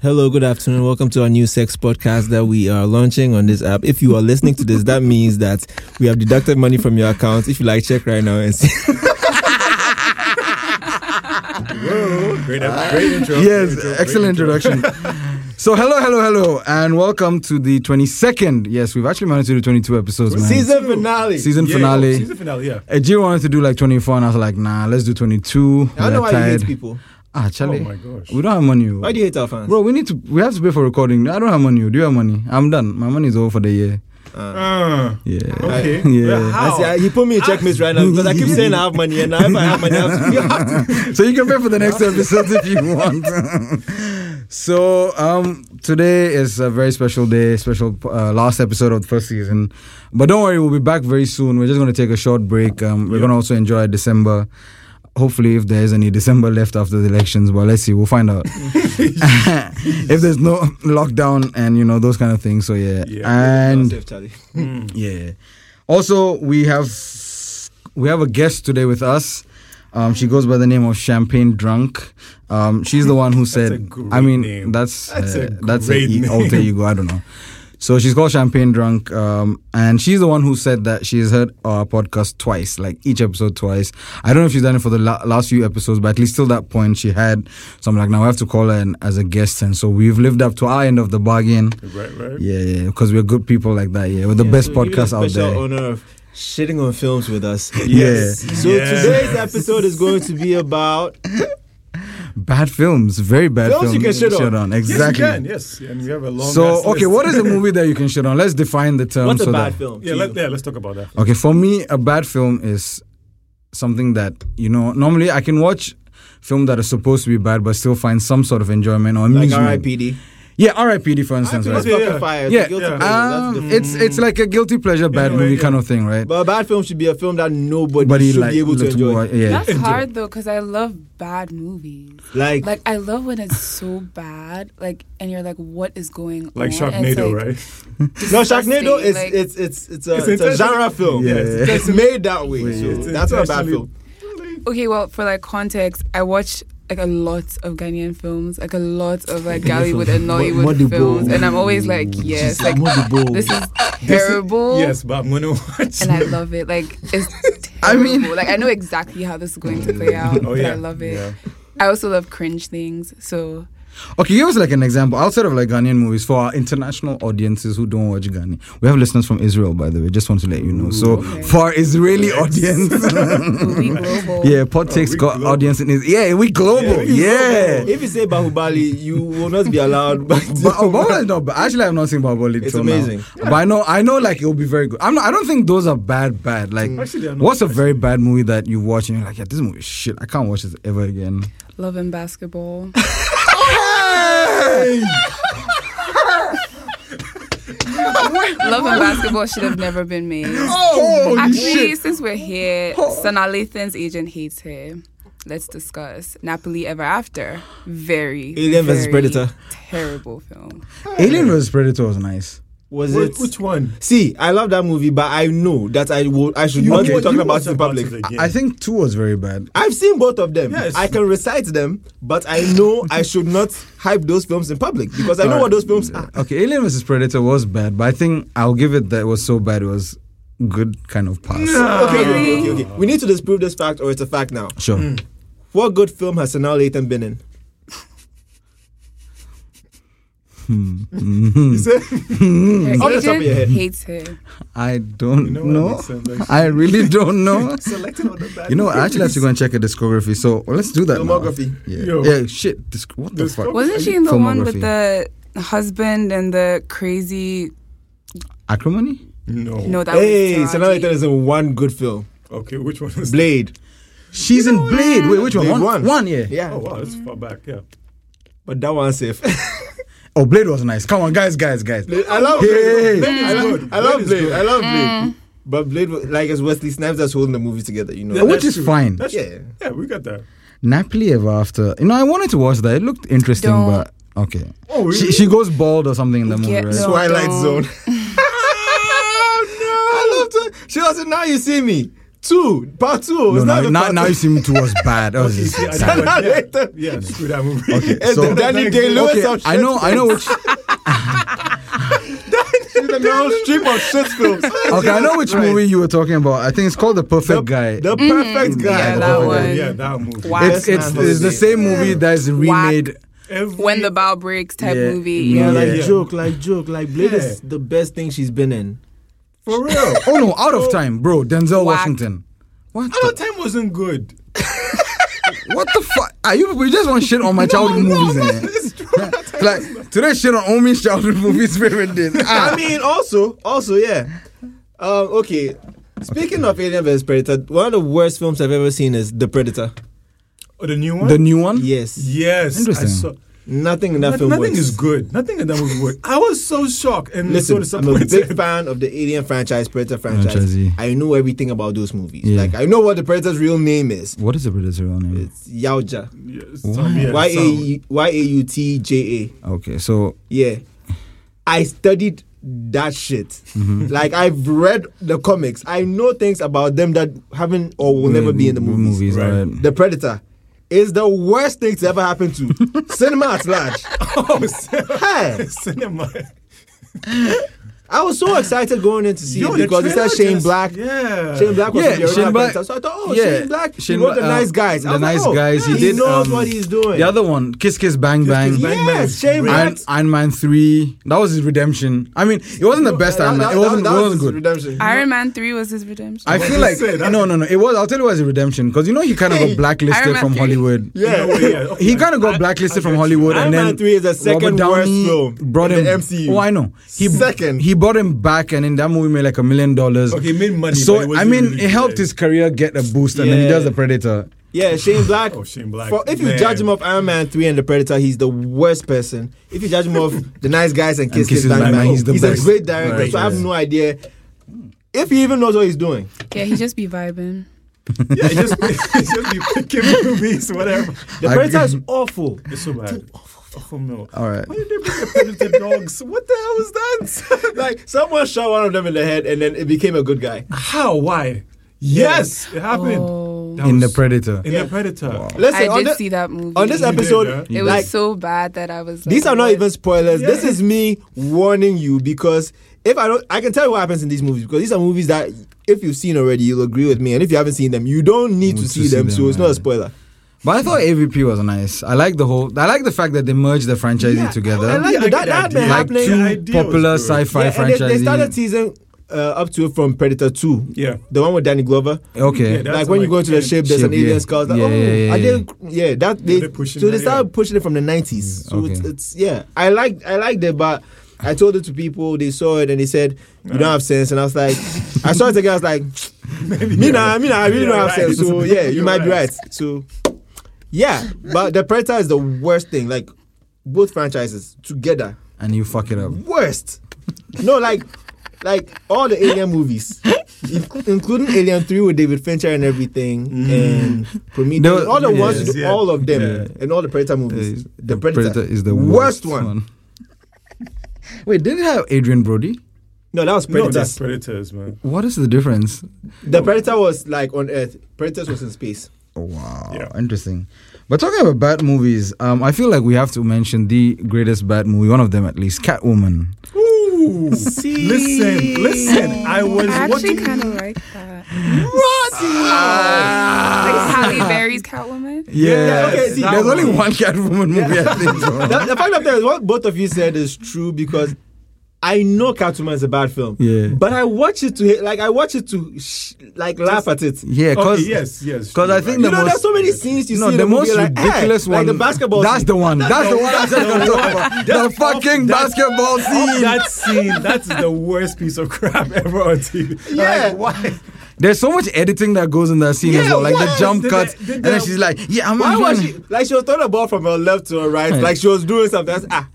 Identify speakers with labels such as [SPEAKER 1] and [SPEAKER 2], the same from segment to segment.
[SPEAKER 1] Hello, good afternoon. Welcome to our new sex podcast that we are launching on this app. If you are listening to this, that means that we have deducted money from your account. If you like, check right now and see.
[SPEAKER 2] Whoa, great, ep- great intro. great
[SPEAKER 3] yes,
[SPEAKER 2] intro, great
[SPEAKER 3] excellent
[SPEAKER 2] intro.
[SPEAKER 3] introduction. so hello, hello, hello, and welcome to the 22nd. Yes, we've actually managed to do 22 episodes, man.
[SPEAKER 1] Season finale.
[SPEAKER 3] Season
[SPEAKER 2] Yeah,
[SPEAKER 3] finale.
[SPEAKER 2] Season finale, yeah.
[SPEAKER 3] Ajiro wanted to do like 24, and I was like, nah, let's do 22.
[SPEAKER 1] I don't know why
[SPEAKER 3] We're
[SPEAKER 1] you hate
[SPEAKER 3] tired.
[SPEAKER 1] people.
[SPEAKER 3] Ah,
[SPEAKER 2] Oh
[SPEAKER 3] Charlie,
[SPEAKER 2] my gosh.
[SPEAKER 3] we don't have money. oh.
[SPEAKER 1] Why do you hate our fans?
[SPEAKER 3] Bro, we need to. We have to pay for recording. I don't have money. oh. Do you have money? I'm done. My money is over for the year.
[SPEAKER 1] Uh,
[SPEAKER 2] Uh,
[SPEAKER 3] Yeah.
[SPEAKER 2] okay.
[SPEAKER 3] Yeah.
[SPEAKER 1] I
[SPEAKER 2] How?
[SPEAKER 1] see, I- he put me
[SPEAKER 3] Ah.
[SPEAKER 1] in checkmate right now because I keep saying I have money, and now if I have money, I have to, you have to.
[SPEAKER 3] so you can pay for the next episode if you want. so um, today is a very special day, special uh, last episode of the first season. But don't worry, we'll be back very soon. We're just going to take a short break. Um, we're
[SPEAKER 2] Yeah.
[SPEAKER 3] going to also enjoy December. Hopefully, if there's any December left after the elections, but let's see, we'll find out. if there's no lockdown and you know those kind of things, so yeah,
[SPEAKER 2] Yeah.
[SPEAKER 3] and
[SPEAKER 1] Safe, Charlie.
[SPEAKER 2] Mm.
[SPEAKER 3] yeah. Also, we have we have a guest today with us. Um, she goes by the name of Champagne Drunk. Um, she's the one who
[SPEAKER 2] That's a
[SPEAKER 3] said,
[SPEAKER 2] great
[SPEAKER 3] I mean,
[SPEAKER 2] name.
[SPEAKER 3] that's
[SPEAKER 2] That's a
[SPEAKER 3] uh, that's a
[SPEAKER 2] great
[SPEAKER 3] e-
[SPEAKER 2] name.
[SPEAKER 3] alter ego. I don't know. So she's called Champagne Drunk, um, and she's the one who said that she's heard our podcast twice, like each episode twice. I don't know if she's done it for the la- last few episodes, but at least till that point, she had. So I'm like, now I have to call her in as a guest, and so we've lived up to our end of the bargain.
[SPEAKER 2] Right, right.
[SPEAKER 3] Yeah, yeah, because we're good people like that. Yeah, we're the
[SPEAKER 1] Yeah,
[SPEAKER 3] best
[SPEAKER 1] so give you
[SPEAKER 3] podcast
[SPEAKER 1] the
[SPEAKER 3] out
[SPEAKER 1] special
[SPEAKER 3] there.
[SPEAKER 1] honor of shitting on films with us.
[SPEAKER 3] Yes.
[SPEAKER 1] So
[SPEAKER 2] Yes.
[SPEAKER 1] today's episode is going to be about
[SPEAKER 3] Bad films, very bad
[SPEAKER 1] Films
[SPEAKER 3] films.
[SPEAKER 1] you can shit on.
[SPEAKER 3] Exactly.
[SPEAKER 2] Yes, you can. Yes, and we have a long.
[SPEAKER 3] so,
[SPEAKER 2] ass
[SPEAKER 3] okay,
[SPEAKER 2] list.
[SPEAKER 3] what is a movie that you can shit on? Let's define the term.
[SPEAKER 1] what's
[SPEAKER 3] so
[SPEAKER 1] a bad
[SPEAKER 3] that,
[SPEAKER 1] film. to
[SPEAKER 2] Yeah,
[SPEAKER 1] you?
[SPEAKER 2] let, yeah, let's talk about that.
[SPEAKER 3] Okay, for me, a bad film is something that you know. Normally, I can watch film that are supposed to be bad, but still find some sort of enjoyment or
[SPEAKER 1] like
[SPEAKER 3] amusement.
[SPEAKER 1] R.I.P.D.
[SPEAKER 3] Yeah, R.I.P.D. for instance.
[SPEAKER 1] That's
[SPEAKER 3] Right?
[SPEAKER 2] yeah,
[SPEAKER 1] fucking
[SPEAKER 2] yeah.
[SPEAKER 1] fire.
[SPEAKER 3] Yeah,
[SPEAKER 1] Guilty
[SPEAKER 2] yeah.
[SPEAKER 1] pleasure, that's
[SPEAKER 3] Um,
[SPEAKER 1] different.
[SPEAKER 3] it's it's like a guilty pleasure bad
[SPEAKER 2] a way,
[SPEAKER 3] movie
[SPEAKER 2] yeah.
[SPEAKER 3] kind of thing, right?
[SPEAKER 1] But a bad film should be a film that nobody
[SPEAKER 3] But he
[SPEAKER 1] should
[SPEAKER 3] like
[SPEAKER 1] be able to
[SPEAKER 3] little
[SPEAKER 1] enjoy.
[SPEAKER 3] boy- yeah.
[SPEAKER 4] That's hard though, because I love bad movies.
[SPEAKER 1] Like,
[SPEAKER 4] Like I love when it's so bad, like and you're like, what is going
[SPEAKER 2] Like
[SPEAKER 4] on? And it's,
[SPEAKER 2] Sharknado,
[SPEAKER 4] like,
[SPEAKER 2] right?
[SPEAKER 1] no, Sharknado is
[SPEAKER 4] like-
[SPEAKER 1] it's it's it's a,
[SPEAKER 2] It's
[SPEAKER 1] it's a
[SPEAKER 2] intentional-
[SPEAKER 1] genre film.
[SPEAKER 3] Yeah.
[SPEAKER 1] It's, it's made that way.
[SPEAKER 3] Yeah.
[SPEAKER 1] So
[SPEAKER 2] It's
[SPEAKER 1] that's not a bad
[SPEAKER 2] intentionally-
[SPEAKER 1] film.
[SPEAKER 4] Okay, well, for like context, I watch like a lot of Ghanaian films, like a lot of like Gallywood and
[SPEAKER 1] Mo- Modibo.
[SPEAKER 4] Nollywood films, and I'm always like, yes, like this is terrible.
[SPEAKER 2] Yes, but I'm gonna watch.
[SPEAKER 4] And I love it. Like it's terrible.
[SPEAKER 3] I mean-
[SPEAKER 4] like I know exactly how this is going to play out.
[SPEAKER 2] Oh
[SPEAKER 4] but
[SPEAKER 2] yeah,
[SPEAKER 4] I love it.
[SPEAKER 2] Yeah.
[SPEAKER 4] I also love cringe things. So
[SPEAKER 3] Okay, give us like an example outside of like Ghanaian movies for our international audiences who don't watch Ghana. We have listeners from Israel, by the way. Just want to let you know. So
[SPEAKER 4] okay.
[SPEAKER 3] for our Israeli audience,
[SPEAKER 4] we global.
[SPEAKER 3] yeah, Pod Takes
[SPEAKER 2] we
[SPEAKER 3] got
[SPEAKER 2] global.
[SPEAKER 3] audience in is yeah, we global, Oh, yeah.
[SPEAKER 1] If you say Bahubali, you will not be allowed. But,
[SPEAKER 3] But oh, Bahubali is not bad. Actually, I've not seen Bahubali.
[SPEAKER 1] It's
[SPEAKER 3] till now.
[SPEAKER 1] amazing.
[SPEAKER 3] But I know, I know, like it will be very good. I'm not, I don't think those are bad, bad. Like,
[SPEAKER 2] Actually, they're not
[SPEAKER 3] what's a
[SPEAKER 2] bad.
[SPEAKER 3] very bad movie that you watch and you're like, yeah, this movie is shit. I can't watch this ever again.
[SPEAKER 4] Love and basketball. Love and basketball should have never been made.
[SPEAKER 3] Oh, holy
[SPEAKER 4] Actually,
[SPEAKER 3] shit! Oh.
[SPEAKER 4] since we're here, Sanalathan's agent hates her. Let's discuss Napoli Ever After. Very
[SPEAKER 1] Alien versus
[SPEAKER 4] very
[SPEAKER 1] Predator.
[SPEAKER 4] Terrible film.
[SPEAKER 3] Alien vs Predator was nice.
[SPEAKER 1] was
[SPEAKER 2] Wh-
[SPEAKER 1] it?
[SPEAKER 2] Which one?
[SPEAKER 1] See, I love that movie, but I know that I will. I should not
[SPEAKER 3] Okay.
[SPEAKER 1] be talking
[SPEAKER 2] you
[SPEAKER 1] about
[SPEAKER 2] watched
[SPEAKER 1] it in public.
[SPEAKER 2] it again.
[SPEAKER 3] I think two was very bad.
[SPEAKER 1] I've seen both of them.
[SPEAKER 2] Yes.
[SPEAKER 1] I can recite them, but I know I should not hype those films in public because I know
[SPEAKER 3] Alright.
[SPEAKER 1] what those films are.
[SPEAKER 3] Okay, Alien vs Predator was bad, but I think I'll give it that it was so bad it was good kind of pass.
[SPEAKER 2] Ah.
[SPEAKER 1] Okay, okay, okay,
[SPEAKER 4] Really?
[SPEAKER 1] okay. We need to disprove this fact, or it's a fact now.
[SPEAKER 3] Sure.
[SPEAKER 1] What good film has Sanaa Lathan been in?
[SPEAKER 3] Hmm.
[SPEAKER 4] Her
[SPEAKER 1] Hmm. Off the top of your head.
[SPEAKER 4] agent hates her.
[SPEAKER 3] I don't
[SPEAKER 2] You know
[SPEAKER 3] know.
[SPEAKER 2] what, that makes sense, actually.
[SPEAKER 3] I really don't know.
[SPEAKER 1] Selected on the back.
[SPEAKER 3] you know, what, I actually have to go and check her discography. So let's do that. now.
[SPEAKER 1] Filmography.
[SPEAKER 3] Yeah.
[SPEAKER 2] Yo.
[SPEAKER 3] Yeah. Shit. Disc- what the fuck?
[SPEAKER 2] Discography.
[SPEAKER 4] Wasn't she in the one with
[SPEAKER 3] Filmography.
[SPEAKER 4] the husband and the crazy?
[SPEAKER 3] Acrimony?
[SPEAKER 2] No.
[SPEAKER 4] No, that
[SPEAKER 1] Hey,
[SPEAKER 4] was
[SPEAKER 1] Sanaa
[SPEAKER 4] Taraji.
[SPEAKER 1] Lathan is in one good film,
[SPEAKER 2] Okay, which one is?
[SPEAKER 1] Blade.
[SPEAKER 3] She's in Blade. Wait, which one?
[SPEAKER 1] Blade
[SPEAKER 3] one?
[SPEAKER 1] one.
[SPEAKER 3] One, yeah.
[SPEAKER 1] Yeah,
[SPEAKER 2] Oh wow, that's far back. Yeah.
[SPEAKER 1] but that one's safe.
[SPEAKER 3] Oh, Blade was nice. Come on, guys, guys, guys.
[SPEAKER 1] I love
[SPEAKER 3] Hey.
[SPEAKER 1] Blade. Blade
[SPEAKER 2] Blade
[SPEAKER 1] I
[SPEAKER 2] is
[SPEAKER 1] love,
[SPEAKER 2] good.
[SPEAKER 1] I love
[SPEAKER 2] Blade is
[SPEAKER 1] Blade.
[SPEAKER 2] good.
[SPEAKER 1] I love Blade. But Blade, was- like, it's Wesley Snipes that's holding the movie together. You know.
[SPEAKER 2] Yeah,
[SPEAKER 3] Which
[SPEAKER 2] that's
[SPEAKER 3] is
[SPEAKER 2] true.
[SPEAKER 3] fine.
[SPEAKER 2] That's
[SPEAKER 1] Yeah.
[SPEAKER 2] true. Yeah, we got that.
[SPEAKER 3] Napoli Ever After. You know, I wanted to watch that. It looked interesting,
[SPEAKER 4] Don't.
[SPEAKER 3] but okay.
[SPEAKER 2] Oh,
[SPEAKER 3] She, she goes bald or something in the movie,
[SPEAKER 4] Yeah,
[SPEAKER 3] right?
[SPEAKER 4] no.
[SPEAKER 1] Twilight
[SPEAKER 4] don't.
[SPEAKER 1] Zone. oh, no! I love to. She was in Now You See Me. two, part two.
[SPEAKER 3] No,
[SPEAKER 1] it's
[SPEAKER 3] now,
[SPEAKER 1] not the
[SPEAKER 3] now,
[SPEAKER 1] part
[SPEAKER 3] now
[SPEAKER 1] two.
[SPEAKER 3] you seem to us bad. That was
[SPEAKER 2] You
[SPEAKER 3] just
[SPEAKER 2] see, I
[SPEAKER 3] sad.
[SPEAKER 2] know what- yeah,
[SPEAKER 1] Later.
[SPEAKER 2] yeah, screw that movie.
[SPEAKER 3] Okay,
[SPEAKER 1] It's the
[SPEAKER 3] so
[SPEAKER 1] Danny Day Lewis
[SPEAKER 3] okay,
[SPEAKER 1] of
[SPEAKER 3] I know, I know which.
[SPEAKER 1] the whole strip of shit films.
[SPEAKER 3] Okay, I know which movie you were talking about. I think it's called The Perfect Guy.
[SPEAKER 1] The perfect guy.
[SPEAKER 3] The
[SPEAKER 4] Mm-hmm. Yeah, that
[SPEAKER 3] Perfect Guy.
[SPEAKER 4] one.
[SPEAKER 2] Yeah, that movie.
[SPEAKER 4] Wow.
[SPEAKER 3] It's
[SPEAKER 1] Yes,
[SPEAKER 3] it's,
[SPEAKER 1] man,
[SPEAKER 3] it's the
[SPEAKER 1] holiday.
[SPEAKER 3] same movie that is remade.
[SPEAKER 2] Every-
[SPEAKER 4] When the Bow Breaks type
[SPEAKER 3] Yeah.
[SPEAKER 4] movie.
[SPEAKER 1] Yeah, like
[SPEAKER 2] Yeah.
[SPEAKER 1] joke, like joke, like Blade is the best thing she's been in.
[SPEAKER 2] for real.
[SPEAKER 3] Oh no, out of time, bro. Denzel
[SPEAKER 4] Whack.
[SPEAKER 3] Washington. What?
[SPEAKER 2] Out of
[SPEAKER 3] The,
[SPEAKER 2] time wasn't good.
[SPEAKER 3] what the fuck? Are you? We just want shit on my childhood movies, man.
[SPEAKER 2] It's true.
[SPEAKER 3] Like today, shit on Omi's childhood movies favorite days. Ah.
[SPEAKER 1] I mean, also, also, yeah. Um, okay. Speaking of Alien vs Predator, one of the worst films I've ever seen is The Predator.
[SPEAKER 2] Oh, the new one.
[SPEAKER 3] The new one.
[SPEAKER 1] Yes,
[SPEAKER 2] yes.
[SPEAKER 3] Interesting.
[SPEAKER 2] I saw,
[SPEAKER 1] nothing in that
[SPEAKER 2] Noth-
[SPEAKER 1] film.
[SPEAKER 2] nothing
[SPEAKER 1] works.
[SPEAKER 2] is good. Nothing in that movie worked. I was so shocked and so
[SPEAKER 1] Listen, I'm a big
[SPEAKER 2] disappointed.
[SPEAKER 1] fan of the Alien franchise, Predator franchise.
[SPEAKER 3] Franchisee.
[SPEAKER 1] I know everything about those movies.
[SPEAKER 3] Yeah.
[SPEAKER 1] Like I know what the Predator's real name is.
[SPEAKER 3] What is the Predator's real name?
[SPEAKER 1] It's Yauja.
[SPEAKER 2] Yes, sorry, yeah,
[SPEAKER 1] Y a
[SPEAKER 2] so-
[SPEAKER 1] u y a u t j a.
[SPEAKER 3] Okay, so
[SPEAKER 1] Yeah. I studied that shit.
[SPEAKER 3] Mm-hmm.
[SPEAKER 1] Like I've read the comics. I know things about them that haven't or will never be in the movies.
[SPEAKER 2] Right.
[SPEAKER 3] alright.
[SPEAKER 1] The Predator is the worst thing to ever happen to cinema at large.
[SPEAKER 2] Oh, cin-
[SPEAKER 1] Hey,
[SPEAKER 2] cinema.
[SPEAKER 1] I was so excited going in to see
[SPEAKER 2] Yo,
[SPEAKER 1] it
[SPEAKER 2] the
[SPEAKER 1] because it said
[SPEAKER 2] trailer
[SPEAKER 1] Shane
[SPEAKER 2] just-
[SPEAKER 1] Black.
[SPEAKER 2] Yeah.
[SPEAKER 1] Shane Black was
[SPEAKER 3] Yeah,
[SPEAKER 1] yeah, the
[SPEAKER 3] Shane
[SPEAKER 1] original
[SPEAKER 3] Black-
[SPEAKER 1] Predator. So I thought, oh,
[SPEAKER 3] yeah,
[SPEAKER 1] Shane Black, he
[SPEAKER 3] Shane
[SPEAKER 1] wrote the
[SPEAKER 3] Bla- uh,
[SPEAKER 1] nice guys. I
[SPEAKER 3] The
[SPEAKER 1] was like,
[SPEAKER 3] Nice
[SPEAKER 1] oh,
[SPEAKER 3] Guys, he
[SPEAKER 1] He,
[SPEAKER 3] did,
[SPEAKER 1] knows
[SPEAKER 3] um,
[SPEAKER 1] what he's doing.
[SPEAKER 3] The other one, Kiss Kiss Bang
[SPEAKER 2] Bang
[SPEAKER 3] Bang.
[SPEAKER 2] Bang
[SPEAKER 1] Yes,
[SPEAKER 2] is
[SPEAKER 1] Shane
[SPEAKER 2] great.
[SPEAKER 1] Black.
[SPEAKER 3] Iron, Iron Man three. That was his redemption. I mean, it wasn't the best Iron Man. It wasn't. It wasn't good.
[SPEAKER 1] Redemption.
[SPEAKER 4] Iron Man 3 was his redemption.
[SPEAKER 3] I feel like
[SPEAKER 2] said, that's-
[SPEAKER 3] no, no, no. It was. I'll tell you what, it's a redemption because you know he kind of
[SPEAKER 1] Hey,
[SPEAKER 3] got blacklisted
[SPEAKER 4] Iron Man
[SPEAKER 3] from
[SPEAKER 4] three.
[SPEAKER 3] Hollywood.
[SPEAKER 2] You know what, yeah, okay.
[SPEAKER 3] He kind of got blacklisted from
[SPEAKER 2] get you.
[SPEAKER 3] Hollywood,
[SPEAKER 1] Iron
[SPEAKER 3] and
[SPEAKER 1] Man
[SPEAKER 3] then
[SPEAKER 1] 3 is the second
[SPEAKER 3] Robert
[SPEAKER 1] worst
[SPEAKER 3] Downey
[SPEAKER 1] film
[SPEAKER 3] brought
[SPEAKER 1] in
[SPEAKER 3] him.
[SPEAKER 1] the MCU.
[SPEAKER 3] Oh, I know. He
[SPEAKER 1] Second.
[SPEAKER 3] He brought him back, and in that movie made like a million dollars.
[SPEAKER 2] Okay, it made money,
[SPEAKER 3] So
[SPEAKER 2] but it
[SPEAKER 3] I
[SPEAKER 2] wasn't
[SPEAKER 3] mean,
[SPEAKER 2] really
[SPEAKER 3] it helped
[SPEAKER 2] good.
[SPEAKER 3] his career get a boost, and then he
[SPEAKER 1] Yeah.
[SPEAKER 3] does the Predator.
[SPEAKER 1] Yeah, Shane Black.
[SPEAKER 2] Oh, Shane Black,
[SPEAKER 1] For, if you
[SPEAKER 2] man.
[SPEAKER 1] judge him off Iron Man 3 and The Predator, he's the worst person. If you judge him off The Nice Guys and Kiss
[SPEAKER 3] Kiss
[SPEAKER 1] Kiss
[SPEAKER 3] Is
[SPEAKER 1] Bang
[SPEAKER 3] Bang
[SPEAKER 1] Bang,
[SPEAKER 3] Bang,
[SPEAKER 1] he's,
[SPEAKER 3] he's the
[SPEAKER 1] a
[SPEAKER 3] best.
[SPEAKER 1] great director,
[SPEAKER 2] Right,
[SPEAKER 1] so I have
[SPEAKER 2] yeah.
[SPEAKER 1] no idea if he even knows what he's doing.
[SPEAKER 4] yeah, he just be vibing.
[SPEAKER 2] Yeah, it just, it just be picking movies, whatever.
[SPEAKER 1] The
[SPEAKER 3] I
[SPEAKER 1] Predator
[SPEAKER 3] agree.
[SPEAKER 1] is awful.
[SPEAKER 2] It's so bad. Oh, no.
[SPEAKER 3] All right.
[SPEAKER 2] Why did they bring the predator dogs? What the hell is that?
[SPEAKER 1] Like, someone shot one of them in the head and then it became a good guy.
[SPEAKER 2] How? Why? Yes, it happened.
[SPEAKER 4] Oh.
[SPEAKER 2] That
[SPEAKER 3] In the
[SPEAKER 2] was-
[SPEAKER 3] Predator.
[SPEAKER 2] In the predator.
[SPEAKER 1] Listen,
[SPEAKER 4] I
[SPEAKER 1] on,
[SPEAKER 4] did
[SPEAKER 1] the-
[SPEAKER 4] see that movie.
[SPEAKER 1] on this
[SPEAKER 2] did,
[SPEAKER 1] episode,
[SPEAKER 2] huh?
[SPEAKER 4] it was
[SPEAKER 1] like,
[SPEAKER 4] so bad that I was. Like,
[SPEAKER 1] these are not
[SPEAKER 4] what?
[SPEAKER 1] even spoilers. This
[SPEAKER 2] Yeah.
[SPEAKER 1] is me warning you because if I don't, I can tell you what happens in these movies because these are movies that if you've seen already, you'll agree with me, and if you haven't seen them, you don't need to,
[SPEAKER 3] To
[SPEAKER 1] see,
[SPEAKER 3] see
[SPEAKER 1] them,
[SPEAKER 3] them,
[SPEAKER 1] So it's not
[SPEAKER 3] yeah.
[SPEAKER 1] a spoiler.
[SPEAKER 3] But I thought AVP was nice. I like the whole. I like the fact that they merged the franchisee
[SPEAKER 1] Yeah,
[SPEAKER 3] together.
[SPEAKER 1] I like
[SPEAKER 2] Yeah, I
[SPEAKER 1] that.
[SPEAKER 2] get
[SPEAKER 1] That
[SPEAKER 2] the
[SPEAKER 1] had been
[SPEAKER 2] idea.
[SPEAKER 3] like
[SPEAKER 1] happening.
[SPEAKER 2] The
[SPEAKER 3] two
[SPEAKER 2] idea was
[SPEAKER 3] popular
[SPEAKER 2] good.
[SPEAKER 3] sci-fi
[SPEAKER 1] yeah, and they,
[SPEAKER 3] franchises.
[SPEAKER 1] they started teasing uh, up to it from Predator Two.
[SPEAKER 2] Yeah.
[SPEAKER 1] The one with Danny Glover,
[SPEAKER 3] okay.
[SPEAKER 2] Yeah, that-
[SPEAKER 1] like
[SPEAKER 2] That's
[SPEAKER 1] when you
[SPEAKER 2] like
[SPEAKER 1] go to the
[SPEAKER 2] ten-
[SPEAKER 1] ship, there's an
[SPEAKER 3] Ship, yeah.
[SPEAKER 1] alien skull. It's Like,
[SPEAKER 3] Yeah,
[SPEAKER 1] oh,
[SPEAKER 3] yeah, yeah,
[SPEAKER 1] I
[SPEAKER 3] yeah. Mm,
[SPEAKER 1] didn't. Yeah, that they,
[SPEAKER 2] Yeah, they're pushing
[SPEAKER 1] so they
[SPEAKER 2] that, yeah.
[SPEAKER 1] started pushing it from the 90s. So it's,
[SPEAKER 3] Okay.
[SPEAKER 1] it's yeah, I like I liked it, but I told it to people. They saw it and they said, "You
[SPEAKER 2] Uh.
[SPEAKER 1] don't have sense." And I was like, I saw it again. I was like, "Me nah, me nah, I really
[SPEAKER 2] You're
[SPEAKER 1] don't have
[SPEAKER 2] right.
[SPEAKER 1] sense." So yeah, you
[SPEAKER 2] You're
[SPEAKER 1] might be
[SPEAKER 2] right.
[SPEAKER 1] right. So yeah, but the Predator is the worst thing. Like both franchises together
[SPEAKER 3] and you fuck it up.
[SPEAKER 1] worst. No, like, like all the Alien movies, inc- including Alien Three with David Fincher and everything, and Prometheus,
[SPEAKER 3] No,
[SPEAKER 1] all the ones,
[SPEAKER 2] yes,
[SPEAKER 1] you do-
[SPEAKER 2] yeah.
[SPEAKER 1] all of them,
[SPEAKER 3] Yeah.
[SPEAKER 1] and all the Predator movies.
[SPEAKER 3] is-
[SPEAKER 1] the, Predator,
[SPEAKER 3] is the worst,
[SPEAKER 1] one.
[SPEAKER 3] Wait, did it have Adrian Brody?
[SPEAKER 1] No, that was
[SPEAKER 2] No,
[SPEAKER 1] Predators.
[SPEAKER 2] that's predators, man.
[SPEAKER 3] What is the difference?
[SPEAKER 1] the Predator was like on Earth. Predators was in space.
[SPEAKER 3] Oh, wow,
[SPEAKER 2] Yeah.
[SPEAKER 3] interesting. But talking about bad movies, um, I feel like we have to mention the greatest bad movie, one of them at least, Catwoman.
[SPEAKER 2] Ooh.
[SPEAKER 1] See?
[SPEAKER 2] Listen, listen. I was
[SPEAKER 4] I actually
[SPEAKER 2] watching.
[SPEAKER 4] kind of like that.
[SPEAKER 1] Ah.
[SPEAKER 4] Like Halle Berry's Catwoman.
[SPEAKER 1] Yeah, okay, see,
[SPEAKER 3] there's
[SPEAKER 1] that
[SPEAKER 3] only
[SPEAKER 1] one.
[SPEAKER 3] one Catwoman movie. I think. so.
[SPEAKER 1] the, the fact of that is what both of you said is true because I know Catwoman is a bad film,
[SPEAKER 3] Yeah.
[SPEAKER 1] but I watch it to hate- like I watch it to sh- like laugh at it.
[SPEAKER 3] yeah,
[SPEAKER 2] Okay,
[SPEAKER 3] because
[SPEAKER 2] yes, yes.
[SPEAKER 3] 'cause I
[SPEAKER 2] you're
[SPEAKER 3] think
[SPEAKER 1] You
[SPEAKER 3] the
[SPEAKER 1] know,
[SPEAKER 3] most-
[SPEAKER 1] there's so many scenes you
[SPEAKER 3] no,
[SPEAKER 1] see. in
[SPEAKER 3] the, most
[SPEAKER 1] movie, like,
[SPEAKER 3] ridiculous
[SPEAKER 1] hey,
[SPEAKER 3] one.
[SPEAKER 1] like the basketball.
[SPEAKER 3] That's
[SPEAKER 1] scene.
[SPEAKER 3] the one. That's, the one. I'm
[SPEAKER 1] that's
[SPEAKER 3] gonna
[SPEAKER 1] the
[SPEAKER 3] talk about. The fucking
[SPEAKER 2] that's-
[SPEAKER 3] basketball
[SPEAKER 2] Of
[SPEAKER 3] scene.
[SPEAKER 2] that scene, that's the worst piece of crap ever on TV.
[SPEAKER 1] Yeah.
[SPEAKER 2] Like, why?
[SPEAKER 3] There's so much editing that goes in that scene as
[SPEAKER 1] Yeah,
[SPEAKER 3] well, like the
[SPEAKER 1] what?
[SPEAKER 3] jump
[SPEAKER 2] Did
[SPEAKER 3] cuts,
[SPEAKER 2] they- did
[SPEAKER 3] and
[SPEAKER 2] they-
[SPEAKER 3] then she's like, "Yeah, I'm."
[SPEAKER 1] Why
[SPEAKER 3] I'm
[SPEAKER 1] was
[SPEAKER 3] trying
[SPEAKER 1] she like she was throwing the ball from her left to her right? Like she was doing something. I said, ah,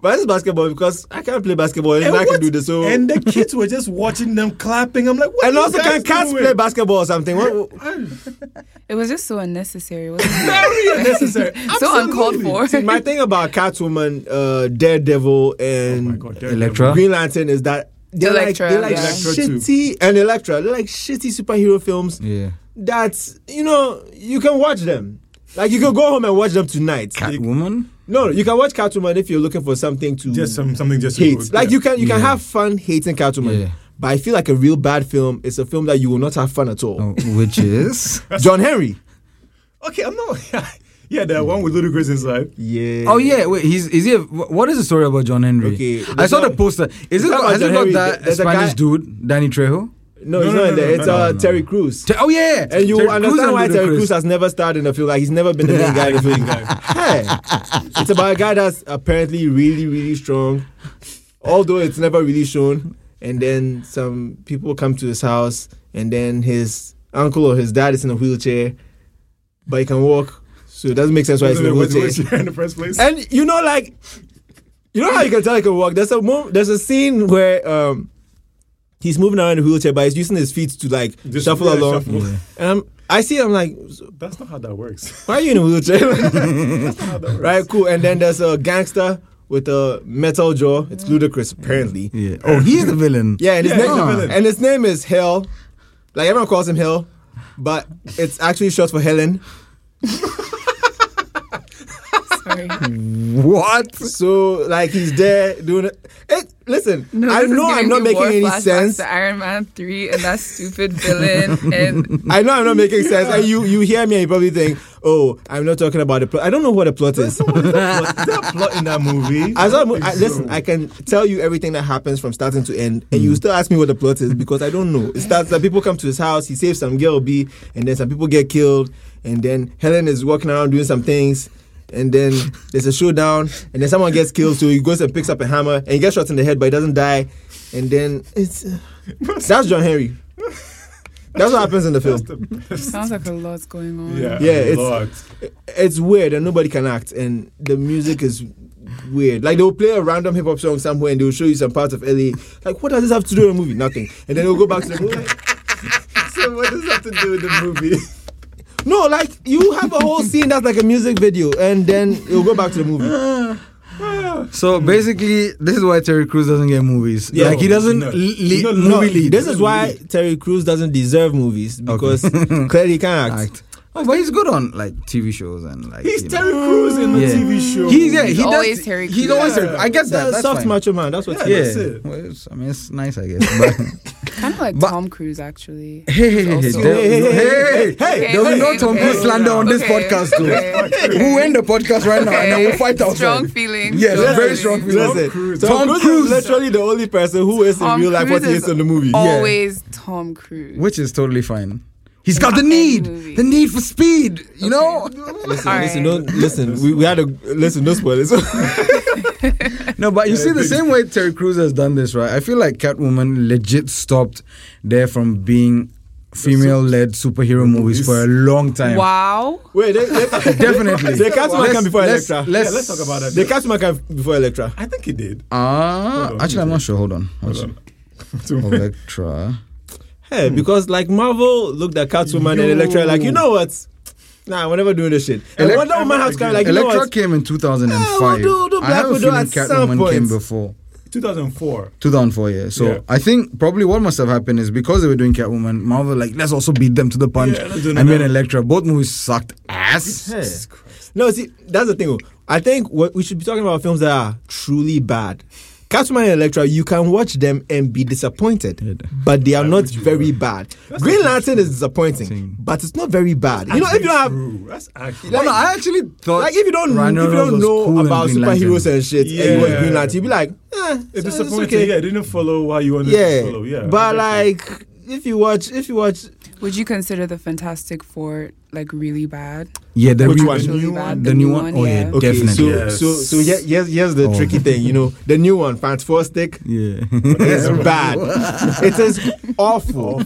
[SPEAKER 1] why is basketball? Because I can't play basketball and, I
[SPEAKER 2] what-
[SPEAKER 1] can do this. So
[SPEAKER 2] and the kids were just watching them clapping. I'm like, what?
[SPEAKER 1] And
[SPEAKER 2] are you
[SPEAKER 1] also, can
[SPEAKER 2] guys
[SPEAKER 1] cats
[SPEAKER 2] doing?
[SPEAKER 1] play basketball or something? What,
[SPEAKER 4] It was just so unnecessary. Wasn't it?
[SPEAKER 2] Very unnecessary.
[SPEAKER 4] so uncalled for.
[SPEAKER 1] See, my thing about Catwoman, uh, Daredevil, and
[SPEAKER 2] Oh God,
[SPEAKER 3] Electra.
[SPEAKER 1] Green Lantern is that they're
[SPEAKER 4] Electra,
[SPEAKER 1] like, they're like
[SPEAKER 4] yeah.
[SPEAKER 2] Electra too.
[SPEAKER 1] shitty and Electra. They're like shitty superhero films
[SPEAKER 3] Yeah.
[SPEAKER 1] that you know you can watch them. Like you can go home and watch them tonight. You-
[SPEAKER 3] Catwoman?
[SPEAKER 1] no, you can watch Catwoman if you're looking for something to
[SPEAKER 2] Just some something just to
[SPEAKER 1] hate.
[SPEAKER 2] go-
[SPEAKER 1] like
[SPEAKER 2] yeah.
[SPEAKER 1] you can you can
[SPEAKER 3] Yeah.
[SPEAKER 1] have fun hating Catwoman.
[SPEAKER 3] Yeah.
[SPEAKER 1] But I feel like a real bad film is a film that you will not have fun at all.
[SPEAKER 3] Oh, which is?
[SPEAKER 1] John Henry.
[SPEAKER 2] Okay, I'm not. yeah, that one with Ludacris inside.
[SPEAKER 1] Yeah.
[SPEAKER 3] Oh yeah, wait. He's is he? A, wh- what is the story about John Henry?
[SPEAKER 1] Okay,
[SPEAKER 3] I
[SPEAKER 1] there's
[SPEAKER 3] saw
[SPEAKER 1] not-
[SPEAKER 3] the poster. Is it
[SPEAKER 1] not about
[SPEAKER 3] got, has
[SPEAKER 1] John
[SPEAKER 3] it got
[SPEAKER 1] Henry,
[SPEAKER 3] that
[SPEAKER 1] there's a guy-
[SPEAKER 3] Spanish dude, Danny Trejo?
[SPEAKER 1] No,
[SPEAKER 2] No,
[SPEAKER 1] it's
[SPEAKER 2] no,
[SPEAKER 1] not
[SPEAKER 2] no,
[SPEAKER 1] in there.
[SPEAKER 2] no,
[SPEAKER 1] It's
[SPEAKER 2] no,
[SPEAKER 1] uh,
[SPEAKER 3] no.
[SPEAKER 1] Terry Crews.
[SPEAKER 3] Te- oh yeah,
[SPEAKER 1] and you
[SPEAKER 3] Terry Crews
[SPEAKER 1] understand
[SPEAKER 3] and
[SPEAKER 1] why Terry
[SPEAKER 3] Ludacris.
[SPEAKER 1] Crews has never starred in a film. Like he's never been the main guy in a film. hey, it's about a guy that's apparently really, really strong, although it's never really shown. And then some people come to his house, and then his uncle or his dad is in a wheelchair, but he can walk, so it doesn't make sense why he's in a
[SPEAKER 2] Wasn't it-
[SPEAKER 1] wheelchair.
[SPEAKER 2] wasn't it in the first place?
[SPEAKER 1] And you know, like, you know how you can tell he can walk. There's a move, there's a scene where um, he's moving around in a wheelchair, but he's using his feet to like
[SPEAKER 2] Just-
[SPEAKER 1] shuffle
[SPEAKER 2] yeah,
[SPEAKER 1] along.
[SPEAKER 2] shuffle.
[SPEAKER 1] And I'm, I see, it, I'm like,
[SPEAKER 2] That's not how that works.
[SPEAKER 1] why are you in a wheelchair?
[SPEAKER 2] That's not how that works.
[SPEAKER 1] right, cool. And then there's a gangster with a metal jaw. It's ludicrous, apparently.
[SPEAKER 3] Yeah. Oh, he's the villain.
[SPEAKER 1] Yeah, and his
[SPEAKER 2] Yeah, he's a
[SPEAKER 1] name
[SPEAKER 2] villain.
[SPEAKER 1] and his name is Hell. Like everyone calls him Hell, but it's actually short for Helen.
[SPEAKER 4] Sorry.
[SPEAKER 3] What?
[SPEAKER 1] So like he's there doing it. it listen,
[SPEAKER 4] No,
[SPEAKER 1] I
[SPEAKER 4] this is
[SPEAKER 1] know I'm
[SPEAKER 4] giving
[SPEAKER 1] not
[SPEAKER 4] me
[SPEAKER 1] making
[SPEAKER 4] war
[SPEAKER 1] any
[SPEAKER 4] flashbacks
[SPEAKER 1] sense.
[SPEAKER 4] to Iron Man three and that stupid villain and
[SPEAKER 1] I know I'm not making sense. And you, you hear me and you probably think, oh, I'm not talking about the plot. I don't know what the plot is.
[SPEAKER 2] What- that plot in that movie.
[SPEAKER 1] I saw,
[SPEAKER 2] don't
[SPEAKER 1] I,
[SPEAKER 2] think
[SPEAKER 1] listen,
[SPEAKER 2] so.
[SPEAKER 1] I can tell you everything that happens from starting to end, and you still ask me what the plot is because I don't know. It starts that people come to his house, he saves some girl B, and then some people get killed, and then Helen is walking around doing some things, and then there's a showdown, and then someone gets killed, so he goes and picks up a hammer, and he gets shot in the head, but he doesn't die, and then it's uh, that's John Henry. That's what happens in the film.
[SPEAKER 2] That's the best.
[SPEAKER 4] sounds like a lot's going on.
[SPEAKER 2] Yeah,
[SPEAKER 1] Yeah, it's-
[SPEAKER 2] lot.
[SPEAKER 1] it's weird and nobody can act and the music is weird like they'll play a random hip-hop song somewhere and they'll show you some parts of la like what does this have to do with the movie nothing and then they'll go back to the movie like, so what does this have to do with the movie no like you have a whole scene that's like a music video and then you'll go back to the movie
[SPEAKER 3] So basically, this is why Terry Crews doesn't get movies.
[SPEAKER 1] Yeah.
[SPEAKER 3] like he doesn't
[SPEAKER 2] No.
[SPEAKER 3] li- li-
[SPEAKER 2] He's not
[SPEAKER 3] movie
[SPEAKER 1] No,
[SPEAKER 3] lead.
[SPEAKER 1] this is why terry Crews doesn't deserve movies because clearly he can't act,
[SPEAKER 3] act. Oh, but he's good on like TV shows and like.
[SPEAKER 2] He's
[SPEAKER 3] you know.
[SPEAKER 2] Terry Crews in the
[SPEAKER 3] Yeah.
[SPEAKER 2] TV show.
[SPEAKER 3] He's yeah. He
[SPEAKER 4] He's
[SPEAKER 3] does,
[SPEAKER 4] always Terry
[SPEAKER 3] He's
[SPEAKER 4] Crews.
[SPEAKER 3] always Terry.
[SPEAKER 2] Yeah.
[SPEAKER 3] I get that.
[SPEAKER 1] That's
[SPEAKER 3] That's
[SPEAKER 1] soft
[SPEAKER 3] fine.
[SPEAKER 1] macho man that's what
[SPEAKER 2] Yeah,
[SPEAKER 1] he
[SPEAKER 3] Yeah.
[SPEAKER 1] is.
[SPEAKER 2] that's it.
[SPEAKER 3] Well, it's, I mean, it's nice, I guess. But
[SPEAKER 4] Kind of like
[SPEAKER 3] But-
[SPEAKER 4] Tom Cruise actually.
[SPEAKER 3] Hey, hey, hey, hey,
[SPEAKER 4] Also-
[SPEAKER 3] there-
[SPEAKER 1] Hey, hey, hey,
[SPEAKER 3] hey, hey,
[SPEAKER 1] hey,
[SPEAKER 3] there will be no
[SPEAKER 4] okay,
[SPEAKER 3] Tom
[SPEAKER 4] okay,
[SPEAKER 3] Cruise slander on this
[SPEAKER 4] okay,
[SPEAKER 3] podcast, too.
[SPEAKER 4] okay,
[SPEAKER 3] We'll end the podcast right now and then we'll fight outside.
[SPEAKER 4] Strong feelings.
[SPEAKER 3] Yes,
[SPEAKER 4] strong
[SPEAKER 3] very strong
[SPEAKER 4] feelings.
[SPEAKER 3] feelings.
[SPEAKER 1] Listen, Tom Cruise,
[SPEAKER 2] Cruise.
[SPEAKER 3] Tom
[SPEAKER 1] is
[SPEAKER 3] Cruise.
[SPEAKER 1] literally the only person who is in
[SPEAKER 4] Tom
[SPEAKER 1] real life what he
[SPEAKER 4] Cruise
[SPEAKER 1] is Oh, in the movie.
[SPEAKER 4] Always Tom Cruise.
[SPEAKER 3] Which is totally fine. He's got the
[SPEAKER 4] Any
[SPEAKER 3] need,
[SPEAKER 4] movie.
[SPEAKER 3] the need for speed, you know?
[SPEAKER 1] Listen,
[SPEAKER 4] All
[SPEAKER 1] listen,
[SPEAKER 4] right.
[SPEAKER 1] don't listen. We, we had a listen. No spoilers.
[SPEAKER 3] No, but you see, the same way Terry Crews has done this, right? I feel like Catwoman legit stopped there from being female led superhero movies for a long time.
[SPEAKER 4] Wow.
[SPEAKER 1] Wait, they, they,
[SPEAKER 3] Definitely.
[SPEAKER 1] The Catwoman
[SPEAKER 3] Let's-
[SPEAKER 1] came before
[SPEAKER 3] let's-
[SPEAKER 1] Elektra.
[SPEAKER 3] Let's,
[SPEAKER 2] Yeah, let's talk about that.
[SPEAKER 1] the Catwoman came before Electra.
[SPEAKER 2] I think he did.
[SPEAKER 3] Ah,
[SPEAKER 2] Hold on,
[SPEAKER 3] actually, I'm not sure. Hold on.
[SPEAKER 2] Hold on. Two minutes.
[SPEAKER 3] Electra.
[SPEAKER 1] Hey, because like Marvel looked at Catwoman and
[SPEAKER 2] Yo.
[SPEAKER 1] Electra like, you know what? Nah, we're never doing this shit. And
[SPEAKER 3] Elec-
[SPEAKER 1] Wonder Woman has come like, you know
[SPEAKER 3] Electra
[SPEAKER 1] what?
[SPEAKER 3] came in 2005.
[SPEAKER 1] Yeah, we'll do- do
[SPEAKER 3] I
[SPEAKER 1] Black
[SPEAKER 3] have a
[SPEAKER 1] Widow
[SPEAKER 3] feeling
[SPEAKER 1] at some
[SPEAKER 3] Catwoman came
[SPEAKER 1] point.
[SPEAKER 3] before.
[SPEAKER 2] 2004.
[SPEAKER 3] 2004, yeah. So
[SPEAKER 2] Yeah.
[SPEAKER 3] I think probably what must have happened is because they were doing Catwoman, Marvel like let's also beat them to the punch.
[SPEAKER 2] Yeah, let's do
[SPEAKER 3] and then
[SPEAKER 2] another-
[SPEAKER 3] Electra, both movies sucked ass.
[SPEAKER 1] Hey. No, see, that's the thing. oh. I think what we should be talking about films that are truly bad. Catwoman and Electra, you can watch them and be disappointed, but they are not
[SPEAKER 2] would you
[SPEAKER 1] very
[SPEAKER 2] were.
[SPEAKER 1] bad. Green Lantern is disappointing, but it's not very bad. You know, if you don't have
[SPEAKER 2] True. That's actually.
[SPEAKER 3] Oh no, I actually thought
[SPEAKER 1] like if you don't
[SPEAKER 3] Ryan
[SPEAKER 1] if you
[SPEAKER 3] Reynolds
[SPEAKER 1] don't
[SPEAKER 3] was
[SPEAKER 1] know
[SPEAKER 3] cool in
[SPEAKER 1] about
[SPEAKER 3] Green
[SPEAKER 1] superheroes
[SPEAKER 3] Lantern.
[SPEAKER 1] and shit, and you watch
[SPEAKER 2] Yeah.
[SPEAKER 1] Green Lantern, you'd be like, eh,
[SPEAKER 2] It's
[SPEAKER 1] so
[SPEAKER 2] disappointing.
[SPEAKER 1] It's okay.
[SPEAKER 2] Yeah, it didn't follow what you wanted
[SPEAKER 1] Yeah,
[SPEAKER 2] to follow. Yeah.
[SPEAKER 1] but like if you watch, if you watch,
[SPEAKER 4] Would you consider the Fantastic Four like really bad?
[SPEAKER 3] Yeah, the
[SPEAKER 1] Which
[SPEAKER 3] re-
[SPEAKER 1] one?
[SPEAKER 3] The
[SPEAKER 4] Really
[SPEAKER 3] new
[SPEAKER 4] bad,
[SPEAKER 3] one.
[SPEAKER 4] the new one,
[SPEAKER 3] Oh yeah,
[SPEAKER 4] yeah.
[SPEAKER 1] okay,
[SPEAKER 3] definitely.
[SPEAKER 1] so
[SPEAKER 2] Yes.
[SPEAKER 1] so so yeah, yes, here's the
[SPEAKER 3] Oh.
[SPEAKER 1] tricky thing. You know, the new one, Fantastic,
[SPEAKER 3] yeah.
[SPEAKER 1] is bad. it is awful.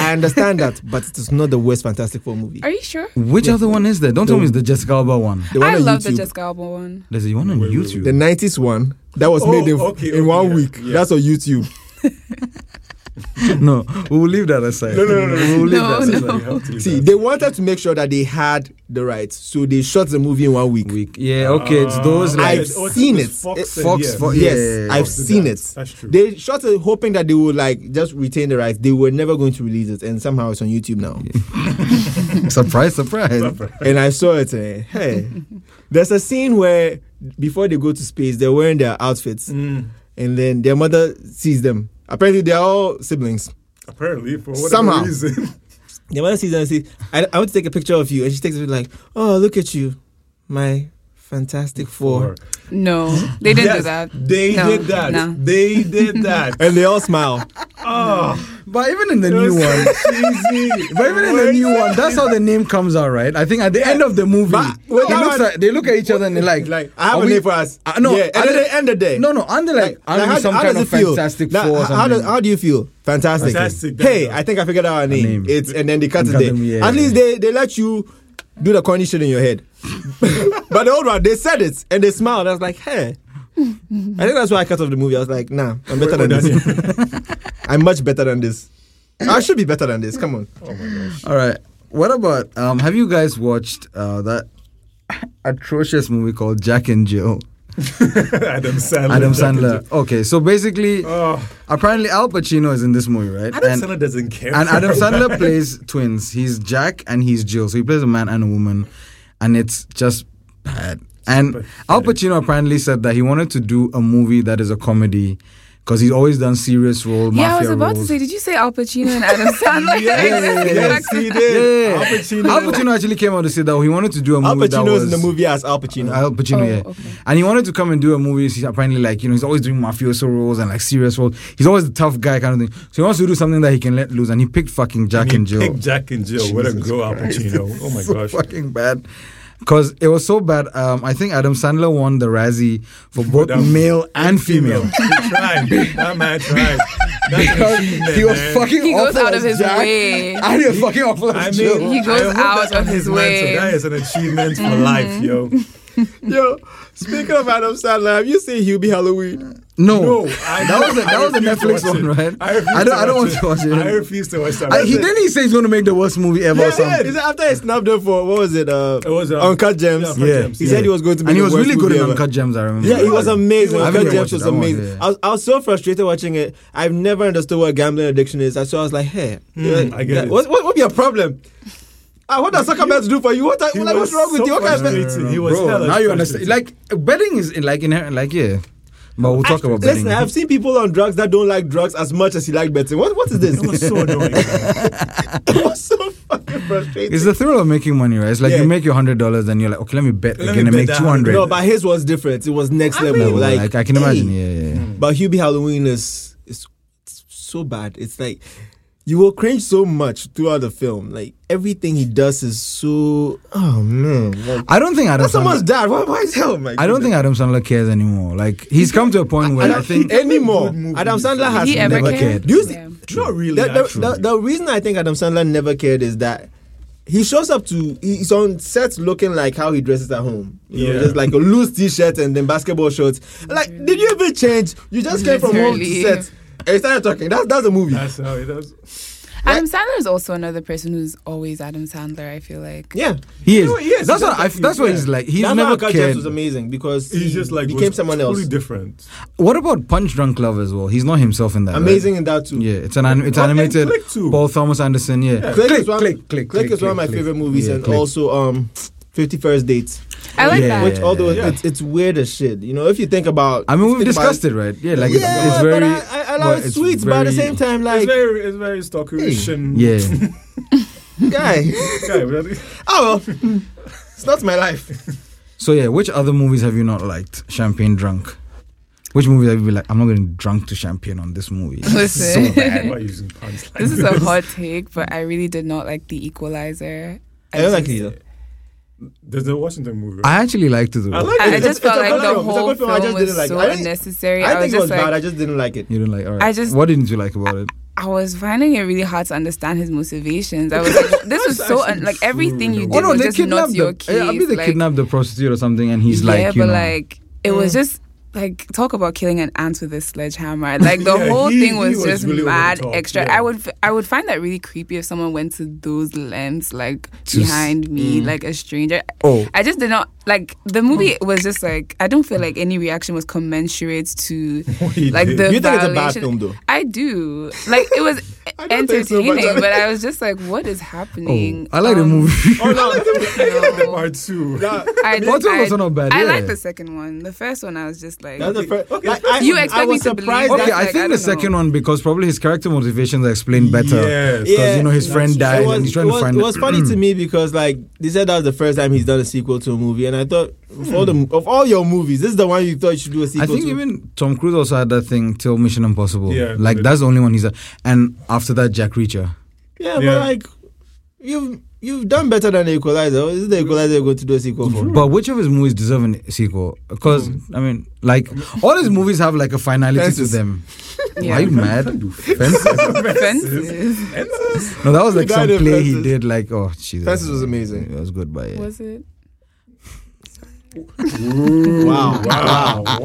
[SPEAKER 1] I understand that, but it is not the worst Fantastic Four movie.
[SPEAKER 4] Are you sure?
[SPEAKER 3] Which other one is there? Don't tell me it's the Jessica Alba one.
[SPEAKER 1] The one
[SPEAKER 4] I
[SPEAKER 1] on
[SPEAKER 4] love the
[SPEAKER 1] YouTube,
[SPEAKER 4] Jessica Alba one.
[SPEAKER 3] There's a one on
[SPEAKER 2] Wait, wait,
[SPEAKER 3] YouTube.
[SPEAKER 1] the '90s one that was
[SPEAKER 2] Oh,
[SPEAKER 1] made in,
[SPEAKER 2] okay,
[SPEAKER 1] in one
[SPEAKER 2] okay,
[SPEAKER 1] week.
[SPEAKER 2] yeah.
[SPEAKER 1] That's on YouTube.
[SPEAKER 3] no, we will leave that aside. No, no, no. We will leave
[SPEAKER 4] No,
[SPEAKER 3] that
[SPEAKER 4] no.
[SPEAKER 3] aside.
[SPEAKER 2] You have to leave
[SPEAKER 1] See,
[SPEAKER 2] that.
[SPEAKER 1] they wanted to make sure that they had the rights, so they shot the movie in one week.
[SPEAKER 3] Week. Yeah, okay. It's those
[SPEAKER 2] Ah.
[SPEAKER 3] like
[SPEAKER 1] I've
[SPEAKER 2] Oh, it's-
[SPEAKER 1] seen
[SPEAKER 2] it's
[SPEAKER 1] it.
[SPEAKER 2] Fox
[SPEAKER 1] It-
[SPEAKER 2] and
[SPEAKER 3] Fox,
[SPEAKER 2] Oh, yeah.
[SPEAKER 3] Fox-
[SPEAKER 1] Yes,
[SPEAKER 3] yeah,
[SPEAKER 1] I've
[SPEAKER 2] Fox did
[SPEAKER 1] seen
[SPEAKER 2] that.
[SPEAKER 1] it.
[SPEAKER 2] That's true.
[SPEAKER 1] They shot it hoping that they would like just retain the rights. They were never going to release it, and somehow it's on YouTube now.
[SPEAKER 3] surprise, surprise.
[SPEAKER 1] and I saw it. eh, hey, there's a scene where before they go to space, they're wearing their outfits,
[SPEAKER 2] Mm,
[SPEAKER 1] and then their mother sees them. Apparently, they're all siblings.
[SPEAKER 2] apparently, for whatever
[SPEAKER 1] Somehow.
[SPEAKER 2] reason.
[SPEAKER 1] Their mother sees them and says, I, "I want to take a picture of you," and she takes it like, "Oh, look at you, my fantastic four.
[SPEAKER 4] No, they didn't do
[SPEAKER 2] Yes,
[SPEAKER 4] that.
[SPEAKER 2] They
[SPEAKER 4] No,
[SPEAKER 2] did that.
[SPEAKER 4] no.
[SPEAKER 2] They did that.
[SPEAKER 1] and they all smile.
[SPEAKER 2] oh,
[SPEAKER 3] But even in the new one, but even in the new one, that's how the name comes out, right? I think at the end of the movie,
[SPEAKER 1] But-
[SPEAKER 3] it
[SPEAKER 1] Well, that
[SPEAKER 3] looks
[SPEAKER 1] one-
[SPEAKER 3] like- they look at each other and they're like,
[SPEAKER 1] like I have
[SPEAKER 3] are
[SPEAKER 1] a
[SPEAKER 3] we-
[SPEAKER 1] name for us.
[SPEAKER 3] Uh, no,
[SPEAKER 1] yeah.
[SPEAKER 3] I
[SPEAKER 1] And then
[SPEAKER 3] didn't-
[SPEAKER 1] they end the day.
[SPEAKER 3] No, no, aren't they like, aren't we some kind of fantastic
[SPEAKER 1] That-
[SPEAKER 3] four? or
[SPEAKER 1] how, does,
[SPEAKER 3] something?
[SPEAKER 1] how do you feel? Fantastic.
[SPEAKER 2] Fantastic, there
[SPEAKER 1] Hey,
[SPEAKER 2] you go.
[SPEAKER 1] I think I figured out our name.
[SPEAKER 3] name.
[SPEAKER 1] It's and then they cut
[SPEAKER 3] And
[SPEAKER 1] it
[SPEAKER 3] cut
[SPEAKER 1] there.
[SPEAKER 3] them, yeah,
[SPEAKER 1] At
[SPEAKER 3] yeah,
[SPEAKER 1] least they they let you do the corny shit in your head. but the old one, they said it and they smiled. I was like, hey. I think that's why I cut off the movie. I was like, nah, I'm better than this. I'm much better than this. I should be better than this. Come on.
[SPEAKER 3] All right. What about um? Have you guys watched uh that atrocious movie called Jack and Jill?
[SPEAKER 2] Adam Sandler.
[SPEAKER 3] Adam
[SPEAKER 2] Jack and
[SPEAKER 3] Sandler.
[SPEAKER 2] Jill.
[SPEAKER 3] Okay, so basically,
[SPEAKER 1] Uh.
[SPEAKER 2] Oh,
[SPEAKER 3] apparently Al Pacino is in this movie, right?
[SPEAKER 2] Adam
[SPEAKER 3] and,
[SPEAKER 2] Sandler doesn't care.
[SPEAKER 3] and Adam Sandler plays twins. He's Jack and he's Jill. So he plays a man and a woman, and it's just bad. And Al Pacino apparently said that he wanted to do a movie that is a comedy because he's always done serious role,
[SPEAKER 4] Yeah, I was
[SPEAKER 3] mafia
[SPEAKER 4] about to
[SPEAKER 3] roles.
[SPEAKER 4] say, did you say Al Pacino and Adam Sandler?
[SPEAKER 2] yes, he did.
[SPEAKER 3] Yeah.
[SPEAKER 2] Al Pacino.
[SPEAKER 3] Al Pacino actually came out to say that he wanted to do a movie
[SPEAKER 1] Al
[SPEAKER 3] that
[SPEAKER 1] Pacino's
[SPEAKER 3] was
[SPEAKER 1] in the movie as Al Pacino.
[SPEAKER 3] Al Pacino,
[SPEAKER 4] Oh,
[SPEAKER 3] yeah.
[SPEAKER 4] okay.
[SPEAKER 3] And he wanted to come and do a movie. He's apparently like, you know, he's always doing mafioso roles and like serious roles. He's always the tough guy kind of thing. So he wants to do something that he can let loose. And he picked fucking Jack and,
[SPEAKER 2] He
[SPEAKER 3] Jill.
[SPEAKER 2] picked Jack and Jill. what a
[SPEAKER 3] Jesus
[SPEAKER 2] go, Al
[SPEAKER 3] Christ.
[SPEAKER 2] Pacino. Oh my
[SPEAKER 3] so
[SPEAKER 2] gosh.
[SPEAKER 3] fucking bad. Because it was so bad. Um, I think Adam Sandler won the Razzie for both
[SPEAKER 2] that-
[SPEAKER 3] male and female.
[SPEAKER 2] he tried. That man tried. That's an
[SPEAKER 3] Because
[SPEAKER 2] achievement,
[SPEAKER 3] he was
[SPEAKER 2] man.
[SPEAKER 3] fucking
[SPEAKER 4] He goes
[SPEAKER 3] awful
[SPEAKER 4] out
[SPEAKER 3] as
[SPEAKER 4] of his
[SPEAKER 3] Jack,
[SPEAKER 4] way.
[SPEAKER 3] And he was fucking awful as
[SPEAKER 2] I
[SPEAKER 3] Jill.
[SPEAKER 2] mean,
[SPEAKER 4] He goes
[SPEAKER 2] I hope
[SPEAKER 4] out
[SPEAKER 2] that's
[SPEAKER 4] of
[SPEAKER 2] on
[SPEAKER 4] his
[SPEAKER 2] his mantle.
[SPEAKER 4] way. Mm-hmm.
[SPEAKER 2] That is an achievement for life, yo.
[SPEAKER 1] Yo, speaking of Adam Sandler, have you seen Hubie Halloween?
[SPEAKER 3] No.
[SPEAKER 2] No, I-
[SPEAKER 3] that was a, that
[SPEAKER 2] I
[SPEAKER 3] was a
[SPEAKER 2] refuse to
[SPEAKER 3] Netflix
[SPEAKER 2] watch
[SPEAKER 3] one,
[SPEAKER 2] it.
[SPEAKER 3] right?
[SPEAKER 2] I, refuse
[SPEAKER 3] I don't I don't want
[SPEAKER 2] watch
[SPEAKER 3] to watch it.
[SPEAKER 2] I refuse to watch that.
[SPEAKER 3] I- he didn't he say he's going to make the worst movie ever or
[SPEAKER 1] Yeah, yeah.
[SPEAKER 3] something.
[SPEAKER 1] Is it after he snubbed them for what was it? Uh,
[SPEAKER 2] It was, um,
[SPEAKER 3] Oh,
[SPEAKER 1] Uncut Gems.
[SPEAKER 2] yeah, Uncut
[SPEAKER 3] Yeah.
[SPEAKER 2] Gems,
[SPEAKER 1] He
[SPEAKER 2] yeah.
[SPEAKER 1] said he was going to be
[SPEAKER 3] and he
[SPEAKER 1] the
[SPEAKER 3] was
[SPEAKER 1] worst
[SPEAKER 3] really good
[SPEAKER 1] movie
[SPEAKER 3] in
[SPEAKER 1] ever.
[SPEAKER 3] Uncut Gems, I remember.
[SPEAKER 1] Yeah, he was amazing.
[SPEAKER 3] I haven't
[SPEAKER 1] Uncut
[SPEAKER 3] yet watched
[SPEAKER 1] Gems was
[SPEAKER 3] that one,
[SPEAKER 1] amazing.
[SPEAKER 3] yeah.
[SPEAKER 1] I, was, I was so frustrated watching it. I've never understood what gambling addiction is. So I was like, hey,
[SPEAKER 2] Mm, I get it.
[SPEAKER 1] What, what would be a problem? Ah, what does soccer bets do for you? What are,
[SPEAKER 2] He
[SPEAKER 1] like, what's
[SPEAKER 2] was
[SPEAKER 1] wrong with
[SPEAKER 2] so
[SPEAKER 1] you? What kind of
[SPEAKER 2] frustrated. He was
[SPEAKER 3] Bro,
[SPEAKER 2] hella
[SPEAKER 3] now you
[SPEAKER 2] frustrated.
[SPEAKER 3] understand. Like betting is like inherent. Like yeah, but we'll talk about betting.
[SPEAKER 1] Listen, I've seen people on drugs that don't like drugs as much as he like betting. What, what is this?
[SPEAKER 2] It was so annoying.
[SPEAKER 1] it was so fucking frustrating.
[SPEAKER 3] it's the thrill of making money, right? It's like
[SPEAKER 1] Yeah.
[SPEAKER 3] you make your hundred dollars, and you're like, okay, let me bet
[SPEAKER 2] Let me
[SPEAKER 3] again and
[SPEAKER 2] bet
[SPEAKER 3] make
[SPEAKER 2] that
[SPEAKER 3] two hundred.
[SPEAKER 1] No, but his was different. It was next level. like,
[SPEAKER 3] like I can
[SPEAKER 1] hey.
[SPEAKER 3] imagine. Yeah, yeah. yeah.
[SPEAKER 1] Mm. But Hubie Halloween is is it's so bad. It's like you will cringe so much throughout the film. Like everything he does is so oh man. Like,
[SPEAKER 3] I don't think Adam.
[SPEAKER 1] that's someone's
[SPEAKER 3] Sandler,
[SPEAKER 1] dad. Why why is hell my
[SPEAKER 3] I don't think Adam Sandler cares anymore. Like he's come to a point where I, think
[SPEAKER 1] anymore.
[SPEAKER 2] Good movie.
[SPEAKER 1] Adam Sandler has
[SPEAKER 4] he ever
[SPEAKER 1] never
[SPEAKER 3] cared?
[SPEAKER 4] cared?
[SPEAKER 1] Do you see-
[SPEAKER 4] Yeah.
[SPEAKER 2] Not really.
[SPEAKER 1] the, the,
[SPEAKER 2] actually.
[SPEAKER 1] the, the reason I think Adam Sandler never cared is that he shows up to he's on sets looking like how he dresses at home. You know,
[SPEAKER 2] Yeah.
[SPEAKER 1] just like a loose t-shirt and then basketball shorts. Like, did you even change? You just came from home to
[SPEAKER 4] Literally.
[SPEAKER 1] set and you started talking. That's that's a movie.
[SPEAKER 2] That's how it does.
[SPEAKER 4] Adam Sandler is also another person who's always Adam Sandler. I feel like.
[SPEAKER 1] yeah.
[SPEAKER 3] he
[SPEAKER 2] No, he
[SPEAKER 3] is.
[SPEAKER 2] is.
[SPEAKER 3] That's
[SPEAKER 2] He
[SPEAKER 3] what I.
[SPEAKER 2] does-
[SPEAKER 3] That's what
[SPEAKER 2] yeah.
[SPEAKER 3] he's like. He's
[SPEAKER 1] That's why
[SPEAKER 3] never
[SPEAKER 1] Uncut Gems
[SPEAKER 3] cared.
[SPEAKER 1] was amazing because
[SPEAKER 2] He's
[SPEAKER 1] he
[SPEAKER 2] just like
[SPEAKER 1] became
[SPEAKER 2] was
[SPEAKER 1] someone else.
[SPEAKER 2] Totally different.
[SPEAKER 3] What about Punch Drunk Love as well? He's not himself in that. right?
[SPEAKER 1] Amazing in that too.
[SPEAKER 3] Yeah, it's an anim- it's
[SPEAKER 2] Well, and
[SPEAKER 3] animated.
[SPEAKER 2] Click too.
[SPEAKER 3] Paul Thomas Anderson. Yeah,
[SPEAKER 1] Click, is one,
[SPEAKER 3] click, click,
[SPEAKER 1] Click is one of my
[SPEAKER 3] click.
[SPEAKER 1] favorite movies,
[SPEAKER 3] Yeah,
[SPEAKER 1] and
[SPEAKER 3] Click.
[SPEAKER 1] also um, Fifty First Dates,
[SPEAKER 4] I like
[SPEAKER 3] Yeah.
[SPEAKER 4] that.
[SPEAKER 1] which although
[SPEAKER 3] Yeah.
[SPEAKER 1] it's, it's weird as shit. You know, if you think about,
[SPEAKER 3] I mean, we've
[SPEAKER 1] think about-
[SPEAKER 3] discussed it, right? Yeah, like
[SPEAKER 1] yeah,
[SPEAKER 3] it's, it's very.
[SPEAKER 1] But I, I, I
[SPEAKER 3] well,
[SPEAKER 1] love it sweet, but at the
[SPEAKER 3] very-
[SPEAKER 1] same time,
[SPEAKER 2] it's
[SPEAKER 1] like,
[SPEAKER 2] very, it's very stalkerish and
[SPEAKER 3] Yeah,
[SPEAKER 1] guy,
[SPEAKER 2] guy, really.
[SPEAKER 1] oh well, it's not my life.
[SPEAKER 3] so yeah, which other movies have you not liked? Champagne Drunk. Which movie have you been like? I'm not getting drunk to champagne on this movie.
[SPEAKER 4] Listen.
[SPEAKER 3] so bad.
[SPEAKER 2] Why using puns like
[SPEAKER 4] This is a hot take, but I really did not like The Equalizer.
[SPEAKER 1] I don't like
[SPEAKER 4] just-
[SPEAKER 1] it either.
[SPEAKER 2] There's a Washington movie.
[SPEAKER 3] I actually liked it. Though.
[SPEAKER 2] I like
[SPEAKER 4] I, I
[SPEAKER 2] it.
[SPEAKER 1] It's-
[SPEAKER 4] just felt
[SPEAKER 1] it's a
[SPEAKER 4] like
[SPEAKER 1] good
[SPEAKER 4] the
[SPEAKER 1] film. It's a
[SPEAKER 4] whole
[SPEAKER 1] good film. I
[SPEAKER 4] film
[SPEAKER 1] just
[SPEAKER 4] was
[SPEAKER 1] didn't like it.
[SPEAKER 4] so
[SPEAKER 1] I didn't-
[SPEAKER 4] unnecessary.
[SPEAKER 1] I
[SPEAKER 4] I, was
[SPEAKER 1] think it
[SPEAKER 4] just
[SPEAKER 1] was bad. I
[SPEAKER 4] like,
[SPEAKER 1] just didn't like it.
[SPEAKER 3] you didn't like. All right.
[SPEAKER 4] I just-
[SPEAKER 3] What didn't you like about it?
[SPEAKER 4] I was finding it really hard to understand his motivations. I was like, this was so un- like everything you did
[SPEAKER 3] Oh no,
[SPEAKER 4] was
[SPEAKER 3] they
[SPEAKER 4] just not
[SPEAKER 3] kidnapped
[SPEAKER 4] your
[SPEAKER 3] the.
[SPEAKER 4] case.
[SPEAKER 3] Yeah, I mean, they
[SPEAKER 4] like,
[SPEAKER 3] kidnapped the prostitute or something, and he's
[SPEAKER 4] yeah,
[SPEAKER 3] like, you
[SPEAKER 4] but
[SPEAKER 3] know,
[SPEAKER 4] like it was just like talk about killing an ant with a sledgehammer. Like the
[SPEAKER 2] Yeah,
[SPEAKER 4] whole
[SPEAKER 2] he-
[SPEAKER 4] thing
[SPEAKER 2] he
[SPEAKER 4] was,
[SPEAKER 2] was
[SPEAKER 4] just
[SPEAKER 2] really over the
[SPEAKER 4] mad
[SPEAKER 2] top,
[SPEAKER 4] extra.
[SPEAKER 2] yeah.
[SPEAKER 4] I would f- I would find that really creepy if someone went to those lengths like
[SPEAKER 3] To s-
[SPEAKER 4] behind me, like a stranger.
[SPEAKER 3] Oh.
[SPEAKER 4] I just did not like the movie was just like I don't feel like any reaction was commensurate to
[SPEAKER 2] he
[SPEAKER 4] like
[SPEAKER 2] did.
[SPEAKER 4] the
[SPEAKER 1] You think it's a bad
[SPEAKER 4] violation.
[SPEAKER 1] film, though?
[SPEAKER 4] I do. Like it was
[SPEAKER 1] I don't think so, but-
[SPEAKER 4] entertaining, but I was just like, what is happening?
[SPEAKER 3] oh, I like the
[SPEAKER 4] Um,
[SPEAKER 3] movie.
[SPEAKER 2] Oh no, the
[SPEAKER 4] No.
[SPEAKER 2] part two.
[SPEAKER 1] That-
[SPEAKER 4] I,
[SPEAKER 3] Part two
[SPEAKER 4] I-
[SPEAKER 3] was not bad,
[SPEAKER 4] I
[SPEAKER 3] yeah.
[SPEAKER 4] like the second one. The first one, I was just like,
[SPEAKER 1] That's the first.
[SPEAKER 2] Okay.
[SPEAKER 1] Like, I,
[SPEAKER 4] You
[SPEAKER 1] I
[SPEAKER 4] expect
[SPEAKER 1] was
[SPEAKER 4] me to believe
[SPEAKER 1] surprised
[SPEAKER 4] that?
[SPEAKER 3] Okay,
[SPEAKER 1] that-
[SPEAKER 3] I
[SPEAKER 4] like,
[SPEAKER 3] think the
[SPEAKER 4] I don't know.
[SPEAKER 3] second one because probably his character motivations are explained better.
[SPEAKER 2] Yes.
[SPEAKER 3] because
[SPEAKER 1] Yeah.
[SPEAKER 3] you know his friend died
[SPEAKER 1] it was,
[SPEAKER 3] and he's trying
[SPEAKER 1] it
[SPEAKER 3] to
[SPEAKER 1] was-
[SPEAKER 3] find. Mm. Hmm.
[SPEAKER 1] it was funny to me because like they said that was the first time he's done a sequel to a movie, and I thought of all the of all your movies, this is the one you thought you should do a
[SPEAKER 3] I
[SPEAKER 1] sequel.
[SPEAKER 3] think
[SPEAKER 1] to.
[SPEAKER 3] even Tom Cruise also had that thing till Mission Impossible.
[SPEAKER 2] Yeah,
[SPEAKER 3] like
[SPEAKER 2] but-
[SPEAKER 3] that's the only one he's. A, and after that, Jack Reacher.
[SPEAKER 1] yeah, but
[SPEAKER 2] Yeah.
[SPEAKER 1] like you've you've done better than the Equalizer. This is the Equalizer you're going to do a sequel for.
[SPEAKER 3] But which of his movies deserve a sequel? Because I mean, like all his movies have like a finality to
[SPEAKER 1] Fences.
[SPEAKER 3] them.
[SPEAKER 4] yeah.
[SPEAKER 3] Are you mad? Fences?
[SPEAKER 4] Fences?
[SPEAKER 3] No, that was
[SPEAKER 1] He
[SPEAKER 3] like some
[SPEAKER 1] died in
[SPEAKER 3] play he
[SPEAKER 1] Fences.
[SPEAKER 3] did. Like oh Jesus,
[SPEAKER 1] Fences was amazing.
[SPEAKER 3] It was good, but yeah.
[SPEAKER 4] Was it?
[SPEAKER 1] Wow.
[SPEAKER 2] Wow, wow.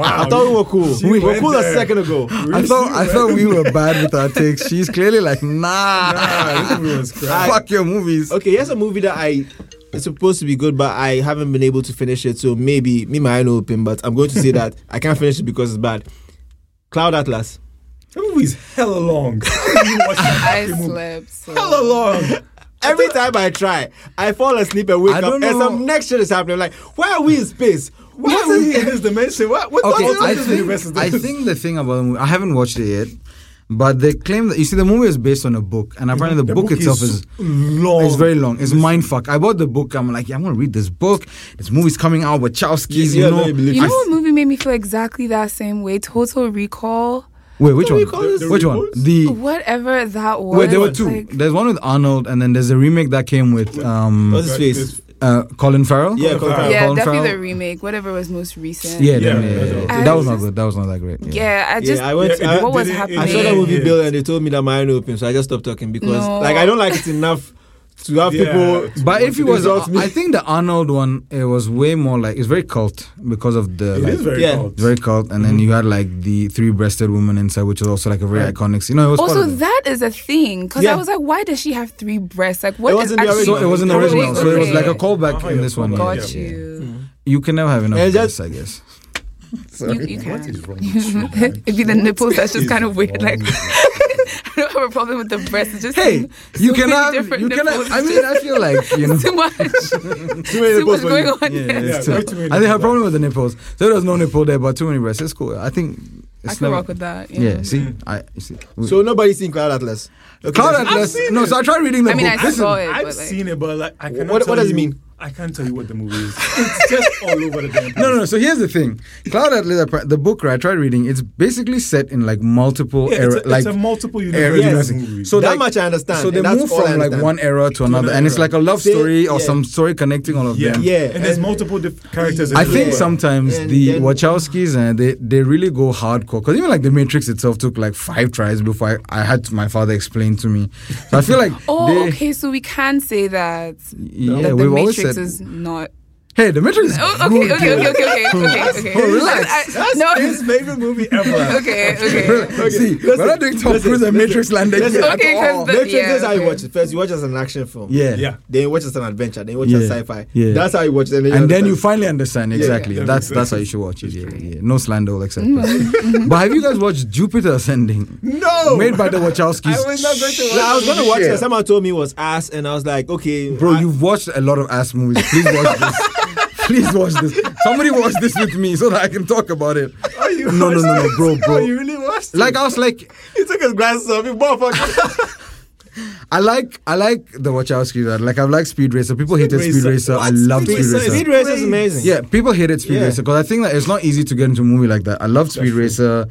[SPEAKER 1] I thought we were cool.
[SPEAKER 2] She
[SPEAKER 1] we were
[SPEAKER 2] went
[SPEAKER 1] cool a
[SPEAKER 2] there.
[SPEAKER 1] second ago.
[SPEAKER 3] I thought I thought we were bad with our takes. She's clearly like, nah,
[SPEAKER 2] Ah, this movie was crap.
[SPEAKER 3] fuck your movies.
[SPEAKER 1] Okay, here's a movie that I it's supposed to be good, but I haven't been able to finish it. So maybe me my eye no open, but I'm going to say that I can't finish it because it's bad. Cloud Atlas.
[SPEAKER 2] That movie's hella long.
[SPEAKER 4] I slept. So.
[SPEAKER 2] hella long.
[SPEAKER 1] Every time I try, I fall asleep and wake
[SPEAKER 3] I
[SPEAKER 1] up,
[SPEAKER 3] don't
[SPEAKER 1] and
[SPEAKER 3] know.
[SPEAKER 1] some next shit is happening. I'm like, why are we in space?
[SPEAKER 2] Why
[SPEAKER 1] What
[SPEAKER 2] are
[SPEAKER 1] is
[SPEAKER 2] we in this dimension? What? What?
[SPEAKER 3] Okay,
[SPEAKER 2] what
[SPEAKER 3] I
[SPEAKER 2] this universe is
[SPEAKER 3] think, I
[SPEAKER 2] this?
[SPEAKER 3] think the thing about the movie, I haven't watched it yet, but they claim that you see the movie is based on a book, and apparently the,
[SPEAKER 2] The
[SPEAKER 3] book, itself is.
[SPEAKER 2] long.
[SPEAKER 3] It's very long. It's mind fuck. I bought the book. I'm like, yeah, I'm gonna read this book. This movie's coming out with Chowskis,
[SPEAKER 1] Yeah,
[SPEAKER 3] you
[SPEAKER 1] no,
[SPEAKER 3] know.
[SPEAKER 1] I believe
[SPEAKER 4] You
[SPEAKER 3] I-
[SPEAKER 4] know what movie made me feel exactly that same way? Total Recall.
[SPEAKER 3] wait, which
[SPEAKER 1] What do
[SPEAKER 3] one?
[SPEAKER 1] we call this?
[SPEAKER 3] Which one? The
[SPEAKER 4] Whatever that was.
[SPEAKER 3] wait, there were two.
[SPEAKER 4] Like,
[SPEAKER 3] there's one with Arnold, and then there's a remake that came with um
[SPEAKER 1] What's his face?
[SPEAKER 3] uh, Colin Farrell.
[SPEAKER 1] Yeah, Colin Farrell.
[SPEAKER 4] yeah,
[SPEAKER 3] Colin
[SPEAKER 4] definitely
[SPEAKER 3] Farrell.
[SPEAKER 4] the remake. Whatever was most recent.
[SPEAKER 3] Yeah,
[SPEAKER 2] Yeah,
[SPEAKER 3] then, yeah,
[SPEAKER 2] that's
[SPEAKER 3] yeah,
[SPEAKER 2] all.
[SPEAKER 3] yeah.
[SPEAKER 4] I
[SPEAKER 3] that was not
[SPEAKER 4] just-
[SPEAKER 3] good. That was not that great.
[SPEAKER 4] Yeah,
[SPEAKER 1] Yeah,
[SPEAKER 4] I just.
[SPEAKER 1] I went.
[SPEAKER 2] Yeah,
[SPEAKER 1] I,
[SPEAKER 4] what was
[SPEAKER 2] Did it- it-
[SPEAKER 4] happening?
[SPEAKER 1] I saw that movie
[SPEAKER 2] Yeah.
[SPEAKER 1] Bill, and they told me that my eye no open, so I just stopped talking because
[SPEAKER 4] No.
[SPEAKER 1] like I don't like it enough to have
[SPEAKER 2] Yeah.
[SPEAKER 1] people.
[SPEAKER 3] But if it was,
[SPEAKER 1] Insult me.
[SPEAKER 3] I think the Arnold one, it was way more like it's very cult because of the
[SPEAKER 2] It
[SPEAKER 3] like,
[SPEAKER 2] is very Mm-hmm.
[SPEAKER 1] Yeah.
[SPEAKER 2] long.
[SPEAKER 3] it's very cult, and then you had like the three-breasted woman inside, which is also like a very iconic. scene. You know, it was part
[SPEAKER 4] Also,
[SPEAKER 3] of it.
[SPEAKER 4] that is a thing because
[SPEAKER 1] Yeah.
[SPEAKER 4] I was like, why does she have three breasts? Like, what
[SPEAKER 1] It
[SPEAKER 4] is
[SPEAKER 1] wasn't the
[SPEAKER 4] actually-
[SPEAKER 3] so it wasn't
[SPEAKER 2] Oh, wait,
[SPEAKER 3] original, so it was
[SPEAKER 4] okay.
[SPEAKER 3] like a callback
[SPEAKER 2] Oh,
[SPEAKER 3] in
[SPEAKER 2] yeah,
[SPEAKER 3] this one.
[SPEAKER 2] callback,
[SPEAKER 3] yeah.
[SPEAKER 4] Got
[SPEAKER 3] Yeah.
[SPEAKER 1] Mm.
[SPEAKER 4] you.
[SPEAKER 3] You can never have enough
[SPEAKER 1] It's
[SPEAKER 3] breasts,
[SPEAKER 1] just-
[SPEAKER 3] I guess.
[SPEAKER 4] You, you
[SPEAKER 2] What
[SPEAKER 4] can.
[SPEAKER 2] is wrong with you?
[SPEAKER 4] It'd be the nipples that's just
[SPEAKER 2] is
[SPEAKER 4] kind of weird.
[SPEAKER 2] wrong
[SPEAKER 4] Like, I don't have a problem with the breasts. It's just
[SPEAKER 3] Hey, you
[SPEAKER 4] so many
[SPEAKER 3] cannot.
[SPEAKER 4] different
[SPEAKER 3] You cannot.
[SPEAKER 4] nipples.
[SPEAKER 3] I mean, I feel like you know.
[SPEAKER 4] too much.
[SPEAKER 1] Too many
[SPEAKER 4] too
[SPEAKER 1] nipples
[SPEAKER 4] much
[SPEAKER 1] for
[SPEAKER 4] going
[SPEAKER 1] you.
[SPEAKER 4] on.
[SPEAKER 3] Yeah,
[SPEAKER 4] there.
[SPEAKER 2] Yeah,
[SPEAKER 3] it's too-
[SPEAKER 2] way too many
[SPEAKER 3] I think her
[SPEAKER 2] nipples.
[SPEAKER 3] problem with the nipples. So there was no nipple there, but too many breasts. It's cool. I think. It's
[SPEAKER 4] I can
[SPEAKER 3] never-
[SPEAKER 4] rock with that.
[SPEAKER 3] Yeah. See,
[SPEAKER 2] Mm.
[SPEAKER 3] I you see.
[SPEAKER 1] So nobody's seen Cloud Atlas. Okay,
[SPEAKER 3] Cloud
[SPEAKER 1] that's-
[SPEAKER 3] Atlas.
[SPEAKER 2] seen
[SPEAKER 3] No,
[SPEAKER 2] it.
[SPEAKER 3] so I tried reading the
[SPEAKER 4] I mean,
[SPEAKER 3] book.
[SPEAKER 4] I saw it.
[SPEAKER 2] I've
[SPEAKER 4] but like,
[SPEAKER 2] seen it, but like, I cannot
[SPEAKER 1] What- what
[SPEAKER 2] tell
[SPEAKER 1] does it
[SPEAKER 2] you-
[SPEAKER 1] mean?
[SPEAKER 2] I can't tell you what the movie is. It's just all over the damn.
[SPEAKER 3] No, no, no. So here's the thing. Cloud Atlas, appa- the book, right, I tried reading, it's basically set in like multiple
[SPEAKER 2] Yeah,
[SPEAKER 3] era,
[SPEAKER 2] it's, a,
[SPEAKER 3] like
[SPEAKER 2] it's a multiple
[SPEAKER 3] era
[SPEAKER 2] universe
[SPEAKER 1] yes.
[SPEAKER 2] movie.
[SPEAKER 3] So
[SPEAKER 1] That
[SPEAKER 3] like-
[SPEAKER 1] much I understand,
[SPEAKER 3] So they
[SPEAKER 1] and that's
[SPEAKER 3] move
[SPEAKER 1] all I
[SPEAKER 3] from like
[SPEAKER 1] understand.
[SPEAKER 3] one era to another, and it's
[SPEAKER 2] era.
[SPEAKER 3] like a love
[SPEAKER 1] Say-
[SPEAKER 3] story or
[SPEAKER 1] yeah.
[SPEAKER 3] some story connecting all of
[SPEAKER 2] yeah,
[SPEAKER 3] them.
[SPEAKER 1] Yeah,
[SPEAKER 2] and, there's
[SPEAKER 1] and-
[SPEAKER 2] multiple diff- characters. in
[SPEAKER 3] I
[SPEAKER 2] the
[SPEAKER 3] think
[SPEAKER 2] world.
[SPEAKER 3] sometimes
[SPEAKER 1] And
[SPEAKER 3] the
[SPEAKER 1] then-
[SPEAKER 3] Wachowskis and they they really go hardcore because even like the Matrix itself took like five tries before I, I had my father explain to me. So I feel like
[SPEAKER 4] Oh,
[SPEAKER 3] they,
[SPEAKER 4] okay. So we can say that.
[SPEAKER 3] yeah,
[SPEAKER 4] that the
[SPEAKER 3] we've always said
[SPEAKER 4] Matrix is not.
[SPEAKER 3] hey the Matrix. Is
[SPEAKER 4] Oh, okay,
[SPEAKER 3] good,
[SPEAKER 4] okay,
[SPEAKER 3] dude.
[SPEAKER 4] okay, okay, okay, okay, okay.
[SPEAKER 3] Oh, relax.
[SPEAKER 4] I- I-
[SPEAKER 2] That's
[SPEAKER 4] no.
[SPEAKER 2] his favorite movie ever.
[SPEAKER 4] Okay, okay.
[SPEAKER 3] See, we're not doing Tom
[SPEAKER 1] listen,
[SPEAKER 3] Cruise and Matrix landing
[SPEAKER 1] listen.
[SPEAKER 3] at
[SPEAKER 4] Okay, 'cause
[SPEAKER 3] all.
[SPEAKER 4] the-
[SPEAKER 1] Matrix
[SPEAKER 4] Yeah,
[SPEAKER 1] is how you
[SPEAKER 4] okay.
[SPEAKER 1] watch it. First, you watch it as an action film.
[SPEAKER 3] yeah,
[SPEAKER 2] Yeah.
[SPEAKER 1] Then you watch it as an adventure. Then you watch it as
[SPEAKER 3] Yeah.
[SPEAKER 1] sci-fi.
[SPEAKER 3] Yeah.
[SPEAKER 1] That's how you watch it. And then,
[SPEAKER 3] and then
[SPEAKER 1] understand.
[SPEAKER 3] you finally understand exactly.
[SPEAKER 2] yeah, that
[SPEAKER 3] that's
[SPEAKER 2] makes
[SPEAKER 3] that's how you should watch it. Yeah, yeah. yeah. No slander, all except. but have you guys watched Jupiter Ascending?
[SPEAKER 1] No.
[SPEAKER 3] Made by the Wachowskis.
[SPEAKER 2] I was not going to
[SPEAKER 1] Like, I was gonna watch
[SPEAKER 3] Shit.
[SPEAKER 1] it. Someone told me it was ass, and I was like, okay,
[SPEAKER 3] Bro,
[SPEAKER 1] I-
[SPEAKER 3] you've watched a lot of ass movies. Please watch this. Please watch this. Somebody watch this with me so that I can talk about it.
[SPEAKER 2] Are you
[SPEAKER 3] No, no, no, no, bro,
[SPEAKER 2] Oh,
[SPEAKER 3] bro.
[SPEAKER 2] you really watched
[SPEAKER 3] Like I was like,
[SPEAKER 1] he took his glasses off. He motherfucker.
[SPEAKER 3] I like, I like the Wachowskis. right? Like I've liked Speed Racer. People hated Speed
[SPEAKER 2] Racer.
[SPEAKER 3] Racer. I
[SPEAKER 2] What?
[SPEAKER 3] loved
[SPEAKER 2] Speed
[SPEAKER 3] Speed
[SPEAKER 2] Racer
[SPEAKER 3] Racer.
[SPEAKER 1] Speed Racer is amazing.
[SPEAKER 3] Yeah, people hated Speed
[SPEAKER 1] Yeah.
[SPEAKER 3] Racer because I think that it's not easy to get into a movie like that. I love Speed Racer.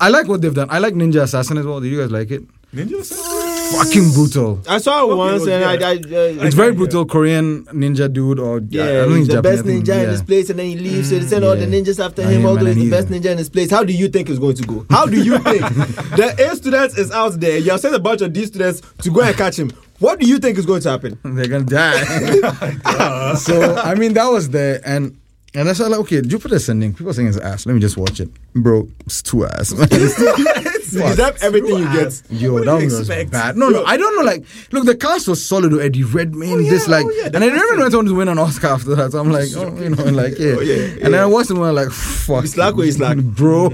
[SPEAKER 3] I like what they've done. I like Ninja Assassin as well. Do you guys like it?
[SPEAKER 2] it. Ninja Assassin?
[SPEAKER 3] Fucking brutal.
[SPEAKER 1] I saw it once,
[SPEAKER 2] well,
[SPEAKER 1] and I,
[SPEAKER 2] yeah.
[SPEAKER 1] I, I
[SPEAKER 3] It's
[SPEAKER 2] I
[SPEAKER 3] very
[SPEAKER 2] can, yeah.
[SPEAKER 3] brutal Korean ninja dude or yeah,
[SPEAKER 1] yeah,
[SPEAKER 3] I don't think
[SPEAKER 1] he's the
[SPEAKER 3] Japanese,
[SPEAKER 1] best
[SPEAKER 3] I think-
[SPEAKER 1] ninja in
[SPEAKER 3] yeah.
[SPEAKER 1] his place, and then he leaves. So they send all the
[SPEAKER 3] yeah.
[SPEAKER 1] ninjas after
[SPEAKER 3] I
[SPEAKER 1] him.
[SPEAKER 3] am,
[SPEAKER 1] Although
[SPEAKER 3] man, I
[SPEAKER 1] he's the
[SPEAKER 3] need
[SPEAKER 1] best
[SPEAKER 3] him.
[SPEAKER 1] ninja in his place, how do you think it's going to go? How do you think the A students is out there? You have sent a bunch of D students to go and catch him. What do you think is going to happen?
[SPEAKER 3] They're gonna die. so I mean that was there and And that's why, like, okay, Jupiter's sending. People are saying it's ass. Let me just watch it, bro. It's too ass. man.
[SPEAKER 1] Is that everything you get?
[SPEAKER 3] Yo,
[SPEAKER 1] What do
[SPEAKER 3] that
[SPEAKER 1] you
[SPEAKER 3] one was
[SPEAKER 1] expect?
[SPEAKER 3] bad. No, no, I don't know. Like, look, the cast was solid. though. Eddie Redmayne,
[SPEAKER 1] yeah,
[SPEAKER 3] this like,
[SPEAKER 1] oh, yeah,
[SPEAKER 3] and I never went on to win an Oscar after that. So I'm like, oh, you know, like yeah.
[SPEAKER 1] Oh, yeah,
[SPEAKER 3] And then
[SPEAKER 1] yeah.
[SPEAKER 3] I watched it and I'm like, fuck.
[SPEAKER 1] It's like where it's like.
[SPEAKER 3] bro.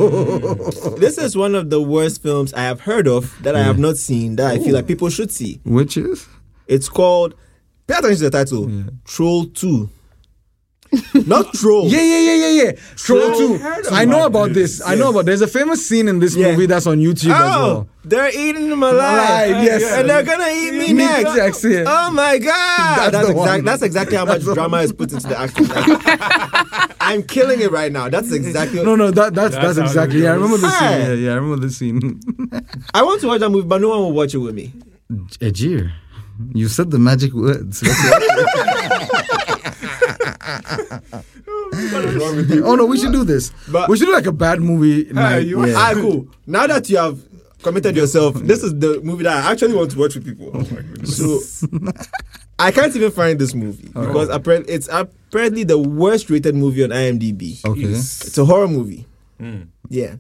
[SPEAKER 1] This is one of the worst films I have heard of that I have not seen that I feel like people should see.
[SPEAKER 3] Which is
[SPEAKER 1] It's called. Pay attention to the title. Troll Two. Not troll.
[SPEAKER 3] yeah, yeah, yeah, yeah, yeah. Troll
[SPEAKER 1] I
[SPEAKER 3] two.
[SPEAKER 1] heard
[SPEAKER 3] I know
[SPEAKER 2] about
[SPEAKER 3] about this.
[SPEAKER 2] this,
[SPEAKER 3] I know
[SPEAKER 1] yes.
[SPEAKER 3] about. There's a famous scene in this
[SPEAKER 1] Yeah.
[SPEAKER 3] movie that's on YouTube as
[SPEAKER 1] Oh,
[SPEAKER 3] well.
[SPEAKER 1] they're eating him alive.
[SPEAKER 3] Alive, yes.
[SPEAKER 1] And they're gonna eat me,
[SPEAKER 3] Me
[SPEAKER 1] next.
[SPEAKER 3] next, yeah.
[SPEAKER 1] Oh my god.
[SPEAKER 3] That's
[SPEAKER 1] That's,
[SPEAKER 3] the one.
[SPEAKER 1] exact, that's exactly how much drama is put into the action. Like, I'm killing it right now. That's exactly
[SPEAKER 3] No, no, that that's that's,
[SPEAKER 2] That's how
[SPEAKER 3] exactly.
[SPEAKER 2] it
[SPEAKER 3] Yeah, I
[SPEAKER 2] goes.
[SPEAKER 3] remember this scene.
[SPEAKER 1] Hey.
[SPEAKER 3] Yeah, yeah, I remember this scene.
[SPEAKER 1] I want to watch that movie, but no one will watch it with me.
[SPEAKER 3] Ajir, you said the magic words. oh no, we should do this.
[SPEAKER 1] But-
[SPEAKER 3] we should do like a bad movie night.
[SPEAKER 2] you-
[SPEAKER 3] yeah.
[SPEAKER 1] Ah, cool. Now that you have committed yourself, this is the movie that I actually want to watch with people.
[SPEAKER 3] Oh
[SPEAKER 1] so I can't even find this movie because appar- it's apparently the worst rated movie on IMDb.
[SPEAKER 3] okay.
[SPEAKER 1] It's a horror movie.
[SPEAKER 2] Hmm.
[SPEAKER 1] Yeah.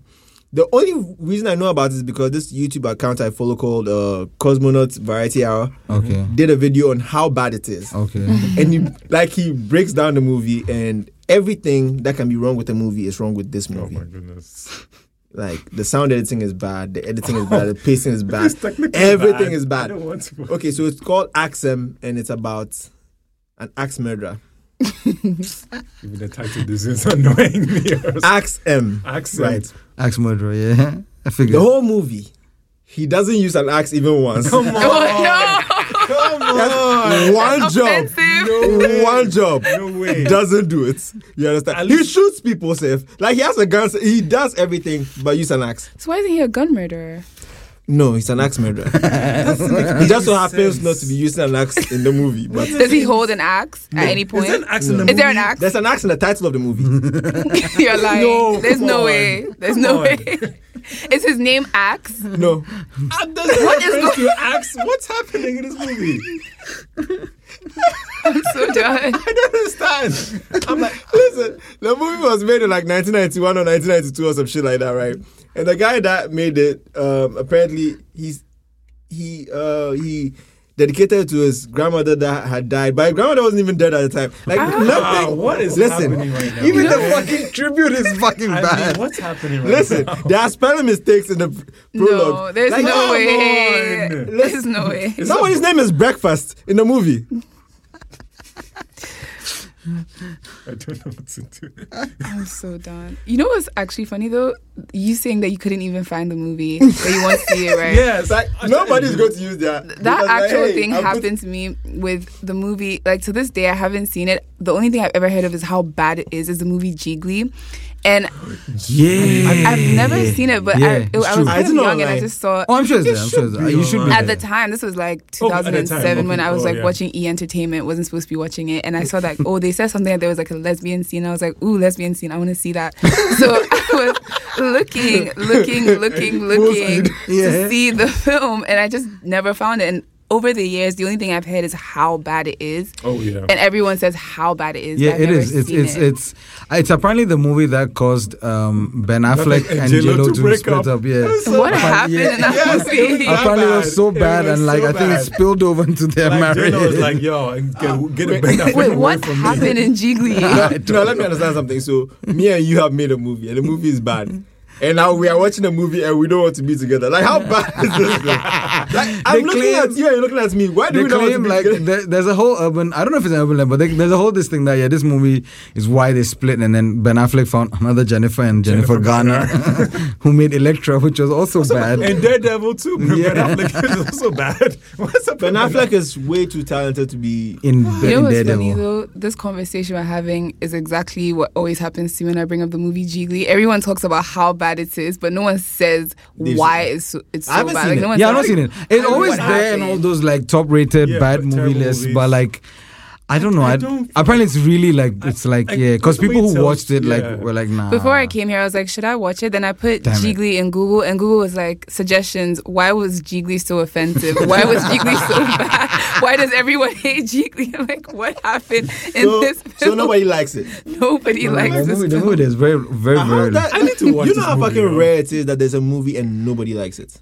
[SPEAKER 1] The only reason I know about this is because this YouTube account I follow called uh, Cosmonaut Variety Hour
[SPEAKER 3] Okay.
[SPEAKER 1] did a video on how bad it
[SPEAKER 2] Oh.
[SPEAKER 1] is.
[SPEAKER 3] Okay.
[SPEAKER 1] And he like he breaks down the movie and everything that can be wrong with the movie is wrong with this
[SPEAKER 2] Oh
[SPEAKER 1] movie.
[SPEAKER 2] goodness.
[SPEAKER 1] Like the sound editing is bad, the editing is bad, the pacing is bad.
[SPEAKER 2] technically
[SPEAKER 1] Everything
[SPEAKER 2] bad.
[SPEAKER 1] is
[SPEAKER 2] I don't
[SPEAKER 1] bad.
[SPEAKER 2] want to.
[SPEAKER 1] Okay, so it's called Axem and it's about an axe murderer.
[SPEAKER 2] Even the title this is annoying me.
[SPEAKER 1] Axe M.
[SPEAKER 2] Accent.
[SPEAKER 1] Right.
[SPEAKER 3] Axe murderer. Yeah. I figured.
[SPEAKER 1] The whole movie, he doesn't use an axe even once. Come on.
[SPEAKER 4] Oh,
[SPEAKER 1] Come on. One
[SPEAKER 4] That's
[SPEAKER 1] job.
[SPEAKER 4] offensive.
[SPEAKER 1] One job.
[SPEAKER 2] No way.
[SPEAKER 1] Doesn't do it. You understand? He shoots people safe. Like he has a gun. so He does everything, but use an axe.
[SPEAKER 4] no. So why isn't he a gun murderer?
[SPEAKER 1] No, he's an axe murderer. he just so happens not to be using an axe in the movie. But
[SPEAKER 4] Does he hold an axe at any point?
[SPEAKER 2] Is there an axe in the
[SPEAKER 4] Is there an
[SPEAKER 2] movie?
[SPEAKER 4] axe?
[SPEAKER 1] there's an axe in the title of the movie.
[SPEAKER 4] You're lying.
[SPEAKER 2] No,
[SPEAKER 4] There's
[SPEAKER 2] come
[SPEAKER 4] no
[SPEAKER 2] on.
[SPEAKER 4] way. There's
[SPEAKER 2] Come
[SPEAKER 4] no
[SPEAKER 2] on.
[SPEAKER 4] way. Is his name Axe?
[SPEAKER 1] No.
[SPEAKER 2] What is reference to axe? What's happening in this movie?
[SPEAKER 4] I'm so done.
[SPEAKER 1] I don't understand. I'm like, listen, the movie was made in like 1991 or 1992 or some shit like that, right? And the guy that made it, um, apparently he's he uh he dedicated to his grandmother that had died, but his grandmother wasn't even dead at the time. Like
[SPEAKER 2] Ah,
[SPEAKER 1] nothing.
[SPEAKER 2] what is
[SPEAKER 1] listen?
[SPEAKER 2] happening right now?
[SPEAKER 3] Even the fucking tribute is fucking
[SPEAKER 2] I
[SPEAKER 3] bad.
[SPEAKER 2] mean, what's happening right
[SPEAKER 1] Listen,
[SPEAKER 2] now?
[SPEAKER 1] there are spelling mistakes in the pr- prologue.
[SPEAKER 4] No, there's
[SPEAKER 1] Like,
[SPEAKER 4] no
[SPEAKER 1] come
[SPEAKER 4] way.
[SPEAKER 1] on.
[SPEAKER 4] There's no way.
[SPEAKER 1] Somebody's name is Breakfast in the movie.
[SPEAKER 2] I don't know what to do.
[SPEAKER 4] I'm so done. You know what's actually funny though? You saying that you couldn't even find the movie, but you want to see it, right?
[SPEAKER 2] Yes,
[SPEAKER 1] It's like nobody's going to use that.
[SPEAKER 4] That actual thing happened to me with the movie. Like to this day, I haven't seen it. The only thing I've ever heard of is how bad it is. Is the movie Jiggly, and
[SPEAKER 3] yeah.
[SPEAKER 4] I've never seen it. But
[SPEAKER 3] Yeah,
[SPEAKER 4] I,
[SPEAKER 3] it's
[SPEAKER 4] I
[SPEAKER 3] true.
[SPEAKER 4] was
[SPEAKER 1] I
[SPEAKER 4] kind of
[SPEAKER 1] didn't know
[SPEAKER 4] young and I
[SPEAKER 1] online.
[SPEAKER 4] just saw.
[SPEAKER 3] Oh, I'm sure it's there. I'm sure it's there.
[SPEAKER 2] be
[SPEAKER 3] You should be
[SPEAKER 2] online.
[SPEAKER 4] at the
[SPEAKER 3] there.
[SPEAKER 4] time this was like
[SPEAKER 2] Oh, at the time,
[SPEAKER 4] 2007 when
[SPEAKER 2] okay.
[SPEAKER 4] i was
[SPEAKER 2] Oh,
[SPEAKER 4] like
[SPEAKER 2] yeah.
[SPEAKER 4] watching e entertainment wasn't supposed to be watching it and i saw that oh they said something that there was like a lesbian scene i was like ooh lesbian scene i want to see that so i was looking looking looking looking
[SPEAKER 3] Yeah.
[SPEAKER 4] to see the film and i just never found it and over the years the only thing i've heard is how bad it is
[SPEAKER 2] Oh yeah.
[SPEAKER 4] and everyone says how bad it is but
[SPEAKER 3] Yeah,
[SPEAKER 4] I've
[SPEAKER 3] it
[SPEAKER 4] never
[SPEAKER 3] is. It's
[SPEAKER 4] seen
[SPEAKER 3] it's
[SPEAKER 4] it.
[SPEAKER 3] it's it's apparently the movie that caused um, Ben Affleck
[SPEAKER 2] and
[SPEAKER 3] and
[SPEAKER 2] J-Lo
[SPEAKER 3] J-Lo
[SPEAKER 2] to
[SPEAKER 3] to,
[SPEAKER 2] break
[SPEAKER 3] split up.
[SPEAKER 2] up.
[SPEAKER 3] Yeah.
[SPEAKER 4] what
[SPEAKER 3] Apparently-
[SPEAKER 4] happened
[SPEAKER 3] yeah.
[SPEAKER 4] in that
[SPEAKER 1] Yes, it was
[SPEAKER 4] movie?
[SPEAKER 1] bad.
[SPEAKER 3] Apparently, it was so
[SPEAKER 1] It
[SPEAKER 3] bad,
[SPEAKER 1] was
[SPEAKER 3] and like
[SPEAKER 1] so
[SPEAKER 3] I think it
[SPEAKER 1] bad.
[SPEAKER 3] spilled over into their
[SPEAKER 2] Like
[SPEAKER 3] marriage.
[SPEAKER 2] Jeno was like, yo, and
[SPEAKER 1] Ah,
[SPEAKER 2] get, get a better
[SPEAKER 4] Wait, what happened in Jiggly?
[SPEAKER 1] no, let me understand something. So, me and you have made a movie, and the movie is bad. And now we are watching a movie and we don't want to be together. Like, how bad is this? thing? Like, I'm
[SPEAKER 3] They
[SPEAKER 1] looking
[SPEAKER 3] claim-
[SPEAKER 1] at you, and you're looking at me. Why do
[SPEAKER 3] they
[SPEAKER 1] we not want to
[SPEAKER 3] claim
[SPEAKER 1] be
[SPEAKER 3] like
[SPEAKER 1] together?
[SPEAKER 3] there, there's a whole urban. I don't know if it's an urban legend, but they, there's a whole this thing that yeah, this movie is why they split, and then Ben Affleck found another Jennifer and Jennifer, Garner, who made Electra, which was also bad.
[SPEAKER 2] And Daredevil too. But
[SPEAKER 3] Yeah.
[SPEAKER 2] Ben Affleck is also bad. What's up?
[SPEAKER 1] Ben
[SPEAKER 2] with
[SPEAKER 1] Affleck is way too talented to be.
[SPEAKER 3] in,
[SPEAKER 4] You know
[SPEAKER 3] in
[SPEAKER 4] what's funny
[SPEAKER 3] Daredevil.
[SPEAKER 4] though? This conversation we're having is exactly what always happens to me when I bring up the movie Jiggly. Everyone talks about how bad it is, but no one says
[SPEAKER 1] They've
[SPEAKER 4] why
[SPEAKER 1] seen
[SPEAKER 4] it's so, it's
[SPEAKER 1] I
[SPEAKER 4] so
[SPEAKER 1] haven't
[SPEAKER 4] bad.
[SPEAKER 1] seen
[SPEAKER 4] Like,
[SPEAKER 1] it.
[SPEAKER 4] no one's
[SPEAKER 3] Yeah, I've not seen it. It's
[SPEAKER 4] I don't know
[SPEAKER 3] always
[SPEAKER 4] what
[SPEAKER 3] there in
[SPEAKER 4] happened.
[SPEAKER 3] all those like top rated
[SPEAKER 2] Yeah,
[SPEAKER 3] bad
[SPEAKER 2] but
[SPEAKER 3] movie
[SPEAKER 2] terrible
[SPEAKER 3] lists,
[SPEAKER 2] movies.
[SPEAKER 3] but like I don't know.
[SPEAKER 2] I
[SPEAKER 3] I
[SPEAKER 2] don't-
[SPEAKER 3] apparently, it's really like it's like
[SPEAKER 2] I-
[SPEAKER 3] yeah, because
[SPEAKER 2] the way
[SPEAKER 3] people
[SPEAKER 2] it
[SPEAKER 3] who
[SPEAKER 2] tells-
[SPEAKER 3] watched it like
[SPEAKER 2] yeah.
[SPEAKER 3] were like nah.
[SPEAKER 4] Before I came here, I was like, should I watch it? Then I put
[SPEAKER 3] Damn it.
[SPEAKER 4] Jiggly in Google, and Google was like, suggestions. Why was Jiggly so offensive? Why was Jiggly so bad? Why does everyone hate Jiggly? I'm like, what happened in
[SPEAKER 1] So,
[SPEAKER 4] this
[SPEAKER 1] so
[SPEAKER 4] film?
[SPEAKER 1] nobody likes it.
[SPEAKER 4] Nobody
[SPEAKER 3] The
[SPEAKER 4] likes this
[SPEAKER 3] movie, the
[SPEAKER 4] film.
[SPEAKER 3] movie is very, very,
[SPEAKER 1] Uh, how
[SPEAKER 3] very.
[SPEAKER 1] that-
[SPEAKER 2] I need to watch
[SPEAKER 1] You know
[SPEAKER 2] this
[SPEAKER 1] how
[SPEAKER 2] movie,
[SPEAKER 1] fucking
[SPEAKER 2] yo.
[SPEAKER 1] rare it is that there's a movie and nobody likes it.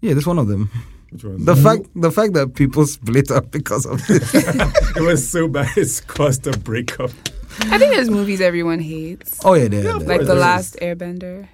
[SPEAKER 3] yeah, that's one of them.
[SPEAKER 2] Which one?
[SPEAKER 3] The fact, the fact that people split up because of this.
[SPEAKER 2] it was so bad. It's caused a breakup. Oh,
[SPEAKER 4] I think there's movies everyone hates,
[SPEAKER 3] Oh yeah, yeah. yeah.
[SPEAKER 4] like
[SPEAKER 2] course
[SPEAKER 4] The
[SPEAKER 2] there is.
[SPEAKER 4] Last Airbender.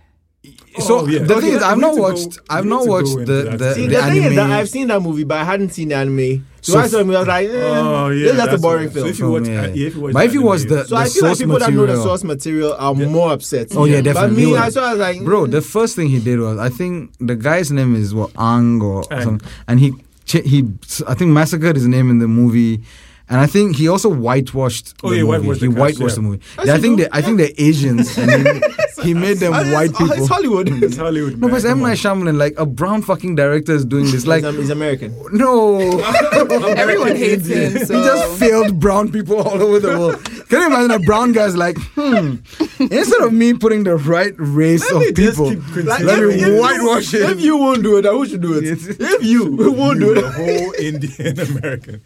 [SPEAKER 3] So
[SPEAKER 2] Oh, yeah.
[SPEAKER 3] the
[SPEAKER 2] Okay,
[SPEAKER 3] thing is,
[SPEAKER 2] we
[SPEAKER 3] I've
[SPEAKER 2] need
[SPEAKER 3] not
[SPEAKER 2] to go-
[SPEAKER 3] watched. I've
[SPEAKER 2] we need
[SPEAKER 3] not
[SPEAKER 2] to
[SPEAKER 3] watched
[SPEAKER 2] go into
[SPEAKER 3] the
[SPEAKER 2] that.
[SPEAKER 3] the,
[SPEAKER 1] See,
[SPEAKER 3] the,
[SPEAKER 1] the, thing
[SPEAKER 3] anime.
[SPEAKER 1] is that I've seen that movie, but I hadn't seen the anime. So,
[SPEAKER 3] So
[SPEAKER 1] I saw it, I was like, eh,
[SPEAKER 2] Oh, yeah,
[SPEAKER 1] this- that's, a
[SPEAKER 2] that's
[SPEAKER 1] boring
[SPEAKER 2] what-
[SPEAKER 1] film.
[SPEAKER 2] so if you watch-
[SPEAKER 3] yeah.
[SPEAKER 2] uh, yeah, if you watch
[SPEAKER 3] but if you
[SPEAKER 2] anime,
[SPEAKER 3] watch the,
[SPEAKER 2] yeah.
[SPEAKER 1] So
[SPEAKER 3] the
[SPEAKER 1] I feel like
[SPEAKER 3] source
[SPEAKER 1] people
[SPEAKER 3] material,
[SPEAKER 1] that know the source material are more upset.
[SPEAKER 3] Oh, yeah, definitely.
[SPEAKER 1] But me,
[SPEAKER 3] You
[SPEAKER 1] I
[SPEAKER 3] are-
[SPEAKER 1] saw I was like,
[SPEAKER 3] Bro,
[SPEAKER 1] mm.
[SPEAKER 3] the first thing he did was I think the guy's name is what Ang or
[SPEAKER 2] Ang.
[SPEAKER 3] something, and he ch- he I think massacred his name in the movie, and I think he also whitewashed.
[SPEAKER 2] Oh,
[SPEAKER 3] the
[SPEAKER 2] yeah,
[SPEAKER 3] movie.
[SPEAKER 2] whitewashed
[SPEAKER 3] He
[SPEAKER 2] the cast,
[SPEAKER 3] whitewashed the
[SPEAKER 2] yeah.
[SPEAKER 3] movie. Yeah, I think they, I think they're Asians, and he, he made them
[SPEAKER 1] Oh, it's-
[SPEAKER 3] white
[SPEAKER 1] oh,
[SPEAKER 3] people.
[SPEAKER 1] It's Hollywood.
[SPEAKER 2] It's Hollywood.
[SPEAKER 3] No,
[SPEAKER 2] man.
[SPEAKER 3] but it's M
[SPEAKER 2] Come on.
[SPEAKER 3] Night Shyamalan, like a brown fucking director is doing this. Like,
[SPEAKER 1] He's, he's American.
[SPEAKER 3] no,
[SPEAKER 4] Everyone hates him.
[SPEAKER 3] he
[SPEAKER 4] So.
[SPEAKER 3] just failed brown people all over the world. Can you imagine a brown guy's like, hmm? Instead of me putting the right race
[SPEAKER 2] Let me
[SPEAKER 3] of
[SPEAKER 2] just
[SPEAKER 3] people,
[SPEAKER 2] keep continuing.
[SPEAKER 1] Like,
[SPEAKER 3] let
[SPEAKER 1] if-
[SPEAKER 3] me
[SPEAKER 1] if you-
[SPEAKER 3] whitewash it.
[SPEAKER 1] If you won't do it, I who should do it?
[SPEAKER 3] Yes.
[SPEAKER 1] If you won't
[SPEAKER 2] You,
[SPEAKER 1] do
[SPEAKER 2] the
[SPEAKER 1] it.
[SPEAKER 2] whole Indian American.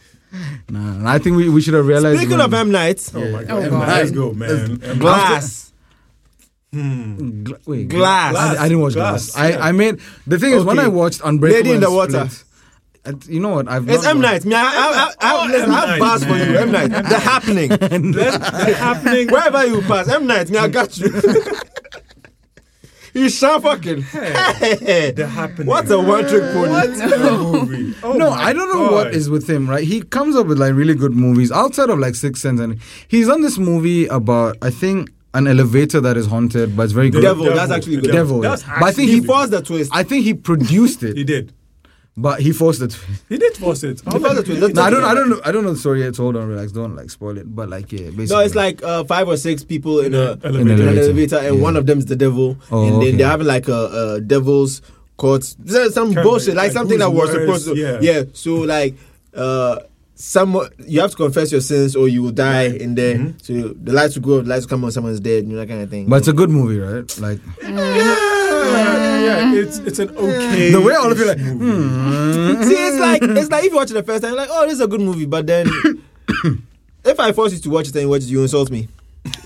[SPEAKER 3] Nah, nah, I think we, we should have realized.
[SPEAKER 1] Speaking
[SPEAKER 3] when-
[SPEAKER 1] of M ah, Night,
[SPEAKER 2] Oh my
[SPEAKER 4] Oh,
[SPEAKER 2] god.
[SPEAKER 4] God.
[SPEAKER 2] Let's go, man. Um, hmm,
[SPEAKER 1] Glass.
[SPEAKER 3] Gla- wait,
[SPEAKER 1] Glass.
[SPEAKER 3] I, I didn't watch Glass.
[SPEAKER 2] Glass,
[SPEAKER 3] I, I made the thing is when
[SPEAKER 1] Okay.
[SPEAKER 3] I watched Unbreakable,
[SPEAKER 1] Lady in
[SPEAKER 3] and
[SPEAKER 1] the Water.
[SPEAKER 3] Split, I- you know what? I've
[SPEAKER 1] It's
[SPEAKER 3] not
[SPEAKER 1] M
[SPEAKER 3] watched-
[SPEAKER 1] Night. Me, I, I, I,
[SPEAKER 3] Oh,
[SPEAKER 1] I, listen, I have
[SPEAKER 2] M. Night,
[SPEAKER 1] bars for you.
[SPEAKER 2] man.
[SPEAKER 1] M Night. The happening.
[SPEAKER 2] That's happening.
[SPEAKER 1] Wherever you pass, M Night. Me, I got you. You sure fucking.
[SPEAKER 2] The happening.
[SPEAKER 1] What a one trick pony.
[SPEAKER 2] movie? Oh
[SPEAKER 3] no,
[SPEAKER 2] my
[SPEAKER 3] I don't know
[SPEAKER 2] God.
[SPEAKER 3] what is with him, right? He comes up with like really good movies outside of like Six Sense, and he's on this movie about I think an elevator that is haunted, but it's very good.
[SPEAKER 1] Devil, that's actually good.
[SPEAKER 3] Devil, yeah.
[SPEAKER 2] That's
[SPEAKER 3] But I think
[SPEAKER 2] actually
[SPEAKER 1] He
[SPEAKER 2] good.
[SPEAKER 1] forced the twist.
[SPEAKER 3] I think he produced
[SPEAKER 2] He
[SPEAKER 3] it,
[SPEAKER 2] did.
[SPEAKER 3] but he forced it.
[SPEAKER 2] He did force it.
[SPEAKER 1] He forced the twist. That's
[SPEAKER 3] no, I don't,
[SPEAKER 1] okay.
[SPEAKER 3] I don't know, I don't know the story yet. So hold on, relax. Don't like spoil it. But like, yeah, basically,
[SPEAKER 1] No, it's like uh, five or six people in a
[SPEAKER 2] Elevator.
[SPEAKER 1] in an
[SPEAKER 3] Elevator.
[SPEAKER 1] elevator, and
[SPEAKER 3] Yeah.
[SPEAKER 1] one of them is the devil,
[SPEAKER 3] Oh,
[SPEAKER 1] and then
[SPEAKER 3] okay.
[SPEAKER 1] they're having like a, a devil's court, some
[SPEAKER 2] Kinda
[SPEAKER 1] bullshit, like,
[SPEAKER 2] like
[SPEAKER 1] something that
[SPEAKER 2] who's
[SPEAKER 1] was
[SPEAKER 2] worse,
[SPEAKER 1] supposed to,
[SPEAKER 2] yeah.
[SPEAKER 1] So like, uh, some you have to confess your sins or you will die, and then
[SPEAKER 2] Mm-hmm.
[SPEAKER 1] so the lights will go, up, the lights will come on, someone's dead, you know that kind of thing.
[SPEAKER 3] but it's a good movie, right? Like
[SPEAKER 2] Yeah, yeah, it's it's an okay.
[SPEAKER 3] the way all of you like, hmm.
[SPEAKER 2] movie.
[SPEAKER 1] see, it's like it's like if you watch it the first time, you're like, oh, this is a good movie, but then. If I force you to watch it and you watch it, you insult me.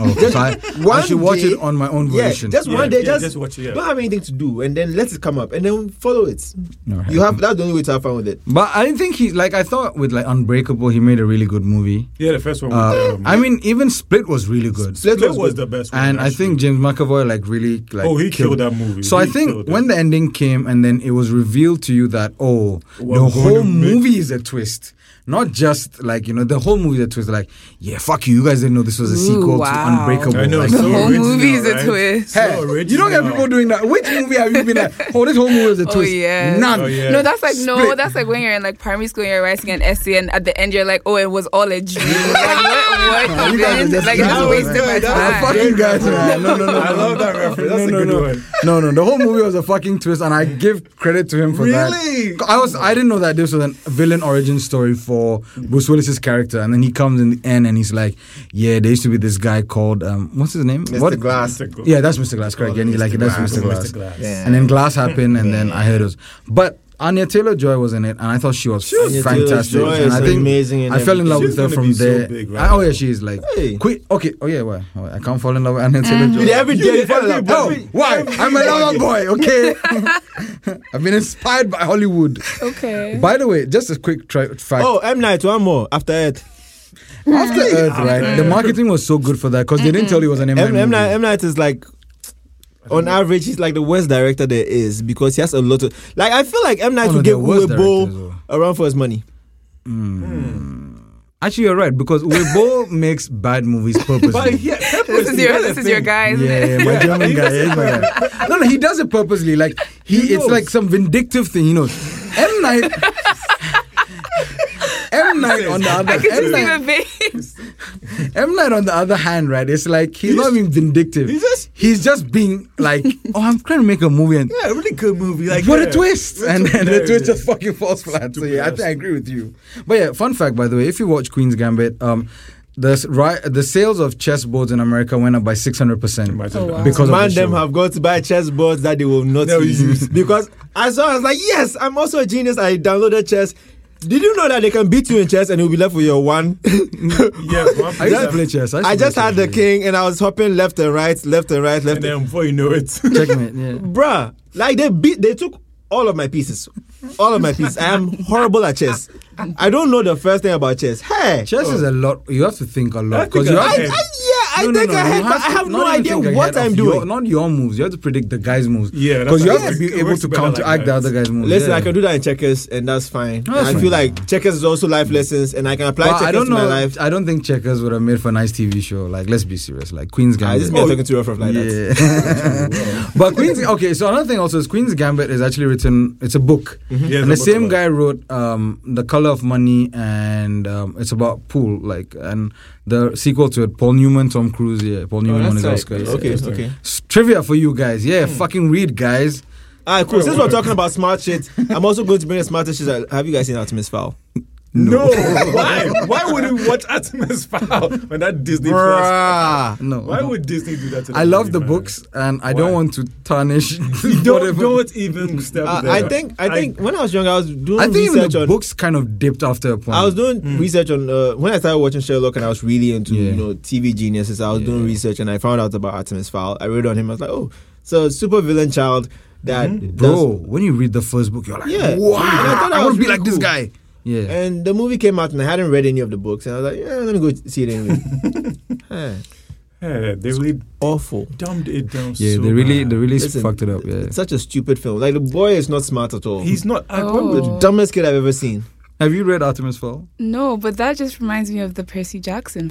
[SPEAKER 3] oh, so I, I
[SPEAKER 1] One
[SPEAKER 3] should watch
[SPEAKER 1] day-
[SPEAKER 3] it on my own
[SPEAKER 1] Yeah,
[SPEAKER 3] version.
[SPEAKER 1] just one
[SPEAKER 2] Yeah,
[SPEAKER 1] day,
[SPEAKER 2] yeah,
[SPEAKER 1] just,
[SPEAKER 2] just watch it, yeah.
[SPEAKER 1] don't have anything to do, and then let it come up, and then follow it.
[SPEAKER 3] No,
[SPEAKER 1] You have that's the only way to have fun with it.
[SPEAKER 3] but I didn't think he like. I thought with like Unbreakable, he made a really good movie.
[SPEAKER 2] Yeah, the first one. was,
[SPEAKER 3] Uh,
[SPEAKER 2] um,
[SPEAKER 3] I mean, even Split was really good.
[SPEAKER 1] Slate
[SPEAKER 2] Split
[SPEAKER 1] was
[SPEAKER 2] was
[SPEAKER 1] good.
[SPEAKER 2] the best one.
[SPEAKER 3] and I
[SPEAKER 2] actually.
[SPEAKER 3] think James McAvoy like really like
[SPEAKER 2] Oh, he killed that movie.
[SPEAKER 3] So I
[SPEAKER 2] He
[SPEAKER 3] think
[SPEAKER 2] killed
[SPEAKER 3] when
[SPEAKER 2] it.
[SPEAKER 3] the ending came and then it was revealed to you that oh
[SPEAKER 2] We're gonna
[SPEAKER 3] the whole
[SPEAKER 2] make-
[SPEAKER 3] movie is a twist. Not just like you know the whole movie is a twist. Like yeah, fuck you, you guys didn't know this was a
[SPEAKER 4] Ooh,
[SPEAKER 3] sequel to
[SPEAKER 4] wow.
[SPEAKER 3] Unbreakable.
[SPEAKER 2] I know.
[SPEAKER 3] Like,
[SPEAKER 2] so
[SPEAKER 4] The whole
[SPEAKER 2] original,
[SPEAKER 4] movie is a
[SPEAKER 2] right?
[SPEAKER 4] twist.
[SPEAKER 2] So
[SPEAKER 3] hey, you don't get
[SPEAKER 2] original.
[SPEAKER 3] people doing that. Which movie have you been at? Oh, this whole movie is a
[SPEAKER 4] Oh,
[SPEAKER 3] twist.
[SPEAKER 4] yes.
[SPEAKER 3] None.
[SPEAKER 2] Oh, yeah.
[SPEAKER 4] No, that's like no,
[SPEAKER 3] Split.
[SPEAKER 4] that's like when you're in like primary school and you're writing an essay and at the end you're like, oh, it was all a dream. like what?
[SPEAKER 3] Nah,
[SPEAKER 4] what
[SPEAKER 3] you guys are
[SPEAKER 4] happened?
[SPEAKER 3] just
[SPEAKER 4] like I
[SPEAKER 3] dumb,
[SPEAKER 4] just wasted my
[SPEAKER 1] man. That's
[SPEAKER 3] Ah,
[SPEAKER 1] Ah,
[SPEAKER 3] fuck
[SPEAKER 4] time.
[SPEAKER 3] you guys, man. No, no, no.
[SPEAKER 2] I
[SPEAKER 3] no,
[SPEAKER 2] love
[SPEAKER 3] no.
[SPEAKER 2] that reference. That's a
[SPEAKER 3] no,
[SPEAKER 2] good
[SPEAKER 3] no.
[SPEAKER 2] one.
[SPEAKER 3] No, no. The whole movie was a fucking twist, and I give credit to him for that.
[SPEAKER 1] Really?
[SPEAKER 3] I was, I didn't know that this was a villain origin story for Bruce Willis's character, and then he comes in the end and he's like, "Yeah, there used to be this guy called um, what's his name?
[SPEAKER 1] Mr. Glass.
[SPEAKER 2] It's a good-
[SPEAKER 3] Yeah, that's Mr. Glass, correct? And he's like,
[SPEAKER 1] Mr.
[SPEAKER 3] "That's
[SPEAKER 1] Glass.
[SPEAKER 3] Mr. Glass."
[SPEAKER 2] Mr. Glass.
[SPEAKER 1] Yeah.
[SPEAKER 3] And then Glass happened, and then I heard it was, but. Anya Taylor Joy was in it, and I thought she was,
[SPEAKER 1] Anya
[SPEAKER 3] fantastic.
[SPEAKER 1] Taylor-Joy
[SPEAKER 3] and
[SPEAKER 1] is
[SPEAKER 3] I think
[SPEAKER 1] amazing in
[SPEAKER 3] I fell in love
[SPEAKER 2] everything.
[SPEAKER 3] with her
[SPEAKER 2] She's
[SPEAKER 3] from
[SPEAKER 2] gonna be so
[SPEAKER 3] there.
[SPEAKER 2] big right
[SPEAKER 3] I- oh
[SPEAKER 2] now.
[SPEAKER 3] yeah, she is like
[SPEAKER 1] Hey.
[SPEAKER 3] quick. Okay, oh yeah, why? Why? I can't fall in love with
[SPEAKER 1] Um,
[SPEAKER 3] Anya Taylor Joy.
[SPEAKER 1] With every day,
[SPEAKER 2] did
[SPEAKER 1] follow
[SPEAKER 2] every-
[SPEAKER 1] up.
[SPEAKER 3] No,
[SPEAKER 1] Every-
[SPEAKER 3] Oh, why? I'm a lover boy, okay? I've been inspired by Hollywood.
[SPEAKER 4] Okay.
[SPEAKER 3] By the way, just a quick tri- fact.
[SPEAKER 1] Oh, M Night, one more after it.
[SPEAKER 3] After Earth, right? The marketing was so good for that because they didn't tell you it was an M.
[SPEAKER 1] M M Night,
[SPEAKER 3] movie.
[SPEAKER 1] M Night is like. On average, he's like the worst director there is because he has a lot of like. I feel like M Night
[SPEAKER 3] One
[SPEAKER 1] will
[SPEAKER 3] of the
[SPEAKER 1] give
[SPEAKER 3] worst directors,
[SPEAKER 1] Uwebo a run for his money.
[SPEAKER 3] Actually, you're right because Weibo makes bad movies
[SPEAKER 2] But
[SPEAKER 3] purposely.
[SPEAKER 2] yeah,
[SPEAKER 4] This is your this is your guy, isn't
[SPEAKER 3] yeah,
[SPEAKER 4] it?
[SPEAKER 3] yeah, my German guy. yeah, my guy. No, no, he does it purposely. Like he,
[SPEAKER 2] He
[SPEAKER 3] it's like
[SPEAKER 2] knows.
[SPEAKER 3] some vindictive thing. He knows. M Night. M Night on the other
[SPEAKER 4] I can
[SPEAKER 3] M
[SPEAKER 4] just see
[SPEAKER 3] Night,
[SPEAKER 4] the veins.
[SPEAKER 3] M Night on the other hand, right? It's like he's, not being vindictive.
[SPEAKER 2] he's just-
[SPEAKER 3] he's just being like, oh, I'm trying to make a movie, and
[SPEAKER 2] Yeah, really good movie. Like
[SPEAKER 3] what
[SPEAKER 2] yeah.
[SPEAKER 3] a twist! And then the
[SPEAKER 2] hilarious.
[SPEAKER 3] twist just fucking falls flat. So yeah, I think I agree with you. But yeah, fun fact by the way, if you watch Queen's Gambit, um, the s- ri- the sales of chessboards in America went up by six hundred percent
[SPEAKER 2] Imagine Oh, that. wow.
[SPEAKER 3] because
[SPEAKER 1] Man,
[SPEAKER 3] of the
[SPEAKER 1] them
[SPEAKER 3] show.
[SPEAKER 1] have got to buy chessboards that they will not
[SPEAKER 2] No,
[SPEAKER 1] use because I saw. I was like, yes, I'm also a genius. I downloaded chess. Did you know that they can beat you in chess and you'll be left with your one?
[SPEAKER 2] Yeah, one
[SPEAKER 3] I used to
[SPEAKER 2] percent.
[SPEAKER 3] play chess. used to
[SPEAKER 1] I
[SPEAKER 3] play
[SPEAKER 1] just had the
[SPEAKER 3] chess.
[SPEAKER 1] king and I was hopping left and right, left and right, left.
[SPEAKER 2] and then before you know it,
[SPEAKER 3] Checkmate. Yeah.
[SPEAKER 1] bruh like they beat they took all of my pieces all of my pieces i am horrible at chess i don't know the first thing about chess hey
[SPEAKER 3] Chess is a lot. You have to think a lot
[SPEAKER 2] think
[SPEAKER 3] because you
[SPEAKER 2] I-
[SPEAKER 1] I, I, yeah
[SPEAKER 3] have to
[SPEAKER 1] i
[SPEAKER 3] No, no,
[SPEAKER 1] think
[SPEAKER 3] no,
[SPEAKER 1] i
[SPEAKER 3] you
[SPEAKER 1] had but i
[SPEAKER 3] to-
[SPEAKER 1] have no
[SPEAKER 3] not even
[SPEAKER 1] idea
[SPEAKER 3] think
[SPEAKER 1] what
[SPEAKER 3] ahead
[SPEAKER 1] i'm
[SPEAKER 3] of
[SPEAKER 1] doing
[SPEAKER 3] Your, not your moves. You have to predict the guy's moves.
[SPEAKER 2] Yeah, that's
[SPEAKER 3] because you
[SPEAKER 2] right.
[SPEAKER 3] have to be
[SPEAKER 2] It
[SPEAKER 3] able
[SPEAKER 2] works
[SPEAKER 3] to
[SPEAKER 2] better like
[SPEAKER 3] counteract the
[SPEAKER 2] that.
[SPEAKER 3] other guy's moves.
[SPEAKER 1] Listen,
[SPEAKER 3] Oh, yeah.
[SPEAKER 1] I can do that in checkers, and that's fine.
[SPEAKER 3] That's
[SPEAKER 1] I
[SPEAKER 3] fine.
[SPEAKER 1] feel like checkers is also life lessons, and I can apply
[SPEAKER 3] But
[SPEAKER 1] checkers
[SPEAKER 3] I don't
[SPEAKER 1] to my
[SPEAKER 3] know.
[SPEAKER 1] life. Ah,
[SPEAKER 3] I don't think checkers would have made for a nice TV show. Like, let's be serious. Like
[SPEAKER 1] I
[SPEAKER 3] Queen's
[SPEAKER 2] Ah,
[SPEAKER 3] Gambit.
[SPEAKER 1] just been talking to you from like that.
[SPEAKER 3] yeah. but Queen's okay. So another thing also is Queen's Gambit is actually written. It's a book,
[SPEAKER 2] Mm-hmm. Yeah,
[SPEAKER 3] and the
[SPEAKER 2] it's a book
[SPEAKER 3] same
[SPEAKER 2] about-
[SPEAKER 3] guy wrote um, the Color of Money, and um, it's about pool. Like, and the sequel to it, Paul Newman, Tom Cruise. Yeah,
[SPEAKER 2] Oh,
[SPEAKER 3] Paul Newman won his
[SPEAKER 1] tight.
[SPEAKER 3] Oh, Oscar.
[SPEAKER 1] Okay,
[SPEAKER 3] yeah.
[SPEAKER 1] okay.
[SPEAKER 3] S- Trivia for you guys. Yeah,
[SPEAKER 2] Hmm.
[SPEAKER 3] fucking read, guys.
[SPEAKER 1] All right, cool. Since we're talking about smart shit, I'm also going to bring the smartest shit. that- Have you guys seen Artemis Fowl?
[SPEAKER 2] no. Why? Why would you watch Artemis Fowl on that Disney Plus?
[SPEAKER 1] Bruh.
[SPEAKER 3] No,
[SPEAKER 2] Why would Disney do that? To
[SPEAKER 3] I love the
[SPEAKER 2] movie, man?
[SPEAKER 3] books, and I don't
[SPEAKER 2] Why?
[SPEAKER 3] want to tarnish.
[SPEAKER 2] Don't,
[SPEAKER 3] whatever-
[SPEAKER 2] don't even step
[SPEAKER 1] Uh,
[SPEAKER 2] there.
[SPEAKER 1] I think I think when I was young, I was doing
[SPEAKER 3] I think even
[SPEAKER 1] research
[SPEAKER 3] the
[SPEAKER 1] on
[SPEAKER 3] books kind of dipped after a point.
[SPEAKER 1] I was doing
[SPEAKER 3] Hmm.
[SPEAKER 1] research on uh, when I started watching Sherlock, and I was really into
[SPEAKER 3] Yeah.
[SPEAKER 1] you know TV geniuses. I was doing research, and I found out about Artemis Fowl. I read on him. I was like, oh, so super villain child that
[SPEAKER 3] Mm-hmm. Bro, when you read the first book, you're like,
[SPEAKER 1] Yeah.
[SPEAKER 3] wow,
[SPEAKER 1] And I
[SPEAKER 3] I,
[SPEAKER 1] thought that
[SPEAKER 3] want
[SPEAKER 1] was
[SPEAKER 3] to be
[SPEAKER 1] really
[SPEAKER 3] like this
[SPEAKER 1] cool.
[SPEAKER 3] guy.
[SPEAKER 1] does-
[SPEAKER 3] Yeah.
[SPEAKER 1] And the movie came out, and I hadn't read any of the books, and I was like, yeah, let me go see it anyway. Huh.
[SPEAKER 2] Yeah, they really
[SPEAKER 1] Awful.
[SPEAKER 2] dumbed it down.
[SPEAKER 3] Yeah,
[SPEAKER 2] so
[SPEAKER 3] they really,
[SPEAKER 2] bad.
[SPEAKER 3] they really
[SPEAKER 1] Listen,
[SPEAKER 3] fucked it up. Yeah.
[SPEAKER 1] It's such a stupid film. Like the boy is not smart at all.
[SPEAKER 2] He's not. I, why
[SPEAKER 4] Oh.
[SPEAKER 2] would
[SPEAKER 1] the dumbest kid I've ever seen.
[SPEAKER 3] Have you read Artemis Fowl?
[SPEAKER 4] No, but that just reminds me of the Percy Jackson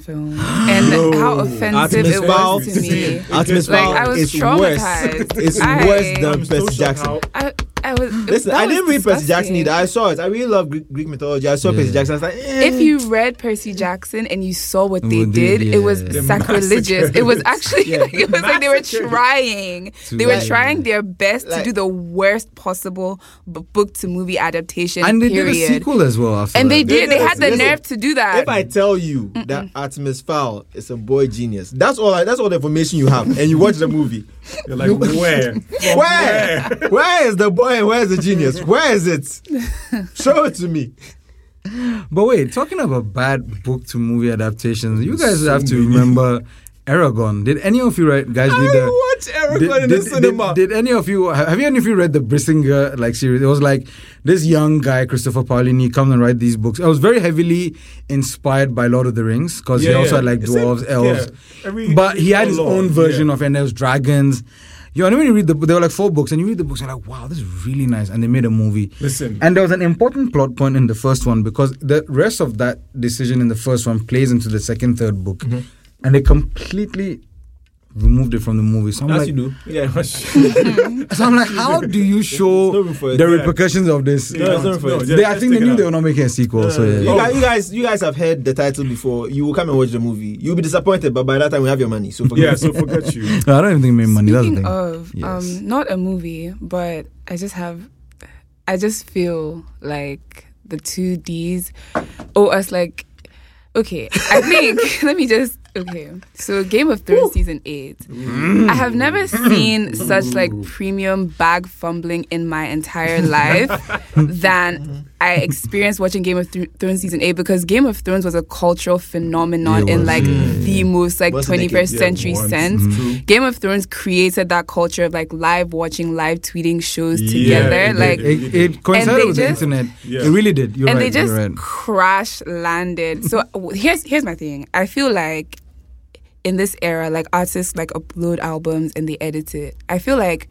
[SPEAKER 4] film and how offensive
[SPEAKER 1] Artemis
[SPEAKER 4] it
[SPEAKER 1] Fowl.
[SPEAKER 4] was to me.
[SPEAKER 1] Artemis
[SPEAKER 4] Like,
[SPEAKER 1] Fowl
[SPEAKER 4] I was
[SPEAKER 1] is worse.
[SPEAKER 4] traumatized.
[SPEAKER 1] It's
[SPEAKER 4] I-
[SPEAKER 1] worse than
[SPEAKER 2] I'm so
[SPEAKER 1] Percy
[SPEAKER 2] shocked
[SPEAKER 1] Jackson.
[SPEAKER 2] how-
[SPEAKER 4] I, I was.
[SPEAKER 1] Listen,
[SPEAKER 4] that
[SPEAKER 1] I
[SPEAKER 4] was
[SPEAKER 1] didn't read Percy Jackson
[SPEAKER 4] disgusting.
[SPEAKER 1] either. I saw it. I really love Greek, Greek mythology. I saw
[SPEAKER 3] Yeah.
[SPEAKER 1] Percy Jackson. I was like, eh.
[SPEAKER 4] if you read Percy Jackson and you saw what they
[SPEAKER 3] Well, they-
[SPEAKER 4] did, it was
[SPEAKER 3] yeah. The
[SPEAKER 4] sacrilegious. It was actually
[SPEAKER 1] Yeah.
[SPEAKER 4] like, it was like they were trying.
[SPEAKER 3] To
[SPEAKER 4] they were
[SPEAKER 3] like-
[SPEAKER 4] trying their best
[SPEAKER 1] Like-
[SPEAKER 4] to do the worst possible b- book to movie adaptation.
[SPEAKER 3] And they
[SPEAKER 4] period.
[SPEAKER 3] did a sequel as well after
[SPEAKER 4] And
[SPEAKER 3] that.
[SPEAKER 4] they did. They
[SPEAKER 1] did a
[SPEAKER 4] had the
[SPEAKER 1] sequel.
[SPEAKER 4] nerve to do
[SPEAKER 1] If
[SPEAKER 4] that.
[SPEAKER 1] I tell you that Artemis Fowl is a boy genius, that's all. I, that's all the information you have, and you watch the movie.
[SPEAKER 2] You're like, where? From
[SPEAKER 1] Where? where is the boy and where is the genius? Where is it? Show it to me.
[SPEAKER 3] But wait, talking about bad book to movie adaptations, you guys
[SPEAKER 2] So
[SPEAKER 3] have to
[SPEAKER 2] many.
[SPEAKER 3] remember Aragon. Did any of you read, guys read the?
[SPEAKER 1] watch Eric
[SPEAKER 3] Did, did, did- did any of you have have any of you read the Brissinger like series? It was like this young guy Christopher Paolini comes and write these books. I was very heavily inspired by Lord of the Rings because he
[SPEAKER 2] Yeah,
[SPEAKER 3] also
[SPEAKER 2] yeah.
[SPEAKER 3] had like
[SPEAKER 2] Same-
[SPEAKER 3] dwarves,
[SPEAKER 2] yeah.
[SPEAKER 3] elves,
[SPEAKER 2] Every-
[SPEAKER 3] but he had his
[SPEAKER 2] all
[SPEAKER 3] own
[SPEAKER 2] along,
[SPEAKER 3] version
[SPEAKER 2] yeah.
[SPEAKER 3] of and there was dragons. You know, and when you read the there were like four books and you read the books you're like wow this is really nice and they made a movie.
[SPEAKER 2] Listen.
[SPEAKER 3] And there was an important plot point in the first one because the rest of that decision in the first one plays into the second, third book,
[SPEAKER 2] Mm-hmm.
[SPEAKER 3] and they completely removed it from the movie. So I'm
[SPEAKER 1] As
[SPEAKER 3] like,
[SPEAKER 1] you do. Yeah.
[SPEAKER 3] so I'm like, how do you show
[SPEAKER 1] no room for it.
[SPEAKER 3] the
[SPEAKER 2] Yeah.
[SPEAKER 3] repercussions of this?
[SPEAKER 1] No, it's not for it.
[SPEAKER 3] they, I think they knew they were not making a sequel. so yeah.
[SPEAKER 1] You
[SPEAKER 2] Oh.
[SPEAKER 1] guys, you guys, you guys have heard the title before. You will come and watch the movie. You'll be disappointed, but by that time we have your money. So forget
[SPEAKER 2] Yeah,
[SPEAKER 1] it. Ah,
[SPEAKER 2] so forget you.
[SPEAKER 3] No, I don't even think they made money. That's the
[SPEAKER 4] Speaking
[SPEAKER 3] thing.
[SPEAKER 4] of,
[SPEAKER 3] Yes.
[SPEAKER 4] um, not a movie, but I just have, I just feel like the two Ds owe us like, okay, I think let me just okay. So Game of Thrones season eight,
[SPEAKER 3] Mm.
[SPEAKER 4] I have never seen such like premium bag fumbling in my entire life than I experienced watching Game of Thro- Thrones season eight because Game of Thrones was a cultural phenomenon
[SPEAKER 3] It
[SPEAKER 4] in
[SPEAKER 3] was,
[SPEAKER 4] like the most like
[SPEAKER 1] Once in a
[SPEAKER 4] twenty first
[SPEAKER 1] decade,
[SPEAKER 4] century
[SPEAKER 2] once.
[SPEAKER 4] sense.
[SPEAKER 3] Mm-hmm.
[SPEAKER 4] Game of Thrones created that culture of like live watching, live tweeting shows
[SPEAKER 2] Yeah,
[SPEAKER 4] together.
[SPEAKER 2] it did.
[SPEAKER 4] like,
[SPEAKER 3] it, it coincided
[SPEAKER 4] they
[SPEAKER 3] with
[SPEAKER 4] just-
[SPEAKER 3] the internet.
[SPEAKER 2] Yeah.
[SPEAKER 3] It really did. You're
[SPEAKER 4] and
[SPEAKER 3] right.
[SPEAKER 4] they just
[SPEAKER 3] you're right.
[SPEAKER 4] crash landed. So w- here's here's my thing. I feel like in this era, like artists like upload albums and they edit it. I feel like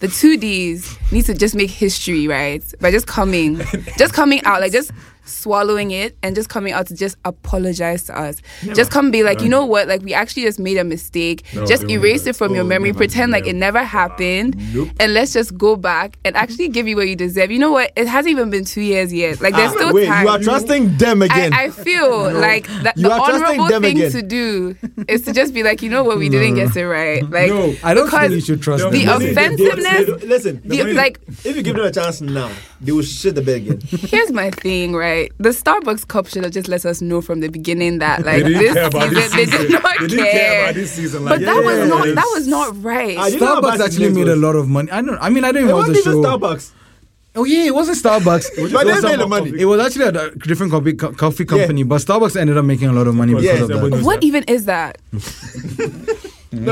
[SPEAKER 4] the two Ds need to just make history, right? By just coming, just coming out, like just swallowing it and just coming out to just apologize to us. Just come be like, you know what? Like we actually just made a mistake.
[SPEAKER 2] No,
[SPEAKER 4] just
[SPEAKER 2] they won't do
[SPEAKER 4] erase
[SPEAKER 2] that.
[SPEAKER 4] it from your
[SPEAKER 2] Oh,
[SPEAKER 4] memory.
[SPEAKER 2] never,
[SPEAKER 4] Pretend like it
[SPEAKER 2] never.
[SPEAKER 4] never happened.
[SPEAKER 2] Nope.
[SPEAKER 4] And let's just go back and actually give you what you deserve. You know what? It hasn't even been two years yet. Like there's still
[SPEAKER 1] Ah, Wait,
[SPEAKER 4] time.
[SPEAKER 1] you are trusting them again.
[SPEAKER 4] I, I feel like that
[SPEAKER 1] You
[SPEAKER 4] the
[SPEAKER 1] are trusting
[SPEAKER 4] honorable
[SPEAKER 1] them
[SPEAKER 4] thing
[SPEAKER 1] again.
[SPEAKER 4] to do is to just be like, you know what, we didn't get it right. Like,
[SPEAKER 2] No,
[SPEAKER 3] I don't
[SPEAKER 4] because
[SPEAKER 3] think you should trust
[SPEAKER 2] the
[SPEAKER 3] them.
[SPEAKER 4] the
[SPEAKER 2] money-
[SPEAKER 4] offensiveness.
[SPEAKER 1] They- listen,
[SPEAKER 4] the-
[SPEAKER 2] money-
[SPEAKER 4] like,
[SPEAKER 1] if you give them a chance now, they will shit the bed again.
[SPEAKER 4] here's my thing, right? The Starbucks cup should have just let us know from the beginning that, like,
[SPEAKER 2] They didn't
[SPEAKER 4] this
[SPEAKER 2] care about
[SPEAKER 4] season,
[SPEAKER 2] this
[SPEAKER 4] they
[SPEAKER 2] season.
[SPEAKER 4] did not
[SPEAKER 2] They didn't care about this season,
[SPEAKER 4] But
[SPEAKER 2] like,
[SPEAKER 4] that was
[SPEAKER 1] yeah,
[SPEAKER 4] not
[SPEAKER 1] yeah,
[SPEAKER 4] that was not right.
[SPEAKER 1] Ah, you know how bad
[SPEAKER 3] Starbucks
[SPEAKER 1] this
[SPEAKER 3] actually
[SPEAKER 1] place
[SPEAKER 3] made a
[SPEAKER 1] was?
[SPEAKER 3] lot of money. I don't. I mean, I
[SPEAKER 1] It
[SPEAKER 3] don't even watch the
[SPEAKER 1] wasn't even
[SPEAKER 3] show.
[SPEAKER 1] Starbucks.
[SPEAKER 3] Oh yeah, it wasn't Starbucks. It
[SPEAKER 1] But they
[SPEAKER 3] was
[SPEAKER 1] made the
[SPEAKER 3] some-
[SPEAKER 1] money.
[SPEAKER 3] It was actually a different coffee, co- coffee company, but Starbucks ended up making a lot of money
[SPEAKER 2] Of
[SPEAKER 3] because
[SPEAKER 2] course,
[SPEAKER 3] of that.
[SPEAKER 2] everybody knows
[SPEAKER 4] what
[SPEAKER 2] that.
[SPEAKER 4] even is that?
[SPEAKER 1] No,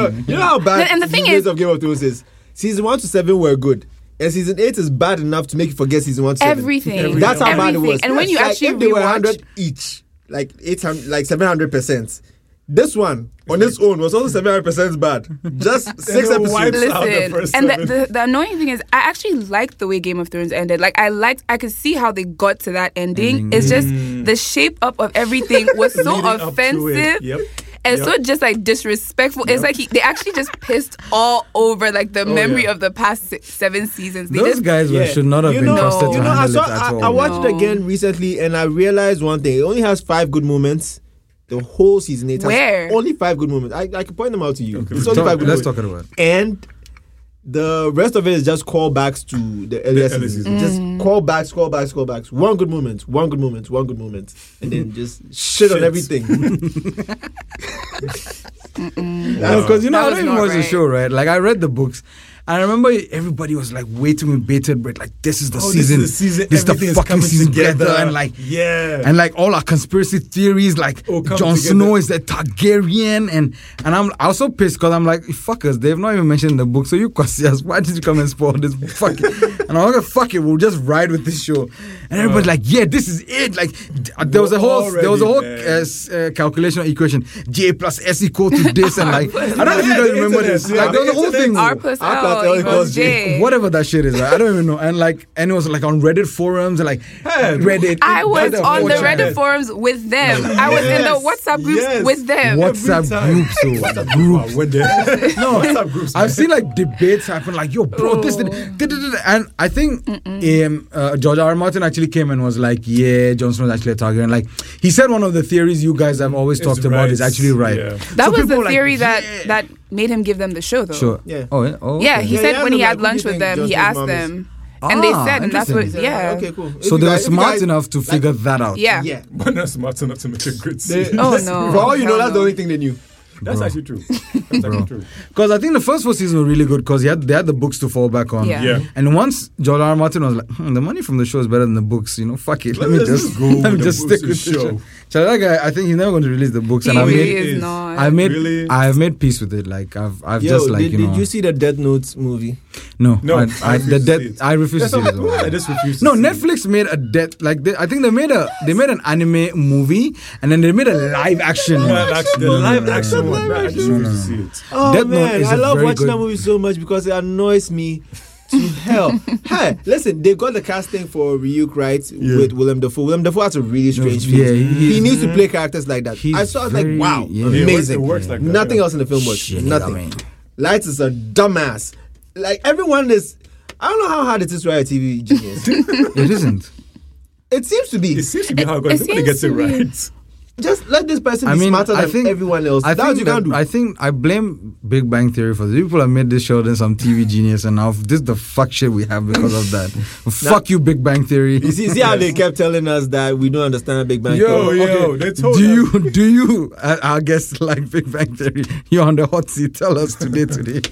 [SPEAKER 3] Mm-hmm.
[SPEAKER 1] you know how bad
[SPEAKER 4] And the thing
[SPEAKER 1] seasons
[SPEAKER 4] is-
[SPEAKER 1] of Game of Thrones is. Season one to seven were good, and season eight is bad enough to make you forget season one to seven.
[SPEAKER 4] Everything.
[SPEAKER 1] That's how bad it
[SPEAKER 4] Everything.
[SPEAKER 1] was.
[SPEAKER 4] And when you
[SPEAKER 1] Like,
[SPEAKER 4] actually
[SPEAKER 1] if they were
[SPEAKER 4] rewatch-
[SPEAKER 1] hundred each, like eight hundred, like seven hundred percent. This one on its own was also seven hundred percent bad. Just six
[SPEAKER 2] they were wiped
[SPEAKER 1] episodes.
[SPEAKER 2] It's out the first
[SPEAKER 4] and the,
[SPEAKER 2] seven.
[SPEAKER 4] the, the annoying thing is, I actually liked the way Game of Thrones ended. Like, I liked, I could see how they got to that ending.
[SPEAKER 3] Ending,
[SPEAKER 4] It's just the shape up of everything was so
[SPEAKER 2] Leading up to it.
[SPEAKER 4] offensive.
[SPEAKER 2] Yep.
[SPEAKER 4] And
[SPEAKER 2] Yep.
[SPEAKER 4] so just like disrespectful. It's like he, they actually just pissed all over like the memory
[SPEAKER 2] yeah.
[SPEAKER 4] of the past si seven seasons. They
[SPEAKER 3] Those
[SPEAKER 4] just,
[SPEAKER 3] guys were,
[SPEAKER 1] Yeah.
[SPEAKER 3] should not have
[SPEAKER 1] You
[SPEAKER 3] been
[SPEAKER 1] know-
[SPEAKER 3] trusted
[SPEAKER 1] you
[SPEAKER 3] to
[SPEAKER 1] know, I
[SPEAKER 3] handle
[SPEAKER 1] saw,
[SPEAKER 3] it at
[SPEAKER 1] I,
[SPEAKER 3] all.
[SPEAKER 1] I watched it
[SPEAKER 4] No.
[SPEAKER 1] again recently, and I realized one thing: it only has five good moments. The whole season eight has
[SPEAKER 4] Where?
[SPEAKER 1] only five good moments. I, I can point them out to you. It's
[SPEAKER 3] Talk-
[SPEAKER 1] only five good moments.
[SPEAKER 3] let's talk about it.
[SPEAKER 1] and the rest of it is just callbacks to the earlier
[SPEAKER 2] early
[SPEAKER 1] seasons. Just
[SPEAKER 4] Mm.
[SPEAKER 1] callbacks, callbacks, callbacks. One good moment, one good moment, one good moment, and then just shit, on
[SPEAKER 2] Shit.
[SPEAKER 1] everything.
[SPEAKER 3] No, because you know,
[SPEAKER 4] That
[SPEAKER 3] I
[SPEAKER 4] was
[SPEAKER 3] don't even
[SPEAKER 4] not
[SPEAKER 3] watch the
[SPEAKER 4] right.
[SPEAKER 3] show, right? Like, I read the books. And I remember everybody was like waiting with bated breath, like this is the
[SPEAKER 2] Oh,
[SPEAKER 3] season,
[SPEAKER 2] This is the season.
[SPEAKER 3] this is the
[SPEAKER 2] Everything is
[SPEAKER 3] fucking
[SPEAKER 2] coming
[SPEAKER 3] season
[SPEAKER 2] together.
[SPEAKER 3] and like
[SPEAKER 2] yeah.
[SPEAKER 3] and like all our conspiracy theories, like
[SPEAKER 2] Oh, come
[SPEAKER 3] Jon
[SPEAKER 2] together.
[SPEAKER 3] Snow is a Targaryen, and and I'm I was so pissed because I'm like, fuckers, they've not even mentioned the book. So you Cassius, why did you come and spoil this? Fuck it. And I'm like, fuck it, we'll just ride with this show. And everybody's like, yeah, this is it. Like d- uh, there was a
[SPEAKER 2] We're
[SPEAKER 3] whole there was a whole uh,
[SPEAKER 2] already there.
[SPEAKER 3] s- uh, calculation or equation, J plus S equal to this, and like I don't know if you
[SPEAKER 2] Yeah,
[SPEAKER 3] guys
[SPEAKER 2] the
[SPEAKER 3] remember
[SPEAKER 2] internet,
[SPEAKER 3] this.
[SPEAKER 2] yeah.
[SPEAKER 3] Like there was a
[SPEAKER 2] The
[SPEAKER 3] whole
[SPEAKER 2] internet.
[SPEAKER 3] thing.
[SPEAKER 4] R plus
[SPEAKER 1] I thought
[SPEAKER 4] L
[SPEAKER 1] that
[SPEAKER 4] equals
[SPEAKER 1] was
[SPEAKER 4] J.
[SPEAKER 3] Whatever that shit is, like, I don't even know. And like, and it was like on Reddit forums, and like Reddit.
[SPEAKER 4] I was
[SPEAKER 3] Reddit
[SPEAKER 4] on the
[SPEAKER 3] forums.
[SPEAKER 4] Reddit forums with them. I was in the
[SPEAKER 2] Yes.
[SPEAKER 4] WhatsApp groups
[SPEAKER 2] Yes.
[SPEAKER 4] with them.
[SPEAKER 3] What? WhatsApp groups, oh,
[SPEAKER 2] groups. When they, no, WhatsApp groups.
[SPEAKER 3] I've seen like debates happen, like yo, bro, this,
[SPEAKER 4] Oh.
[SPEAKER 3] did, did, did, did," and I think um, uh, George R. R. Martin actually came and was like, yeah, Johnson was actually a target, and like he said one of the theories you guys have always
[SPEAKER 2] It's
[SPEAKER 3] talked about is
[SPEAKER 2] right.
[SPEAKER 3] actually right.
[SPEAKER 2] Yeah.
[SPEAKER 4] That
[SPEAKER 3] So
[SPEAKER 4] was
[SPEAKER 3] people
[SPEAKER 4] the
[SPEAKER 3] were like,
[SPEAKER 4] theory that
[SPEAKER 3] "Yeah."
[SPEAKER 4] that made him give them the show, though.
[SPEAKER 3] Sure.
[SPEAKER 1] Yeah.
[SPEAKER 3] Oh, yeah. Oh,
[SPEAKER 4] Yeah,
[SPEAKER 3] okay.
[SPEAKER 4] he
[SPEAKER 1] Yeah,
[SPEAKER 4] said
[SPEAKER 1] yeah,
[SPEAKER 4] when
[SPEAKER 1] no,
[SPEAKER 4] he
[SPEAKER 1] like,
[SPEAKER 4] had
[SPEAKER 1] who do
[SPEAKER 4] lunch
[SPEAKER 1] you
[SPEAKER 4] with
[SPEAKER 1] think
[SPEAKER 4] them, he
[SPEAKER 1] Johnson's
[SPEAKER 4] asked
[SPEAKER 1] mom is?
[SPEAKER 4] them, and they
[SPEAKER 3] Ah,
[SPEAKER 4] said, and that's what,
[SPEAKER 3] interesting.
[SPEAKER 4] yeah.
[SPEAKER 1] Okay, cool. If
[SPEAKER 3] So
[SPEAKER 1] you
[SPEAKER 3] they're
[SPEAKER 1] guys- if you
[SPEAKER 3] smart
[SPEAKER 1] guys-
[SPEAKER 3] enough to figure that out.
[SPEAKER 4] Yeah.
[SPEAKER 1] Yeah.
[SPEAKER 2] But not smart enough to make a good
[SPEAKER 1] They-
[SPEAKER 2] season.
[SPEAKER 4] Oh, no.
[SPEAKER 1] For all you know,
[SPEAKER 4] Hell
[SPEAKER 1] that's the
[SPEAKER 4] no.
[SPEAKER 1] only thing they knew.
[SPEAKER 2] That's
[SPEAKER 3] Bro.
[SPEAKER 2] actually true. That's actually true.
[SPEAKER 3] Because I think the first four seasons were really good because he had they had the books to fall back on.
[SPEAKER 4] Yeah.
[SPEAKER 2] Yeah.
[SPEAKER 3] And once George R. R. Martin was like, hmm, the money from the show is better than the books, you know, fuck it. Let me
[SPEAKER 2] Let's just
[SPEAKER 3] just
[SPEAKER 2] go
[SPEAKER 3] let me
[SPEAKER 2] with the
[SPEAKER 3] just
[SPEAKER 2] books
[SPEAKER 3] stick
[SPEAKER 2] and
[SPEAKER 3] with the
[SPEAKER 2] show."
[SPEAKER 3] show. So that guy, I think he's never going to release the books.
[SPEAKER 4] He
[SPEAKER 3] and I
[SPEAKER 2] mean,
[SPEAKER 4] really
[SPEAKER 3] made,
[SPEAKER 2] it
[SPEAKER 4] is
[SPEAKER 2] is.
[SPEAKER 4] not.
[SPEAKER 3] I made,
[SPEAKER 2] Really?
[SPEAKER 3] I've made peace with it. Like I've, I've
[SPEAKER 1] Yo,
[SPEAKER 3] just like
[SPEAKER 1] did,
[SPEAKER 3] you know,
[SPEAKER 1] did you see the Death Note movie?
[SPEAKER 3] no,
[SPEAKER 2] No,
[SPEAKER 3] I,
[SPEAKER 2] I
[SPEAKER 3] I, the
[SPEAKER 2] refuse to
[SPEAKER 3] death,
[SPEAKER 2] see it.
[SPEAKER 3] I refuse to see it.
[SPEAKER 2] Yeah, I just refuse. To
[SPEAKER 3] No,
[SPEAKER 2] see it.
[SPEAKER 3] Netflix made a death like they, I think they made a they made an anime movie and then they made a live action.
[SPEAKER 2] The
[SPEAKER 3] one.
[SPEAKER 2] live action, the
[SPEAKER 3] No, no, no,
[SPEAKER 2] live
[SPEAKER 3] no,
[SPEAKER 2] action
[SPEAKER 3] no,
[SPEAKER 2] one.
[SPEAKER 3] no,
[SPEAKER 2] I
[SPEAKER 3] no,
[SPEAKER 2] just
[SPEAKER 3] no,
[SPEAKER 2] refuse to
[SPEAKER 3] no.
[SPEAKER 2] see it.
[SPEAKER 1] Oh
[SPEAKER 3] Death Note
[SPEAKER 1] man,
[SPEAKER 3] is a
[SPEAKER 1] I love
[SPEAKER 3] very
[SPEAKER 1] watching
[SPEAKER 3] good-
[SPEAKER 1] that movie so much because it annoys me to hell. hey, listen, they got the casting for Ryuk right with Willem Dafoe. Willem Dafoe has a really strange
[SPEAKER 3] yeah,
[SPEAKER 1] face.
[SPEAKER 3] he
[SPEAKER 1] he,
[SPEAKER 3] is-
[SPEAKER 1] needs to play characters like that.
[SPEAKER 3] He's
[SPEAKER 1] I saw it like
[SPEAKER 3] very-
[SPEAKER 1] wow,
[SPEAKER 3] yeah.
[SPEAKER 2] It works-
[SPEAKER 1] amazing.
[SPEAKER 2] It works like that,
[SPEAKER 1] Nothing
[SPEAKER 2] yeah.
[SPEAKER 1] else in the film works.
[SPEAKER 3] Shit,
[SPEAKER 1] Nothing.
[SPEAKER 3] I mean.
[SPEAKER 1] Lights is a dumbass. Like everyone is. I don't know how hard it is to write a TV genius.
[SPEAKER 3] It isn't.
[SPEAKER 1] it seems to be.
[SPEAKER 2] It seems to be how
[SPEAKER 4] it
[SPEAKER 2] God nobody
[SPEAKER 4] seems
[SPEAKER 2] gets it
[SPEAKER 4] to be-
[SPEAKER 2] right.
[SPEAKER 1] Just let this person
[SPEAKER 3] I
[SPEAKER 1] be
[SPEAKER 3] mean,
[SPEAKER 1] smarter
[SPEAKER 3] I
[SPEAKER 1] than
[SPEAKER 3] think-
[SPEAKER 1] everyone else.
[SPEAKER 3] I
[SPEAKER 1] That's
[SPEAKER 3] think
[SPEAKER 1] what you
[SPEAKER 3] that-
[SPEAKER 1] can do.
[SPEAKER 3] I think I blame Big Bang Theory for this. People have made this show then some TV genius, and now this is the fuck shit we have because of that. Fuck you, Big Bang Theory.
[SPEAKER 1] you see, see how they kept telling us that we don't understand Big Bang
[SPEAKER 2] Yo,
[SPEAKER 1] Theory?
[SPEAKER 2] yo, they told
[SPEAKER 3] oh, do
[SPEAKER 2] us.
[SPEAKER 3] you do you? I, I guess like Big Bang Theory, you're on the hot seat. Tell us today, today.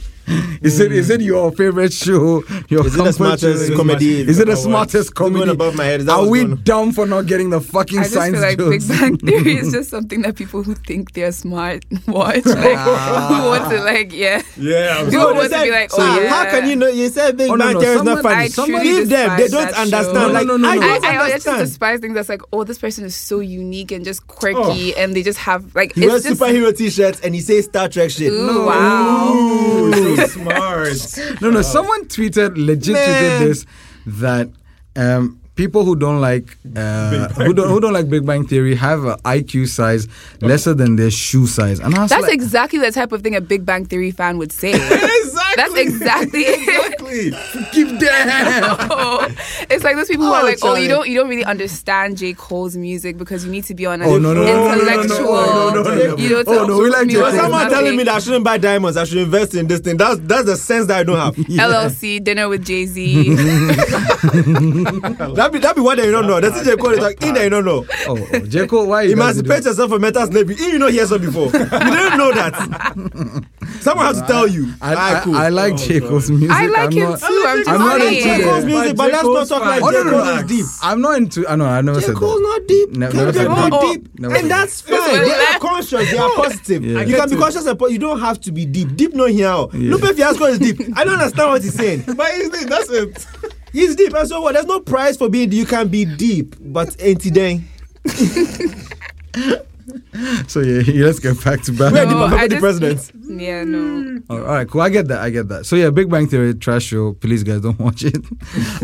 [SPEAKER 3] Is it is it your favorite show? Your
[SPEAKER 1] Is it the
[SPEAKER 3] comfort
[SPEAKER 1] smartest
[SPEAKER 3] show?
[SPEAKER 1] comedy?
[SPEAKER 3] Is it the
[SPEAKER 2] Is it
[SPEAKER 3] smartest
[SPEAKER 1] going
[SPEAKER 3] comedy?
[SPEAKER 1] above my head? Is that
[SPEAKER 3] Are
[SPEAKER 1] what's
[SPEAKER 3] we
[SPEAKER 1] going on?
[SPEAKER 3] dumb for not getting the fucking
[SPEAKER 4] I just
[SPEAKER 3] science
[SPEAKER 4] feel like
[SPEAKER 3] jokes?
[SPEAKER 4] Big Bang Theory is just something that people who think they're smart watch. Like, who want to, like, yeah.
[SPEAKER 2] Yeah, I'm
[SPEAKER 4] You
[SPEAKER 2] sorry.
[SPEAKER 4] want to be like, oh,
[SPEAKER 1] ah,
[SPEAKER 4] yeah.
[SPEAKER 1] How can you know? You said Big
[SPEAKER 3] Oh, no,
[SPEAKER 1] Bang
[SPEAKER 3] no,
[SPEAKER 1] Theory is not
[SPEAKER 3] someone-
[SPEAKER 1] funny.
[SPEAKER 4] I truly
[SPEAKER 1] Leave them. They
[SPEAKER 4] despise
[SPEAKER 1] don't
[SPEAKER 4] that
[SPEAKER 1] understand.
[SPEAKER 4] show.
[SPEAKER 1] Like,
[SPEAKER 3] No, no, no,
[SPEAKER 1] I
[SPEAKER 3] no,
[SPEAKER 1] don't
[SPEAKER 4] I, I, I just
[SPEAKER 1] understand.
[SPEAKER 4] despise things that's like, oh, this person is so unique and just quirky, and they just have like
[SPEAKER 1] he wears
[SPEAKER 4] it's just
[SPEAKER 1] Oh. superhero t-shirts and he says Star Trek shit.
[SPEAKER 4] Ooh, wow.
[SPEAKER 2] Ooh, so smart.
[SPEAKER 1] Oh.
[SPEAKER 3] No, no. Someone tweeted, legit
[SPEAKER 1] Man.
[SPEAKER 3] tweeted this that um, people who don't like uh, who don't who don't like Big Bang Theory have an IQ size lesser than their shoe size, and I was
[SPEAKER 4] That's
[SPEAKER 3] like,
[SPEAKER 4] exactly the type of thing a Big Bang Theory fan would say.
[SPEAKER 2] Exactly.
[SPEAKER 4] That's exactly it.
[SPEAKER 2] exactly.
[SPEAKER 3] give damn.
[SPEAKER 4] Oh, it's like those people who
[SPEAKER 1] Oh,
[SPEAKER 4] are like, oh,
[SPEAKER 1] Charlie.
[SPEAKER 4] you don't, you don't really understand J Cole's music because you need to be on an
[SPEAKER 3] Oh, no, no, no, no, no, no, no,
[SPEAKER 4] intellectual,
[SPEAKER 1] no, no, no, no.
[SPEAKER 4] you know, to
[SPEAKER 3] Oh, no, we like J.
[SPEAKER 4] approve
[SPEAKER 1] There
[SPEAKER 4] music.
[SPEAKER 1] was
[SPEAKER 3] Cole.
[SPEAKER 1] someone
[SPEAKER 4] Nothing.
[SPEAKER 1] telling me that I shouldn't buy diamonds. I should invest in this thing. That's that's the sense that I don't have.
[SPEAKER 4] LLC dinner with Jay Z.
[SPEAKER 1] That be that be what they don't know. That's what they call it. Like in there you don't know.
[SPEAKER 3] Oh, oh J. Cole, why you guys
[SPEAKER 1] Emancipate yourself from mental slavery. You know, hear so before. you didn't know that. Someone has to tell you.
[SPEAKER 3] I,
[SPEAKER 1] Alright,
[SPEAKER 3] I,
[SPEAKER 1] cool.
[SPEAKER 3] I like J. Cole's music.
[SPEAKER 4] I like
[SPEAKER 3] I'm
[SPEAKER 4] him
[SPEAKER 3] not-
[SPEAKER 4] too. I'm just
[SPEAKER 3] I'm not
[SPEAKER 4] saying.
[SPEAKER 3] into
[SPEAKER 1] J. Cole's music, but
[SPEAKER 2] J.
[SPEAKER 1] let's
[SPEAKER 2] Cole's
[SPEAKER 1] not talk
[SPEAKER 2] fine.
[SPEAKER 1] like
[SPEAKER 3] Oh, no,
[SPEAKER 1] J.
[SPEAKER 3] no,
[SPEAKER 1] Cole
[SPEAKER 3] no.
[SPEAKER 1] is deep.
[SPEAKER 3] I'm not into. I know. I never
[SPEAKER 1] J.
[SPEAKER 3] said
[SPEAKER 1] Cole's
[SPEAKER 3] that.
[SPEAKER 1] not deep.
[SPEAKER 3] Ne-
[SPEAKER 1] Kim
[SPEAKER 3] never
[SPEAKER 1] J.
[SPEAKER 3] said
[SPEAKER 1] Cole
[SPEAKER 4] that.
[SPEAKER 1] not
[SPEAKER 4] Oh,
[SPEAKER 1] deep.
[SPEAKER 3] never said
[SPEAKER 1] and that's fine. They are conscious. They are positive.
[SPEAKER 3] Yeah.
[SPEAKER 1] You can be conscious, and po- you don't have to be deep. Deep no here. Lupe Fiasco is deep. I don't understand what he's saying.
[SPEAKER 2] But it's, that's it.
[SPEAKER 1] He's deep. And so what? There's no prize for being deep. You can be deep, but ain't then.
[SPEAKER 3] So yeah, yeah, let's get back to back.
[SPEAKER 1] We are the,
[SPEAKER 4] I
[SPEAKER 1] the
[SPEAKER 4] just-
[SPEAKER 1] president.
[SPEAKER 4] Yeah, no.
[SPEAKER 3] Oh, all right, cool. I get that. I get that. So yeah, Big Bang Theory trash show. Please, guys, don't watch it.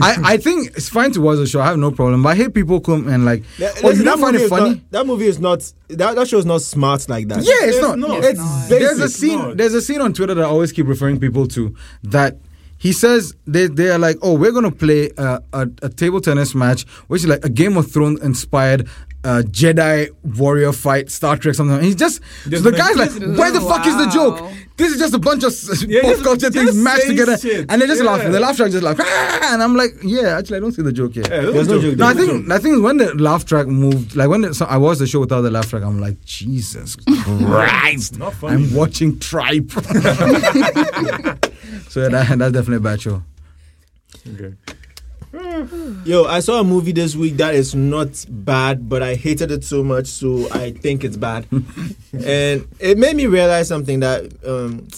[SPEAKER 3] I, I think it's fine to watch the show. I have no problem. But I hate people come and like,
[SPEAKER 1] Yeah,
[SPEAKER 3] oh,
[SPEAKER 1] listen,
[SPEAKER 3] you don't find
[SPEAKER 1] movie
[SPEAKER 3] it
[SPEAKER 1] is
[SPEAKER 3] funny?
[SPEAKER 1] Not, that movie is not. That, that show is not smart like that.
[SPEAKER 3] yeah, it's,
[SPEAKER 2] It's
[SPEAKER 3] not.
[SPEAKER 2] not.
[SPEAKER 1] It's
[SPEAKER 4] not.
[SPEAKER 1] basic.
[SPEAKER 3] there's a scene.
[SPEAKER 2] not.
[SPEAKER 3] There's a scene on Twitter that I always keep referring people to. That he says they they are like, oh, we're gonna play uh, a, a table tennis match, which is like a Game of Thrones inspired. Uh, Jedi warrior fight, Star Trek, something. He's just
[SPEAKER 2] Just
[SPEAKER 3] the
[SPEAKER 2] like-
[SPEAKER 3] guy's like, where the fuck is the joke?
[SPEAKER 4] Wow.
[SPEAKER 3] This is just a bunch of s-
[SPEAKER 2] Yeah,
[SPEAKER 3] pop
[SPEAKER 2] just-
[SPEAKER 3] culture things
[SPEAKER 2] just
[SPEAKER 3] mashed
[SPEAKER 2] say
[SPEAKER 3] together,
[SPEAKER 2] shit.
[SPEAKER 3] and they're just
[SPEAKER 2] Yeah.
[SPEAKER 3] laughing. The laugh track just like, "Ah," and I'm like, yeah, actually, I don't see the joke here.
[SPEAKER 2] Yeah,
[SPEAKER 1] There's no joke
[SPEAKER 3] No, I
[SPEAKER 1] there.
[SPEAKER 3] think I think when the laugh track moved, like when the, so I watched the show without the laugh track, I'm like, Jesus Christ!
[SPEAKER 2] Not funny.
[SPEAKER 3] I'm watching Tribe. so yeah, that, that's definitely a bad show.
[SPEAKER 2] Okay.
[SPEAKER 1] Yo, I saw a movie this week that is not bad, but I hated it so much, so I think it's bad. and it made me realize something that, um,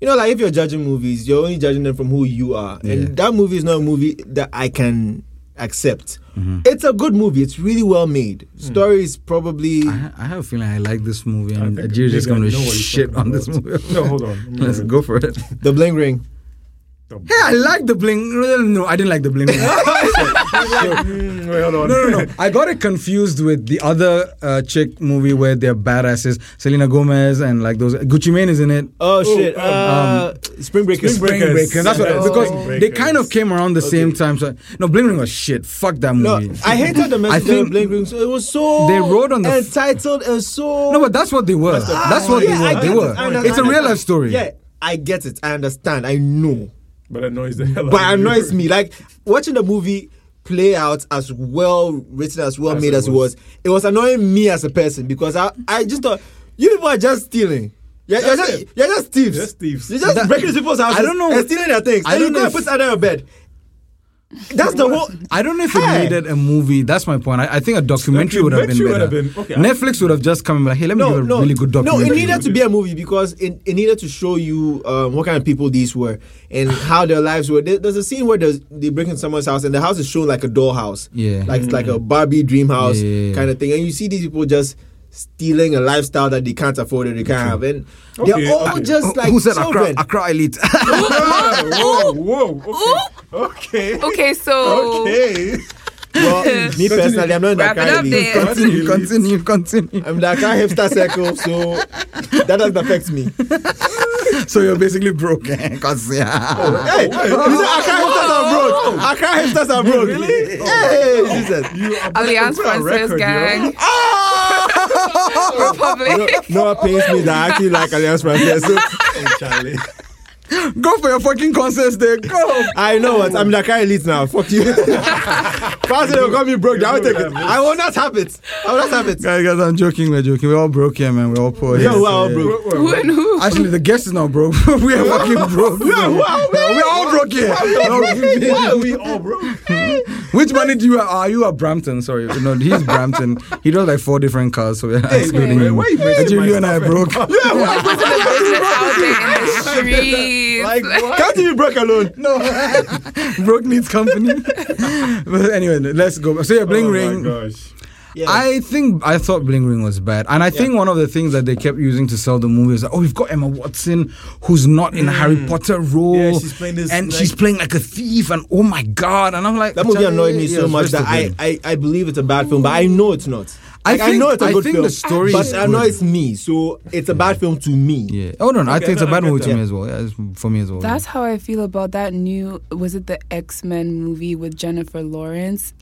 [SPEAKER 1] you know, like if you're judging movies, you're only judging them from who you are.
[SPEAKER 3] Yeah.
[SPEAKER 1] And that movie is not a movie that I can accept.
[SPEAKER 3] Mm-hmm.
[SPEAKER 1] It's a good movie. It's really well made. Story is probably.
[SPEAKER 3] I, ha- I have a feeling I like this movie, and
[SPEAKER 2] think
[SPEAKER 3] Ajir just
[SPEAKER 2] maybe I
[SPEAKER 3] going to
[SPEAKER 2] know what you're
[SPEAKER 3] shit
[SPEAKER 2] talking
[SPEAKER 3] on this
[SPEAKER 2] about.
[SPEAKER 3] movie.
[SPEAKER 2] No, hold on. Let me
[SPEAKER 3] Let's
[SPEAKER 2] read.
[SPEAKER 3] go for it.
[SPEAKER 1] The Bling Ring.
[SPEAKER 3] Hey, I like the bling. No, I didn't like the bling. no,
[SPEAKER 2] Mm, wait, hold on.
[SPEAKER 3] no, no. I got it confused with the other uh, chick movie where they're badasses, Selena Gomez, and like those. Gucci Mane is in it.
[SPEAKER 1] Oh,
[SPEAKER 2] Oh,
[SPEAKER 1] shit.
[SPEAKER 2] um,
[SPEAKER 1] Uh, Spring Breakers.
[SPEAKER 2] Spring Breakers.
[SPEAKER 3] Breakers. That's what
[SPEAKER 2] Yeah,
[SPEAKER 3] because
[SPEAKER 2] Spring
[SPEAKER 3] they
[SPEAKER 2] Breakers.
[SPEAKER 3] kind of came around the same time. So no, Bling Ring was shit. Fuck that
[SPEAKER 1] No,
[SPEAKER 3] movie.
[SPEAKER 1] I hated the message
[SPEAKER 3] think-
[SPEAKER 1] of Bling Ring. So it was so
[SPEAKER 3] They wrote on the f-
[SPEAKER 1] entitled and so
[SPEAKER 3] no, but that's what they were. That's what
[SPEAKER 1] Yeah, I
[SPEAKER 3] they
[SPEAKER 1] get it.
[SPEAKER 3] were.
[SPEAKER 1] I
[SPEAKER 3] They were.
[SPEAKER 1] understand.
[SPEAKER 3] It's a real life story.
[SPEAKER 1] Yeah, I get it. I understand. I know.
[SPEAKER 2] But annoys the hell out
[SPEAKER 1] But
[SPEAKER 2] of
[SPEAKER 1] it
[SPEAKER 2] you.
[SPEAKER 1] annoys me. Like watching the movie play out as well written, as well
[SPEAKER 2] As
[SPEAKER 1] made
[SPEAKER 2] it
[SPEAKER 1] as it was.
[SPEAKER 2] was.
[SPEAKER 1] It was annoying me as a person because I, I just thought you people are just stealing. You're, you're,
[SPEAKER 2] That's
[SPEAKER 1] just,
[SPEAKER 2] it.
[SPEAKER 1] you're just thieves.
[SPEAKER 2] Just thieves.
[SPEAKER 1] You're just
[SPEAKER 3] That-
[SPEAKER 1] breaking into people's houses.
[SPEAKER 3] I don't know-
[SPEAKER 1] And stealing their things.
[SPEAKER 3] I
[SPEAKER 1] and you
[SPEAKER 3] don't
[SPEAKER 1] go
[SPEAKER 3] know
[SPEAKER 1] and
[SPEAKER 3] if-
[SPEAKER 1] put it under your bed. That's the whole.
[SPEAKER 3] I don't know if it
[SPEAKER 1] Hey.
[SPEAKER 3] needed a movie. That's my point. I, I think a documentary would have been
[SPEAKER 2] Documentary would
[SPEAKER 3] better.
[SPEAKER 2] have been- okay, I-
[SPEAKER 3] Netflix would have just come and be like, hey, let me
[SPEAKER 1] no,
[SPEAKER 3] give a
[SPEAKER 1] no,
[SPEAKER 3] really good
[SPEAKER 1] no.
[SPEAKER 3] documentary.
[SPEAKER 1] It needed to be a movie because it, it needed to show you um, what kind of people these were and how their lives were. There, there's a scene where there's, they break into someone's house and the house is shown like a dollhouse,
[SPEAKER 3] Yeah. Mm.
[SPEAKER 1] like like a Barbie dream house
[SPEAKER 3] Yeah.
[SPEAKER 1] kind of thing, and you see these people just stealing a lifestyle that they can't afford and they can't have, and
[SPEAKER 2] Okay,
[SPEAKER 1] they're all
[SPEAKER 2] okay.
[SPEAKER 3] Who-
[SPEAKER 1] just like
[SPEAKER 3] Who said Accra,
[SPEAKER 1] children.
[SPEAKER 3] Accra Elite?
[SPEAKER 2] Whoa, whoa. Okay. Okay.
[SPEAKER 4] Okay, so
[SPEAKER 2] Okay.
[SPEAKER 1] Well, me personally, I'm not in that
[SPEAKER 4] Wrap it up
[SPEAKER 1] kind of
[SPEAKER 4] then.
[SPEAKER 1] elite.
[SPEAKER 3] continue, continue, continue.
[SPEAKER 1] I'm in that kind of hipster circle, so that doesn't affect me.
[SPEAKER 3] So you're basically broke. eh? 'Cause, yeah.
[SPEAKER 1] Hey, you said Accra hipsters are broke. Accra hipsters are broke. Really? Hey, Jesus.
[SPEAKER 2] You are
[SPEAKER 4] Alliance
[SPEAKER 2] put on
[SPEAKER 4] Francaise
[SPEAKER 2] record, yo.
[SPEAKER 4] gang,
[SPEAKER 1] No,
[SPEAKER 4] Republic.
[SPEAKER 1] no one pays me that I actually like Alliance Francaise. So
[SPEAKER 2] Hey, Charlie.
[SPEAKER 1] Oh.
[SPEAKER 3] Go for your fucking concerts there. Go.
[SPEAKER 1] I know what I'm like. I elite now. Fuck you. Fast they'll call me broke. I will take it. I will not have it. I will not have it.
[SPEAKER 3] Guys, guys, I'm joking. We're joking. We're all broke here, man. We're all poor.
[SPEAKER 1] Yeah,
[SPEAKER 3] here.
[SPEAKER 1] we're all
[SPEAKER 3] So,
[SPEAKER 1] broke.
[SPEAKER 2] Whoa, whoa.
[SPEAKER 4] Who and who?
[SPEAKER 3] Actually, the guest is not broke. we are fucking broke.
[SPEAKER 1] Yeah, wow, man.
[SPEAKER 3] we're all broke here.
[SPEAKER 2] Why
[SPEAKER 3] No,
[SPEAKER 2] are we all broke?
[SPEAKER 3] Which money do you have? Are you a Brampton? Sorry, no, he's Brampton. He does like four different cars, so we're excluding
[SPEAKER 2] man,
[SPEAKER 3] him.
[SPEAKER 2] why you
[SPEAKER 3] Actually,
[SPEAKER 2] mention my
[SPEAKER 3] you and I are broke.
[SPEAKER 4] Who's in the business out there in the streets?
[SPEAKER 1] Like, can't you be broke alone?
[SPEAKER 3] No, broke needs company. but anyway, let's go. So yeah, Bling
[SPEAKER 2] Oh my
[SPEAKER 3] Ring.
[SPEAKER 2] gosh.
[SPEAKER 1] Yeah.
[SPEAKER 3] I think I thought Bling Ring was bad, and I think one of the things that they kept using to sell the movie is like, oh, we've got Emma Watson who's not in a Harry Potter role,
[SPEAKER 2] Yeah, she's playing this,
[SPEAKER 3] and
[SPEAKER 2] like-
[SPEAKER 3] she's playing like a thief, and oh my god, and I'm like,
[SPEAKER 1] that movie
[SPEAKER 3] Charlie,
[SPEAKER 1] annoyed me
[SPEAKER 3] yeah,
[SPEAKER 1] so
[SPEAKER 3] it's
[SPEAKER 1] much
[SPEAKER 3] worse
[SPEAKER 1] that
[SPEAKER 3] than
[SPEAKER 1] I,
[SPEAKER 3] them.
[SPEAKER 1] I, I believe it's a bad film, but I know it's not.
[SPEAKER 3] I
[SPEAKER 1] Like, I
[SPEAKER 3] think-
[SPEAKER 1] know it's a
[SPEAKER 3] I
[SPEAKER 1] good
[SPEAKER 3] think
[SPEAKER 1] film,
[SPEAKER 3] the story
[SPEAKER 1] but
[SPEAKER 3] is
[SPEAKER 1] I know
[SPEAKER 3] good.
[SPEAKER 1] it's me, so it's a bad film to me.
[SPEAKER 3] yeah. Oh no, no I
[SPEAKER 2] Okay,
[SPEAKER 3] think it's a
[SPEAKER 2] no,
[SPEAKER 3] bad
[SPEAKER 2] I get
[SPEAKER 3] movie to
[SPEAKER 2] that.
[SPEAKER 3] me as well. Yeah, it's for me as well. yeah.
[SPEAKER 4] That's how I feel about that new. Was it the X Men movie with Jennifer Lawrence?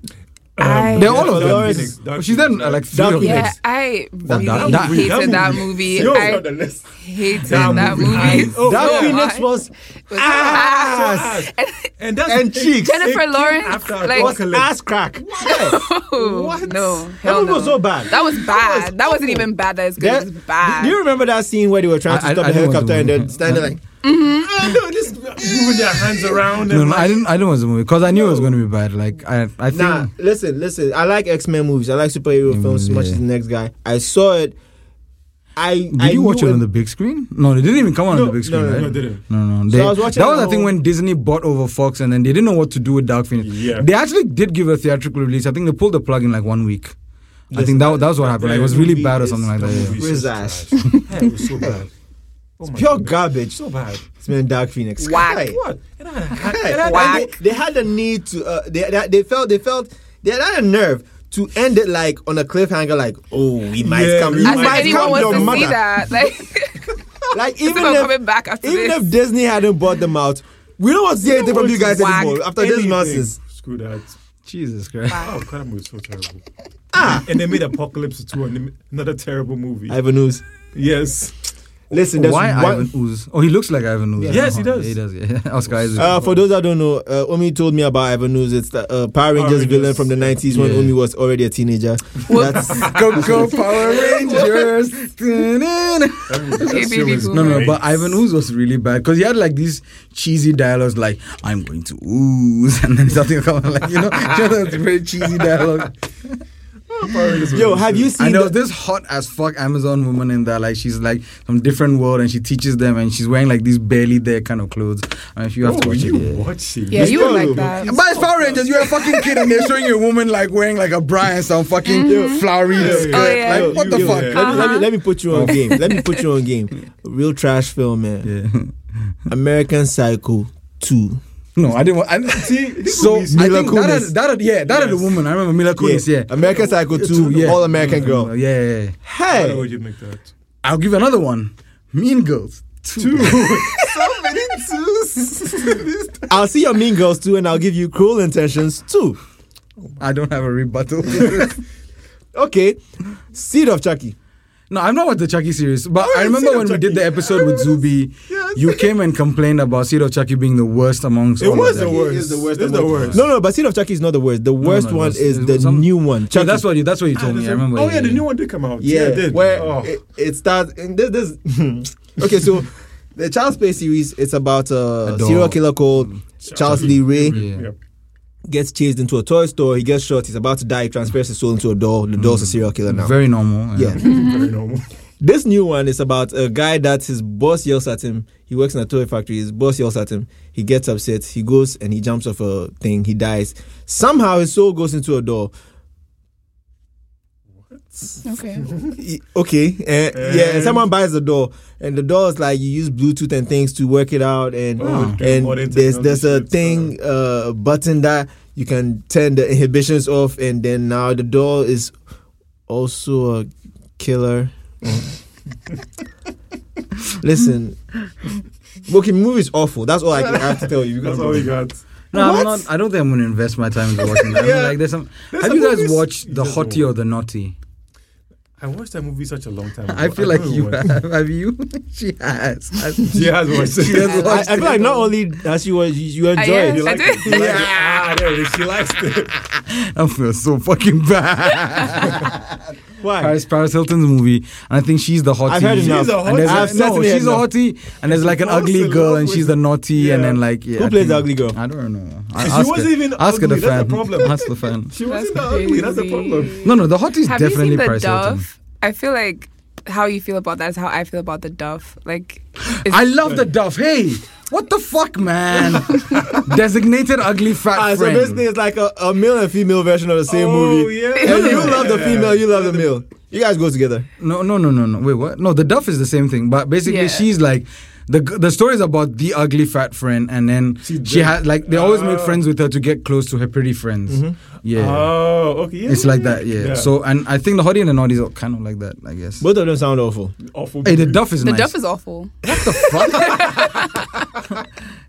[SPEAKER 1] Um,
[SPEAKER 2] Um,
[SPEAKER 4] I,
[SPEAKER 3] They're all
[SPEAKER 1] Yeah,
[SPEAKER 3] of them.
[SPEAKER 1] Dolores-
[SPEAKER 3] she's done uh, like three
[SPEAKER 1] Dark
[SPEAKER 3] of them.
[SPEAKER 4] yeah, I really
[SPEAKER 3] that- that-
[SPEAKER 4] hated that,
[SPEAKER 2] that
[SPEAKER 4] movie.
[SPEAKER 2] Yo,
[SPEAKER 4] I
[SPEAKER 2] on the list.
[SPEAKER 4] hated
[SPEAKER 2] That
[SPEAKER 4] that,
[SPEAKER 2] movie.
[SPEAKER 4] movie.
[SPEAKER 2] I- oh,
[SPEAKER 1] Dark
[SPEAKER 2] yeah.
[SPEAKER 1] Phoenix was
[SPEAKER 4] was
[SPEAKER 1] ass.
[SPEAKER 4] And
[SPEAKER 2] And that's
[SPEAKER 1] And cheeks.
[SPEAKER 4] Jennifer
[SPEAKER 2] It came
[SPEAKER 4] Lawrence,
[SPEAKER 2] after
[SPEAKER 4] like-
[SPEAKER 1] was
[SPEAKER 2] Apocalypse.
[SPEAKER 1] ass crack. Yeah.
[SPEAKER 4] oh,
[SPEAKER 1] What?
[SPEAKER 4] No,
[SPEAKER 1] That
[SPEAKER 4] hell
[SPEAKER 1] movie
[SPEAKER 4] no.
[SPEAKER 1] was so bad.
[SPEAKER 4] That was bad. That,
[SPEAKER 1] was
[SPEAKER 4] was not
[SPEAKER 1] awful.
[SPEAKER 4] even bad. That was good.
[SPEAKER 1] That-
[SPEAKER 4] it was bad.
[SPEAKER 1] Do you remember that scene where they were trying to
[SPEAKER 3] I- I-
[SPEAKER 1] stop
[SPEAKER 3] I
[SPEAKER 1] the
[SPEAKER 3] don't want
[SPEAKER 1] helicopter
[SPEAKER 3] to
[SPEAKER 1] and
[SPEAKER 3] do
[SPEAKER 1] they're
[SPEAKER 3] it.
[SPEAKER 1] standing like,
[SPEAKER 2] Ah,
[SPEAKER 4] Mm-hmm.
[SPEAKER 2] no, this moving their hands around. And
[SPEAKER 3] No, no,
[SPEAKER 2] like,
[SPEAKER 3] I didn't. I didn't watch the movie because I knew it was going to be bad. Like I, I think
[SPEAKER 1] Nah, listen, listen. I like X Men movies. I like superhero films as much
[SPEAKER 3] Mm, yeah.
[SPEAKER 1] as the next guy. I saw it. I
[SPEAKER 3] Did
[SPEAKER 1] I
[SPEAKER 3] you watch
[SPEAKER 1] knew
[SPEAKER 3] it on the big screen? No, it didn't even come on
[SPEAKER 2] No,
[SPEAKER 3] the big
[SPEAKER 2] no,
[SPEAKER 3] screen,
[SPEAKER 2] no,
[SPEAKER 3] right?
[SPEAKER 2] no, it didn't.
[SPEAKER 3] No, no.
[SPEAKER 1] So
[SPEAKER 3] They,
[SPEAKER 1] I was watching
[SPEAKER 3] that was
[SPEAKER 1] at
[SPEAKER 3] I think
[SPEAKER 1] home.
[SPEAKER 3] when Disney bought over Fox, and then they didn't know what to do with Dark Phoenix.
[SPEAKER 2] Yeah.
[SPEAKER 3] They actually did give a theatrical release. I think they pulled the plug in like one week. I
[SPEAKER 1] Yes,
[SPEAKER 3] think that that's what happened. Like, it was
[SPEAKER 2] the
[SPEAKER 3] really
[SPEAKER 2] movie
[SPEAKER 3] bad or
[SPEAKER 2] is-
[SPEAKER 3] something like
[SPEAKER 2] the
[SPEAKER 3] that. Yeah.
[SPEAKER 2] movie is
[SPEAKER 1] Where's
[SPEAKER 2] so
[SPEAKER 1] ass?
[SPEAKER 2] trash. Yeah, it was so bad. Oh my
[SPEAKER 1] pure
[SPEAKER 2] God.
[SPEAKER 1] garbage.
[SPEAKER 2] So bad.
[SPEAKER 1] It's been Dark Phoenix.
[SPEAKER 4] Whack.
[SPEAKER 1] Kai.
[SPEAKER 2] What? And I
[SPEAKER 1] Kai.
[SPEAKER 2] had- and I-
[SPEAKER 1] And They, they had the need to. Uh, they, they they felt they felt they had a nerve to end it like on a cliffhanger. Like, oh, we might
[SPEAKER 2] Yeah,
[SPEAKER 1] come.
[SPEAKER 2] we
[SPEAKER 1] You
[SPEAKER 4] As
[SPEAKER 2] might
[SPEAKER 4] if
[SPEAKER 1] might
[SPEAKER 4] anyone
[SPEAKER 1] come
[SPEAKER 4] wants
[SPEAKER 1] your
[SPEAKER 4] to see
[SPEAKER 1] mother.
[SPEAKER 4] that, like.
[SPEAKER 1] Like
[SPEAKER 4] Even
[SPEAKER 1] even
[SPEAKER 4] if,
[SPEAKER 1] if
[SPEAKER 4] coming back after
[SPEAKER 1] even
[SPEAKER 4] this.
[SPEAKER 1] if Disney hadn't bought them out, we don't want to see anything from you guys
[SPEAKER 4] Whack.
[SPEAKER 1] anymore after this
[SPEAKER 2] anything.
[SPEAKER 1] nonsense.
[SPEAKER 2] Screw that.
[SPEAKER 3] Jesus Christ.
[SPEAKER 2] Oh, that movie was so terrible. Ah. And they made Apocalypse 2, and they ma- another terrible movie.
[SPEAKER 1] Ivan Ooze.
[SPEAKER 2] yes.
[SPEAKER 1] Listen, there's
[SPEAKER 3] Why
[SPEAKER 1] one,
[SPEAKER 3] Ivan Ooze? Oh, he looks like Ivan Ooze.
[SPEAKER 2] Yes, he
[SPEAKER 3] Uh-huh.
[SPEAKER 2] does.
[SPEAKER 3] He does. Yeah. Oscar Isaac.
[SPEAKER 1] Uh, for those that don't know, uh, Omi told me about Ivan News. It's the uh, Power Rangers
[SPEAKER 2] Rangers.
[SPEAKER 1] villain from the 90s when
[SPEAKER 3] Yeah.
[SPEAKER 1] Omi was already a teenager.
[SPEAKER 4] What?
[SPEAKER 1] That's,
[SPEAKER 3] Coco Power Rangers.
[SPEAKER 2] That movie- that
[SPEAKER 4] Okay,
[SPEAKER 2] shit
[SPEAKER 4] baby
[SPEAKER 2] was
[SPEAKER 3] No, no,
[SPEAKER 2] great.
[SPEAKER 3] but Ivan Ooze was really bad because he had like these cheesy dialogues, like "I'm going to ooze," and then something come like you know, just a very cheesy dialogue.
[SPEAKER 2] Power Rangers was
[SPEAKER 1] yo, have you
[SPEAKER 2] insane.
[SPEAKER 1] seen
[SPEAKER 3] And there was
[SPEAKER 1] the-
[SPEAKER 3] this hot as fuck Amazon woman in there, like she's like from different world, and she teaches them, and she's wearing like these barely there kind of clothes. I mean, if you have
[SPEAKER 2] Oh,
[SPEAKER 3] to watch
[SPEAKER 2] you
[SPEAKER 3] it. Yeah.
[SPEAKER 2] watching?
[SPEAKER 4] yeah, you would
[SPEAKER 1] Yo.
[SPEAKER 4] like that.
[SPEAKER 3] But it's Power Rangers, you're a fucking kid, and they're showing you a woman like wearing like a bra and some fucking flowery
[SPEAKER 2] Yeah, yeah,
[SPEAKER 3] skirt.
[SPEAKER 4] yeah. Oh, yeah.
[SPEAKER 3] Like, what the
[SPEAKER 2] You-
[SPEAKER 3] fuck?
[SPEAKER 1] Let, me, let, me, let me put you on
[SPEAKER 3] Uh-huh.
[SPEAKER 1] game. Let me put you on game. Real trash film, man.
[SPEAKER 3] Yeah.
[SPEAKER 1] American Psycho 2.
[SPEAKER 3] No, I didn't. Want, I didn't- see. so I
[SPEAKER 1] movies- Mila
[SPEAKER 3] think that
[SPEAKER 1] Kunis.
[SPEAKER 3] had, that had, yeah, that had the
[SPEAKER 2] Yes.
[SPEAKER 3] woman. I remember Mila Kunis. Yeah,
[SPEAKER 1] American Psycho 2,
[SPEAKER 3] yeah.
[SPEAKER 1] All American
[SPEAKER 3] Yeah,
[SPEAKER 1] Girl.
[SPEAKER 3] yeah, yeah.
[SPEAKER 2] Why would
[SPEAKER 1] Hey!
[SPEAKER 2] you make that?
[SPEAKER 3] I'll give you another one. Mean Girls. Two.
[SPEAKER 1] I'll see your Mean Girls 2 and I'll give you Cruel Intentions 2.
[SPEAKER 3] I don't have a rebuttal.
[SPEAKER 1] Okay. Seed of Chucky.
[SPEAKER 3] no, I've not watched the Chucky series, but
[SPEAKER 2] Oh,
[SPEAKER 3] I remember
[SPEAKER 2] Seed of
[SPEAKER 3] when we
[SPEAKER 2] Chucky.
[SPEAKER 3] did the episode with Zubi,
[SPEAKER 2] Yes.
[SPEAKER 3] you came and complained about Seed of Chucky being the worst amongst
[SPEAKER 2] It
[SPEAKER 3] all
[SPEAKER 2] was
[SPEAKER 3] of
[SPEAKER 2] the
[SPEAKER 3] them.
[SPEAKER 2] worst.
[SPEAKER 1] It's the worst
[SPEAKER 2] It's
[SPEAKER 1] among-
[SPEAKER 2] worst.
[SPEAKER 1] No, no, but Seed of Chucky is not the worst. The worst
[SPEAKER 3] no, it
[SPEAKER 1] one
[SPEAKER 3] was-
[SPEAKER 1] is
[SPEAKER 3] it
[SPEAKER 1] the
[SPEAKER 3] was some-
[SPEAKER 1] new one.
[SPEAKER 3] Yeah,
[SPEAKER 1] Chucky.
[SPEAKER 3] that's what you. That's what you told me. I remember.
[SPEAKER 2] Oh yeah, the new one did come out.
[SPEAKER 1] Yeah,
[SPEAKER 2] it did.
[SPEAKER 1] where
[SPEAKER 2] Oh.
[SPEAKER 1] it, it starts. And this, this okay, so the Child's Play series. It's about a,
[SPEAKER 3] A dog. Mm.
[SPEAKER 1] serial killer called Charles Lee Ray.
[SPEAKER 3] Yeah.
[SPEAKER 2] Yeah.
[SPEAKER 1] Gets chased into a toy store. He gets shot. He's about to die. He transfers his soul into a doll. The doll's a serial killer now.
[SPEAKER 3] Very normal.
[SPEAKER 1] yeah.
[SPEAKER 2] Very normal.
[SPEAKER 1] This new one is about a guy that his boss yells at him. He works in a toy factory. His boss yells at him. He gets upset. He goes and he jumps off a thing. He dies. Somehow his soul goes into a doll.
[SPEAKER 4] Okay.
[SPEAKER 1] Y- okay uh,
[SPEAKER 2] Eh.
[SPEAKER 1] yeah and someone buys the door and the door is like you use bluetooth and things to work it out and
[SPEAKER 2] Oh, okay.
[SPEAKER 1] and
[SPEAKER 2] Modern
[SPEAKER 1] there's there's a
[SPEAKER 2] technology,
[SPEAKER 1] thing uh button that you can turn the inhibitions off and then now the door is also a killer listen okay movie is awful that's all i can I have to tell you
[SPEAKER 2] That's all we got.
[SPEAKER 3] No,
[SPEAKER 1] What?
[SPEAKER 3] I'm not, I don't think I'm going to invest my time into watching that. I mean,
[SPEAKER 2] Yeah.
[SPEAKER 3] like, there's some.
[SPEAKER 2] There's
[SPEAKER 3] have
[SPEAKER 2] some
[SPEAKER 3] you guys
[SPEAKER 2] movies-
[SPEAKER 3] watched the
[SPEAKER 2] There's no-
[SPEAKER 3] hottie or the naughty?
[SPEAKER 2] I watched that movie such a long time ago.
[SPEAKER 3] I feel
[SPEAKER 2] don't
[SPEAKER 3] like you
[SPEAKER 2] remember.
[SPEAKER 3] have. Have you? she has.
[SPEAKER 2] She has watched it.
[SPEAKER 3] She has
[SPEAKER 1] I, I
[SPEAKER 3] watched
[SPEAKER 1] feel like not only that you was you, you enjoy
[SPEAKER 4] yeah.
[SPEAKER 1] it
[SPEAKER 2] You like
[SPEAKER 4] I
[SPEAKER 2] it? You
[SPEAKER 4] do.
[SPEAKER 2] like it? Ah, there it is. She likes it.
[SPEAKER 3] I feel so fucking bad.
[SPEAKER 1] why
[SPEAKER 3] Paris, Paris Hilton's movie, and I think she's the hottie.
[SPEAKER 1] I've heard enough.
[SPEAKER 2] She's a
[SPEAKER 3] And there's
[SPEAKER 2] hottie.
[SPEAKER 3] a-
[SPEAKER 1] I've
[SPEAKER 3] no,
[SPEAKER 1] certainly
[SPEAKER 3] she's a
[SPEAKER 1] enough.
[SPEAKER 3] hottie, and there's like an
[SPEAKER 2] Falls
[SPEAKER 3] ugly
[SPEAKER 2] in
[SPEAKER 3] girl,
[SPEAKER 2] love
[SPEAKER 3] and
[SPEAKER 2] with
[SPEAKER 3] she's the naughty, and
[SPEAKER 2] Yeah.
[SPEAKER 3] then like yeah,
[SPEAKER 1] Who
[SPEAKER 3] I
[SPEAKER 1] plays
[SPEAKER 3] think-
[SPEAKER 1] the ugly girl?
[SPEAKER 3] I don't know. I
[SPEAKER 2] She
[SPEAKER 3] ask
[SPEAKER 2] wasn't
[SPEAKER 3] her-
[SPEAKER 2] even
[SPEAKER 3] ask her the
[SPEAKER 2] ugly, that's the
[SPEAKER 3] fan.
[SPEAKER 2] problem.
[SPEAKER 3] ask the fan.
[SPEAKER 2] She wasn't that ugly. That's the problem.
[SPEAKER 3] No, no, the hottie's
[SPEAKER 4] Have you
[SPEAKER 3] definitely
[SPEAKER 4] seen the
[SPEAKER 3] Paris Hilton.
[SPEAKER 4] Dove? I feel like how you feel about that is how I feel about the Duff. Like, it's-
[SPEAKER 3] I love the Duff. Hey, what the fuck, man? Designated ugly fat
[SPEAKER 1] Ah, so
[SPEAKER 3] friend.
[SPEAKER 1] basically, it's like a, a male and female version of the same
[SPEAKER 2] Oh,
[SPEAKER 1] movie.
[SPEAKER 2] yeah.
[SPEAKER 1] And you
[SPEAKER 2] Yeah.
[SPEAKER 1] love the female, you love the male. You guys go together.
[SPEAKER 3] No, no, no, no, no. Wait, what? No, the Duff is the same thing, but basically
[SPEAKER 4] Yeah.
[SPEAKER 3] she's like the the story is about the ugly fat friend, and then she,
[SPEAKER 2] dead.
[SPEAKER 3] had like they always made
[SPEAKER 2] Ah.
[SPEAKER 3] friends with her to get close to her pretty friends.
[SPEAKER 1] Mm-hmm.
[SPEAKER 3] Yeah,
[SPEAKER 1] Ah.
[SPEAKER 2] Oh, okay. Yeah,
[SPEAKER 3] it's like
[SPEAKER 2] yeah,
[SPEAKER 3] that. Yeah. So, and I think the hottie and the naughty is kind of like that, I guess.
[SPEAKER 1] Both of them sound awful.
[SPEAKER 2] awful.
[SPEAKER 3] hey, the Duff is
[SPEAKER 4] the
[SPEAKER 3] nice.
[SPEAKER 4] Duff is awful.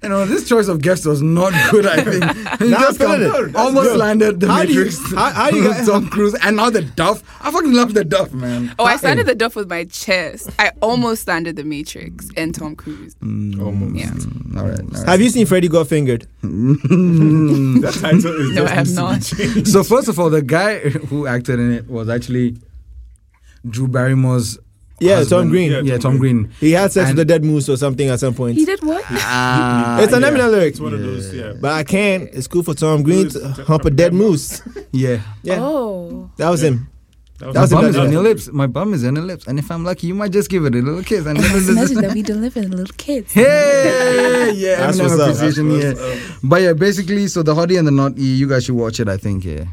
[SPEAKER 3] you know, this choice of guest was not good. I think You
[SPEAKER 1] Nah, I'm
[SPEAKER 3] just
[SPEAKER 1] feeling
[SPEAKER 3] come-
[SPEAKER 1] it.
[SPEAKER 3] almost
[SPEAKER 1] Yo,
[SPEAKER 3] landed the
[SPEAKER 1] how do you-
[SPEAKER 3] Matrix.
[SPEAKER 1] how- how you guys-
[SPEAKER 3] Tom Cruise and now the Duff. I fucking love the Duff, man.
[SPEAKER 4] Oh, I
[SPEAKER 3] Hey.
[SPEAKER 4] slandered the Duff with my chest. I almost slandered the Matrix and Tom Cruise.
[SPEAKER 3] Mm.
[SPEAKER 2] Almost.
[SPEAKER 4] Yeah.
[SPEAKER 3] All right. all right.
[SPEAKER 1] Have you seen Freddy Got Fingered?
[SPEAKER 2] That title is
[SPEAKER 4] No,
[SPEAKER 2] just
[SPEAKER 4] I have
[SPEAKER 2] needs to be
[SPEAKER 4] not.
[SPEAKER 2] changed.
[SPEAKER 3] So first of all, the guy who acted in it was actually Drew Barrymore's.
[SPEAKER 1] Yeah,
[SPEAKER 3] husband.
[SPEAKER 1] Tom Green.
[SPEAKER 3] Yeah, Tom Green.
[SPEAKER 1] He had sex
[SPEAKER 3] And-
[SPEAKER 1] with a dead moose or something at some point.
[SPEAKER 4] He did what?
[SPEAKER 3] Ah,
[SPEAKER 1] it's an Eminem lyric.
[SPEAKER 2] It's one of those. Yeah.
[SPEAKER 1] But I can't. It's cool for Tom Green to
[SPEAKER 2] Moose.
[SPEAKER 1] hump a dead moose.
[SPEAKER 3] yeah.
[SPEAKER 1] Yeah,
[SPEAKER 4] Oh.
[SPEAKER 1] that was him.
[SPEAKER 2] That
[SPEAKER 1] That
[SPEAKER 3] My
[SPEAKER 1] was
[SPEAKER 2] was
[SPEAKER 1] a
[SPEAKER 3] bum
[SPEAKER 1] bad
[SPEAKER 3] is
[SPEAKER 1] guy.
[SPEAKER 3] on your lips. My bum is on your lips, and if I'm lucky, you might just give it a little kiss. And
[SPEAKER 4] that we deliver the little kids.
[SPEAKER 3] hey, yeah,
[SPEAKER 1] That's
[SPEAKER 3] Eminem
[SPEAKER 1] what's up.
[SPEAKER 3] appreciation.
[SPEAKER 2] That's
[SPEAKER 3] yeah,
[SPEAKER 2] what's
[SPEAKER 3] but yeah, basically, so the hottie and the naughty, you guys should watch it. I think, yeah.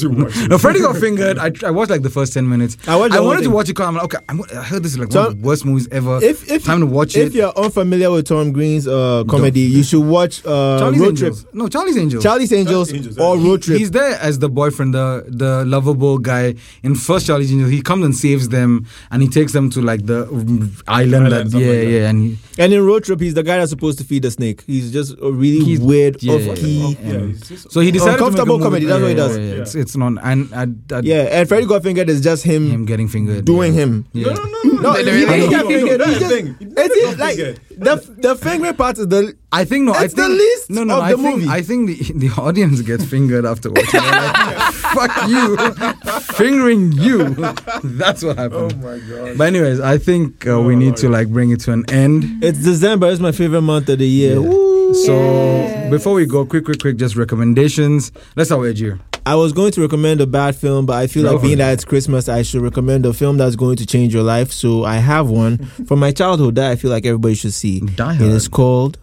[SPEAKER 2] You watch it.
[SPEAKER 3] No, Freddy got fingered. I, I watched like the first ten minutes.
[SPEAKER 1] I watched the whole
[SPEAKER 3] wanted to
[SPEAKER 1] thing.
[SPEAKER 3] watch it. 'cause I'm like, okay, I'm, I heard this is like
[SPEAKER 1] So-
[SPEAKER 3] one of the worst movies ever.
[SPEAKER 1] If if
[SPEAKER 3] Time to watch
[SPEAKER 1] if uh,
[SPEAKER 3] it.
[SPEAKER 1] you're unfamiliar with Tom Green's uh, comedy, you should watch uh,
[SPEAKER 3] Charlie's
[SPEAKER 1] Road
[SPEAKER 3] Angels.
[SPEAKER 1] Trip,
[SPEAKER 3] No, Charlie's Angels.
[SPEAKER 1] Charlie's Angels,
[SPEAKER 2] Angels,
[SPEAKER 1] or
[SPEAKER 2] yeah.
[SPEAKER 1] Road Trip.
[SPEAKER 3] He's there as the boyfriend, the the lovable guy in first Charlie's Angels. He comes and saves them, and he takes them to like the mm, island.
[SPEAKER 2] Island,
[SPEAKER 3] that,
[SPEAKER 2] something
[SPEAKER 3] yeah,
[SPEAKER 2] like that.
[SPEAKER 3] yeah, and he,
[SPEAKER 1] And in Road Trip, he's the guy that's supposed to feed the snake. He's just a really
[SPEAKER 3] He's-
[SPEAKER 1] weird,
[SPEAKER 3] yeah,
[SPEAKER 1] off
[SPEAKER 3] yeah,
[SPEAKER 1] key.
[SPEAKER 2] Oh,
[SPEAKER 1] Yeah,
[SPEAKER 2] yeah, it's just-
[SPEAKER 3] so he decided
[SPEAKER 1] Uncomfortable
[SPEAKER 3] to make a movie-
[SPEAKER 1] comedy, that's what he
[SPEAKER 3] yeah,
[SPEAKER 1] does.
[SPEAKER 3] yeah, yeah,
[SPEAKER 2] Yeah.
[SPEAKER 3] It's, it's not, and I, I,
[SPEAKER 1] and Freddy Got Fingered is just him,
[SPEAKER 3] him getting fingered,
[SPEAKER 1] doing
[SPEAKER 3] yeah.
[SPEAKER 1] him.
[SPEAKER 2] No,
[SPEAKER 3] Yeah.
[SPEAKER 2] no, no, no.
[SPEAKER 1] No,
[SPEAKER 2] no,
[SPEAKER 1] he
[SPEAKER 2] no,
[SPEAKER 4] They really
[SPEAKER 2] no,
[SPEAKER 1] didn't
[SPEAKER 2] no,
[SPEAKER 1] get
[SPEAKER 2] no,
[SPEAKER 1] fingered. He
[SPEAKER 2] no, that's the
[SPEAKER 1] just-
[SPEAKER 2] thing. He
[SPEAKER 1] It's it,
[SPEAKER 2] didn't get
[SPEAKER 1] like
[SPEAKER 2] fingered.
[SPEAKER 1] the the finger part is the
[SPEAKER 3] I think no. I
[SPEAKER 1] It's the
[SPEAKER 3] think-
[SPEAKER 1] least
[SPEAKER 3] no, no,
[SPEAKER 1] of
[SPEAKER 3] I
[SPEAKER 1] the
[SPEAKER 3] think,
[SPEAKER 1] movie.
[SPEAKER 3] I think the, the audience gets fingered afterwards. They're like, Fuck you, fingering you. That's what
[SPEAKER 2] Oh
[SPEAKER 3] happened.
[SPEAKER 2] my god.
[SPEAKER 3] But anyways, I think uh, we
[SPEAKER 2] Oh,
[SPEAKER 3] need to
[SPEAKER 2] Lord.
[SPEAKER 3] like bring it to an end.
[SPEAKER 1] it's December. It's my favorite month of the year.
[SPEAKER 3] Yeah.
[SPEAKER 1] Ooh.
[SPEAKER 3] So
[SPEAKER 4] Yes.
[SPEAKER 3] before we go, quick, quick, quick, just recommendations. Let's start with Edgier.
[SPEAKER 1] I was going to recommend a bad film, but I feel
[SPEAKER 3] Go
[SPEAKER 1] like
[SPEAKER 3] for it.
[SPEAKER 1] being that it's Christmas, I should recommend a film that's going to change your life. So I have one from my childhood that I feel like everybody should see.
[SPEAKER 3] Die
[SPEAKER 1] It is
[SPEAKER 3] Hard.
[SPEAKER 1] called.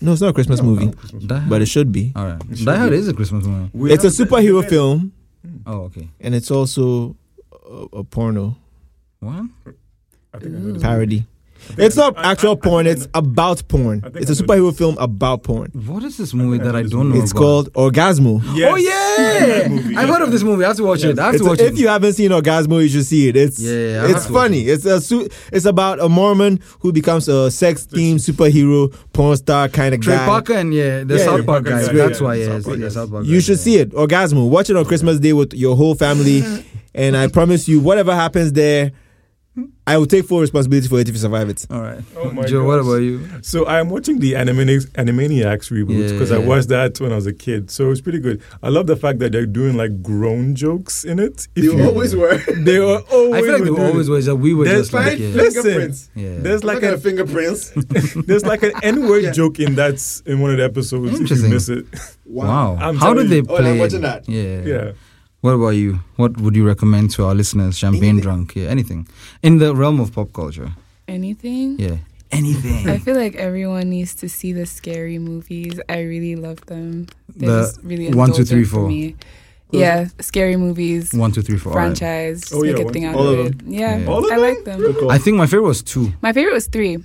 [SPEAKER 1] No, it's not a Christmas movie,
[SPEAKER 3] Die Hard.
[SPEAKER 1] but it should be.
[SPEAKER 3] All right. Die Hard is a Christmas movie.
[SPEAKER 2] We
[SPEAKER 1] it's a
[SPEAKER 2] have the
[SPEAKER 1] superhero
[SPEAKER 2] debate.
[SPEAKER 1] film,
[SPEAKER 3] Oh, okay.
[SPEAKER 1] and it's also a, a porno
[SPEAKER 3] What?
[SPEAKER 2] I think I know
[SPEAKER 3] Mm.
[SPEAKER 2] this.
[SPEAKER 1] parody. It's not
[SPEAKER 2] I- I-
[SPEAKER 1] actual
[SPEAKER 2] I think
[SPEAKER 1] porn.
[SPEAKER 2] I
[SPEAKER 1] It's
[SPEAKER 2] know-
[SPEAKER 1] about porn.
[SPEAKER 2] I think
[SPEAKER 1] It's a
[SPEAKER 2] I know
[SPEAKER 1] superhero film about porn.
[SPEAKER 3] What is this movie
[SPEAKER 2] I
[SPEAKER 3] that
[SPEAKER 2] know
[SPEAKER 3] I
[SPEAKER 2] this
[SPEAKER 3] don't know?
[SPEAKER 2] movie.
[SPEAKER 1] It's
[SPEAKER 3] about?
[SPEAKER 1] called Orgasmo.
[SPEAKER 3] Oh
[SPEAKER 2] Yes.
[SPEAKER 3] yeah,
[SPEAKER 2] That movie,
[SPEAKER 3] I've
[SPEAKER 2] yeah.
[SPEAKER 3] heard of this movie. I have to watch it. I have
[SPEAKER 1] It's-
[SPEAKER 3] to watch
[SPEAKER 1] if
[SPEAKER 3] it.
[SPEAKER 1] you haven't seen Orgasmo, you should see it. It's
[SPEAKER 3] Yeah, yeah, I have
[SPEAKER 1] it's
[SPEAKER 3] to watch
[SPEAKER 1] funny. It's a su- it's about a Mormon who becomes a sex themed superhero porn star kind of
[SPEAKER 3] Trey
[SPEAKER 1] guy.
[SPEAKER 3] Parker and yeah, the
[SPEAKER 1] Yeah,
[SPEAKER 3] South
[SPEAKER 1] yeah,
[SPEAKER 3] Park
[SPEAKER 2] Parker
[SPEAKER 3] guy.
[SPEAKER 2] is great.
[SPEAKER 3] That's
[SPEAKER 2] Yeah,
[SPEAKER 3] why.
[SPEAKER 2] yeah,
[SPEAKER 3] Yeah,
[SPEAKER 2] South
[SPEAKER 3] yeah,
[SPEAKER 2] Park guy.
[SPEAKER 3] South Park.
[SPEAKER 1] You
[SPEAKER 3] guy,
[SPEAKER 1] should
[SPEAKER 3] yeah.
[SPEAKER 1] see it. Orgasmo. Watch it on Christmas Day with your whole family, and I promise you, whatever happens there, I will take full responsibility for it if you survive it.
[SPEAKER 3] All right.
[SPEAKER 2] Oh my
[SPEAKER 3] Joe, what
[SPEAKER 2] gosh.
[SPEAKER 3] about you?
[SPEAKER 2] So I am watching the Animaniacs, Animaniacs reboot
[SPEAKER 3] Yeah.
[SPEAKER 2] because I watched that when I was a kid. So it's pretty good. I love the fact that they're doing like grown jokes in it. If you-
[SPEAKER 5] were.
[SPEAKER 2] They were always.
[SPEAKER 3] I feel
[SPEAKER 2] were
[SPEAKER 3] like there
[SPEAKER 2] doing
[SPEAKER 3] always
[SPEAKER 2] it.
[SPEAKER 3] was that we were
[SPEAKER 2] There's
[SPEAKER 3] just like
[SPEAKER 2] five-
[SPEAKER 3] yeah.
[SPEAKER 2] Listen.
[SPEAKER 5] Fingerprints.
[SPEAKER 3] yeah.
[SPEAKER 2] There's like
[SPEAKER 5] Look at
[SPEAKER 2] a
[SPEAKER 5] the fingerprints.
[SPEAKER 2] there's like an N-word joke in that's in one of the episodes. If you
[SPEAKER 3] Interesting.
[SPEAKER 2] miss it,
[SPEAKER 3] Wow.
[SPEAKER 2] I'm
[SPEAKER 3] How
[SPEAKER 2] telling
[SPEAKER 3] did they
[SPEAKER 2] you.
[SPEAKER 5] Oh, and I'm
[SPEAKER 3] play?
[SPEAKER 5] watching
[SPEAKER 3] it?
[SPEAKER 5] that.
[SPEAKER 3] Yeah.
[SPEAKER 2] yeah.
[SPEAKER 3] What about you? What would you recommend to our listeners? Champagne drunk? Yeah. Anything in the realm of pop culture?
[SPEAKER 4] Anything?
[SPEAKER 3] Yeah.
[SPEAKER 4] I
[SPEAKER 3] Anything.
[SPEAKER 4] feel like everyone needs to see the scary movies. I really love them. They're
[SPEAKER 3] The
[SPEAKER 4] just really
[SPEAKER 3] one, two, three,
[SPEAKER 4] indulgent for
[SPEAKER 3] four.
[SPEAKER 4] me. Yeah, scary movies,
[SPEAKER 3] One, two, three, four. all right.
[SPEAKER 4] franchise,
[SPEAKER 2] Oh, yeah,
[SPEAKER 4] make
[SPEAKER 2] one,
[SPEAKER 4] a thing
[SPEAKER 2] two,
[SPEAKER 4] out
[SPEAKER 1] all
[SPEAKER 4] of
[SPEAKER 1] of
[SPEAKER 4] it. Yeah,
[SPEAKER 3] Yeah.
[SPEAKER 2] All of
[SPEAKER 4] I like them.
[SPEAKER 2] Cool.
[SPEAKER 3] I think my favorite was two.
[SPEAKER 4] My favorite was three.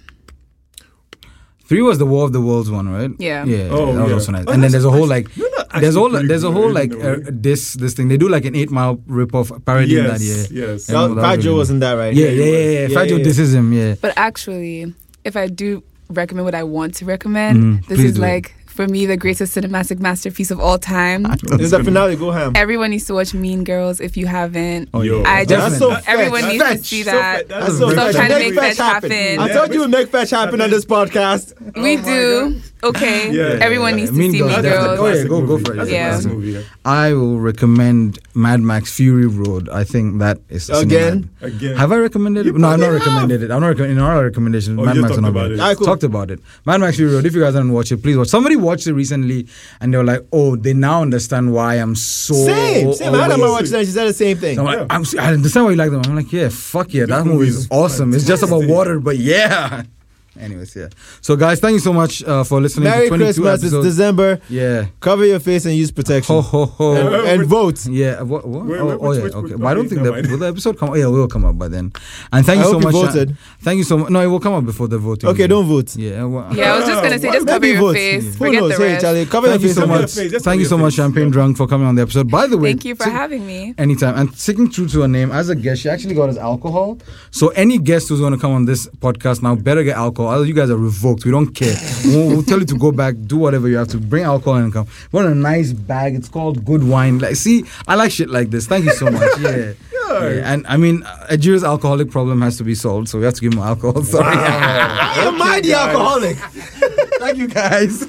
[SPEAKER 3] Three was the War of the Worlds one, right?
[SPEAKER 4] Yeah.
[SPEAKER 3] Yeah.
[SPEAKER 2] Oh,
[SPEAKER 3] that was
[SPEAKER 2] yeah.
[SPEAKER 3] also nice.
[SPEAKER 2] Oh,
[SPEAKER 3] and
[SPEAKER 2] that's-
[SPEAKER 3] then there's a whole like
[SPEAKER 2] No, no, actually
[SPEAKER 3] there's all
[SPEAKER 2] pretty
[SPEAKER 3] there's a
[SPEAKER 2] good
[SPEAKER 3] whole
[SPEAKER 2] in
[SPEAKER 3] like
[SPEAKER 2] a
[SPEAKER 3] uh,
[SPEAKER 2] way.
[SPEAKER 3] this this thing. They do like an eight mile ripoff parody in that year.
[SPEAKER 2] yes, yes.
[SPEAKER 3] Yeah,
[SPEAKER 1] Fat
[SPEAKER 3] no, that was
[SPEAKER 1] Joe
[SPEAKER 3] really-
[SPEAKER 1] wasn't that right?
[SPEAKER 3] Yeah, yeah, yeah, yeah.
[SPEAKER 1] Yeah,
[SPEAKER 3] Fat Joe
[SPEAKER 1] yeah, yeah.
[SPEAKER 3] disses him, yeah.
[SPEAKER 4] But actually, if I do recommend what I want to recommend,
[SPEAKER 3] Mm,
[SPEAKER 4] this
[SPEAKER 3] please
[SPEAKER 4] is
[SPEAKER 3] do.
[SPEAKER 4] like for me the greatest cinematic masterpiece of all time.
[SPEAKER 1] It's the finale. Go ham.
[SPEAKER 4] Everyone needs to watch Mean Girls if you haven't.
[SPEAKER 3] Oh,
[SPEAKER 2] Yo.
[SPEAKER 4] I
[SPEAKER 1] That's
[SPEAKER 4] just
[SPEAKER 1] so
[SPEAKER 4] everyone
[SPEAKER 1] fetch.
[SPEAKER 4] needs to
[SPEAKER 1] Fetch.
[SPEAKER 4] see
[SPEAKER 2] So
[SPEAKER 4] that.
[SPEAKER 2] fetch. That's
[SPEAKER 1] so
[SPEAKER 4] Stop
[SPEAKER 1] fetch.
[SPEAKER 4] trying to
[SPEAKER 1] Make
[SPEAKER 4] make fetch
[SPEAKER 1] fetch
[SPEAKER 4] happen.
[SPEAKER 1] I
[SPEAKER 2] Yeah.
[SPEAKER 1] told you we make fetch happen on this podcast.
[SPEAKER 4] We
[SPEAKER 2] Oh my
[SPEAKER 4] do. Okay.
[SPEAKER 2] Yeah, yeah,
[SPEAKER 4] Everyone
[SPEAKER 3] yeah.
[SPEAKER 4] needs
[SPEAKER 3] Mean
[SPEAKER 4] to see
[SPEAKER 3] Girls,
[SPEAKER 4] Mean
[SPEAKER 3] definitely.
[SPEAKER 4] Girls.
[SPEAKER 3] Oh, yeah,
[SPEAKER 2] Classic
[SPEAKER 3] go- go
[SPEAKER 2] movie.
[SPEAKER 3] for it.
[SPEAKER 2] That's a
[SPEAKER 4] Yeah.
[SPEAKER 2] classic movie, yeah.
[SPEAKER 3] I will recommend Mad Max Fury Road. I think that is a
[SPEAKER 1] Again?
[SPEAKER 3] cinematic.
[SPEAKER 2] Again,
[SPEAKER 3] Have I recommended it?
[SPEAKER 2] You
[SPEAKER 3] No, I've
[SPEAKER 2] probably
[SPEAKER 3] not
[SPEAKER 2] have.
[SPEAKER 3] recommended it. I'm not recommending in our recommendation.
[SPEAKER 2] Oh,
[SPEAKER 3] Mad
[SPEAKER 2] you
[SPEAKER 3] Max
[SPEAKER 2] talked
[SPEAKER 3] and
[SPEAKER 2] about
[SPEAKER 3] Hobbit.
[SPEAKER 2] it.
[SPEAKER 1] Alright, cool.
[SPEAKER 3] Talked about it. Mad Max Fury Road. If you guys haven't watched it, please watch. Somebody watched it recently and they were like, oh, they now understand why I'm so.
[SPEAKER 1] Same, same. I had a
[SPEAKER 3] always-
[SPEAKER 1] mom watch that. She said the same thing.
[SPEAKER 3] I'm like, I'm, s- I understand why you like them. I'm like, yeah, fuck yeah, that
[SPEAKER 2] This
[SPEAKER 3] movie
[SPEAKER 2] movie
[SPEAKER 3] is
[SPEAKER 2] is
[SPEAKER 3] awesome. It's just about
[SPEAKER 2] fantastic.
[SPEAKER 3] water, but yeah. Anyways, yeah. So guys, thank you so much uh, for listening. to
[SPEAKER 1] Merry
[SPEAKER 3] 22
[SPEAKER 1] Christmas. It's
[SPEAKER 3] episodes. Oh,
[SPEAKER 1] December.
[SPEAKER 3] yeah.
[SPEAKER 1] Cover your face and use protection.
[SPEAKER 3] Ho ho ho.
[SPEAKER 1] And, and vote.
[SPEAKER 3] Yeah, what? what?
[SPEAKER 2] Wait,
[SPEAKER 3] oh,
[SPEAKER 2] wait,
[SPEAKER 3] oh,
[SPEAKER 2] which-
[SPEAKER 3] yeah,
[SPEAKER 2] which-
[SPEAKER 3] okay.
[SPEAKER 2] which-
[SPEAKER 3] But I don't
[SPEAKER 2] okay,
[SPEAKER 3] think
[SPEAKER 2] never
[SPEAKER 3] that
[SPEAKER 2] mind.
[SPEAKER 3] will the episode come. Oh, yeah, it will come up by then. And thank
[SPEAKER 1] I
[SPEAKER 3] you so
[SPEAKER 1] hope you
[SPEAKER 3] much. uh,
[SPEAKER 1] voted.
[SPEAKER 3] thank you so much. No, it will come up before the voting.
[SPEAKER 1] Okay, don't vote.
[SPEAKER 3] Yeah. Well,
[SPEAKER 4] Yeah, I was just gonna say, just
[SPEAKER 1] Maybe
[SPEAKER 4] cover your
[SPEAKER 1] vote.
[SPEAKER 4] face.
[SPEAKER 1] Who
[SPEAKER 4] Forget
[SPEAKER 1] knows?
[SPEAKER 4] the
[SPEAKER 1] Hey,
[SPEAKER 4] rest.
[SPEAKER 1] Charlie, cover
[SPEAKER 3] Thank
[SPEAKER 1] your
[SPEAKER 3] you
[SPEAKER 1] face.
[SPEAKER 3] so
[SPEAKER 1] and
[SPEAKER 2] your
[SPEAKER 3] much.
[SPEAKER 1] vote.
[SPEAKER 2] face, just
[SPEAKER 3] Thank
[SPEAKER 2] cover
[SPEAKER 3] you
[SPEAKER 2] your
[SPEAKER 3] so much,
[SPEAKER 2] face.
[SPEAKER 3] Champagne Drunk, for coming on the episode. By the way,
[SPEAKER 4] Thank you for
[SPEAKER 3] to-
[SPEAKER 4] having me.
[SPEAKER 3] Anytime. And sticking true to her name, as a guest, she actually got us alcohol. So any guest who's going to come on this podcast now better get alcohol. Otherwise, you guys are revoked. We don't care. we'll, we'll tell you to go back, do whatever you have to. Bring alcohol and come. What a nice bag. It's called good wine. Like, see, I like shit like this. Thank you so much. Yeah. Yeah, and I mean, Ajir's alcoholic problem has to be solved, so we have to give him alcohol. Sorry,
[SPEAKER 1] I am mighty alcoholic.
[SPEAKER 3] thank you guys.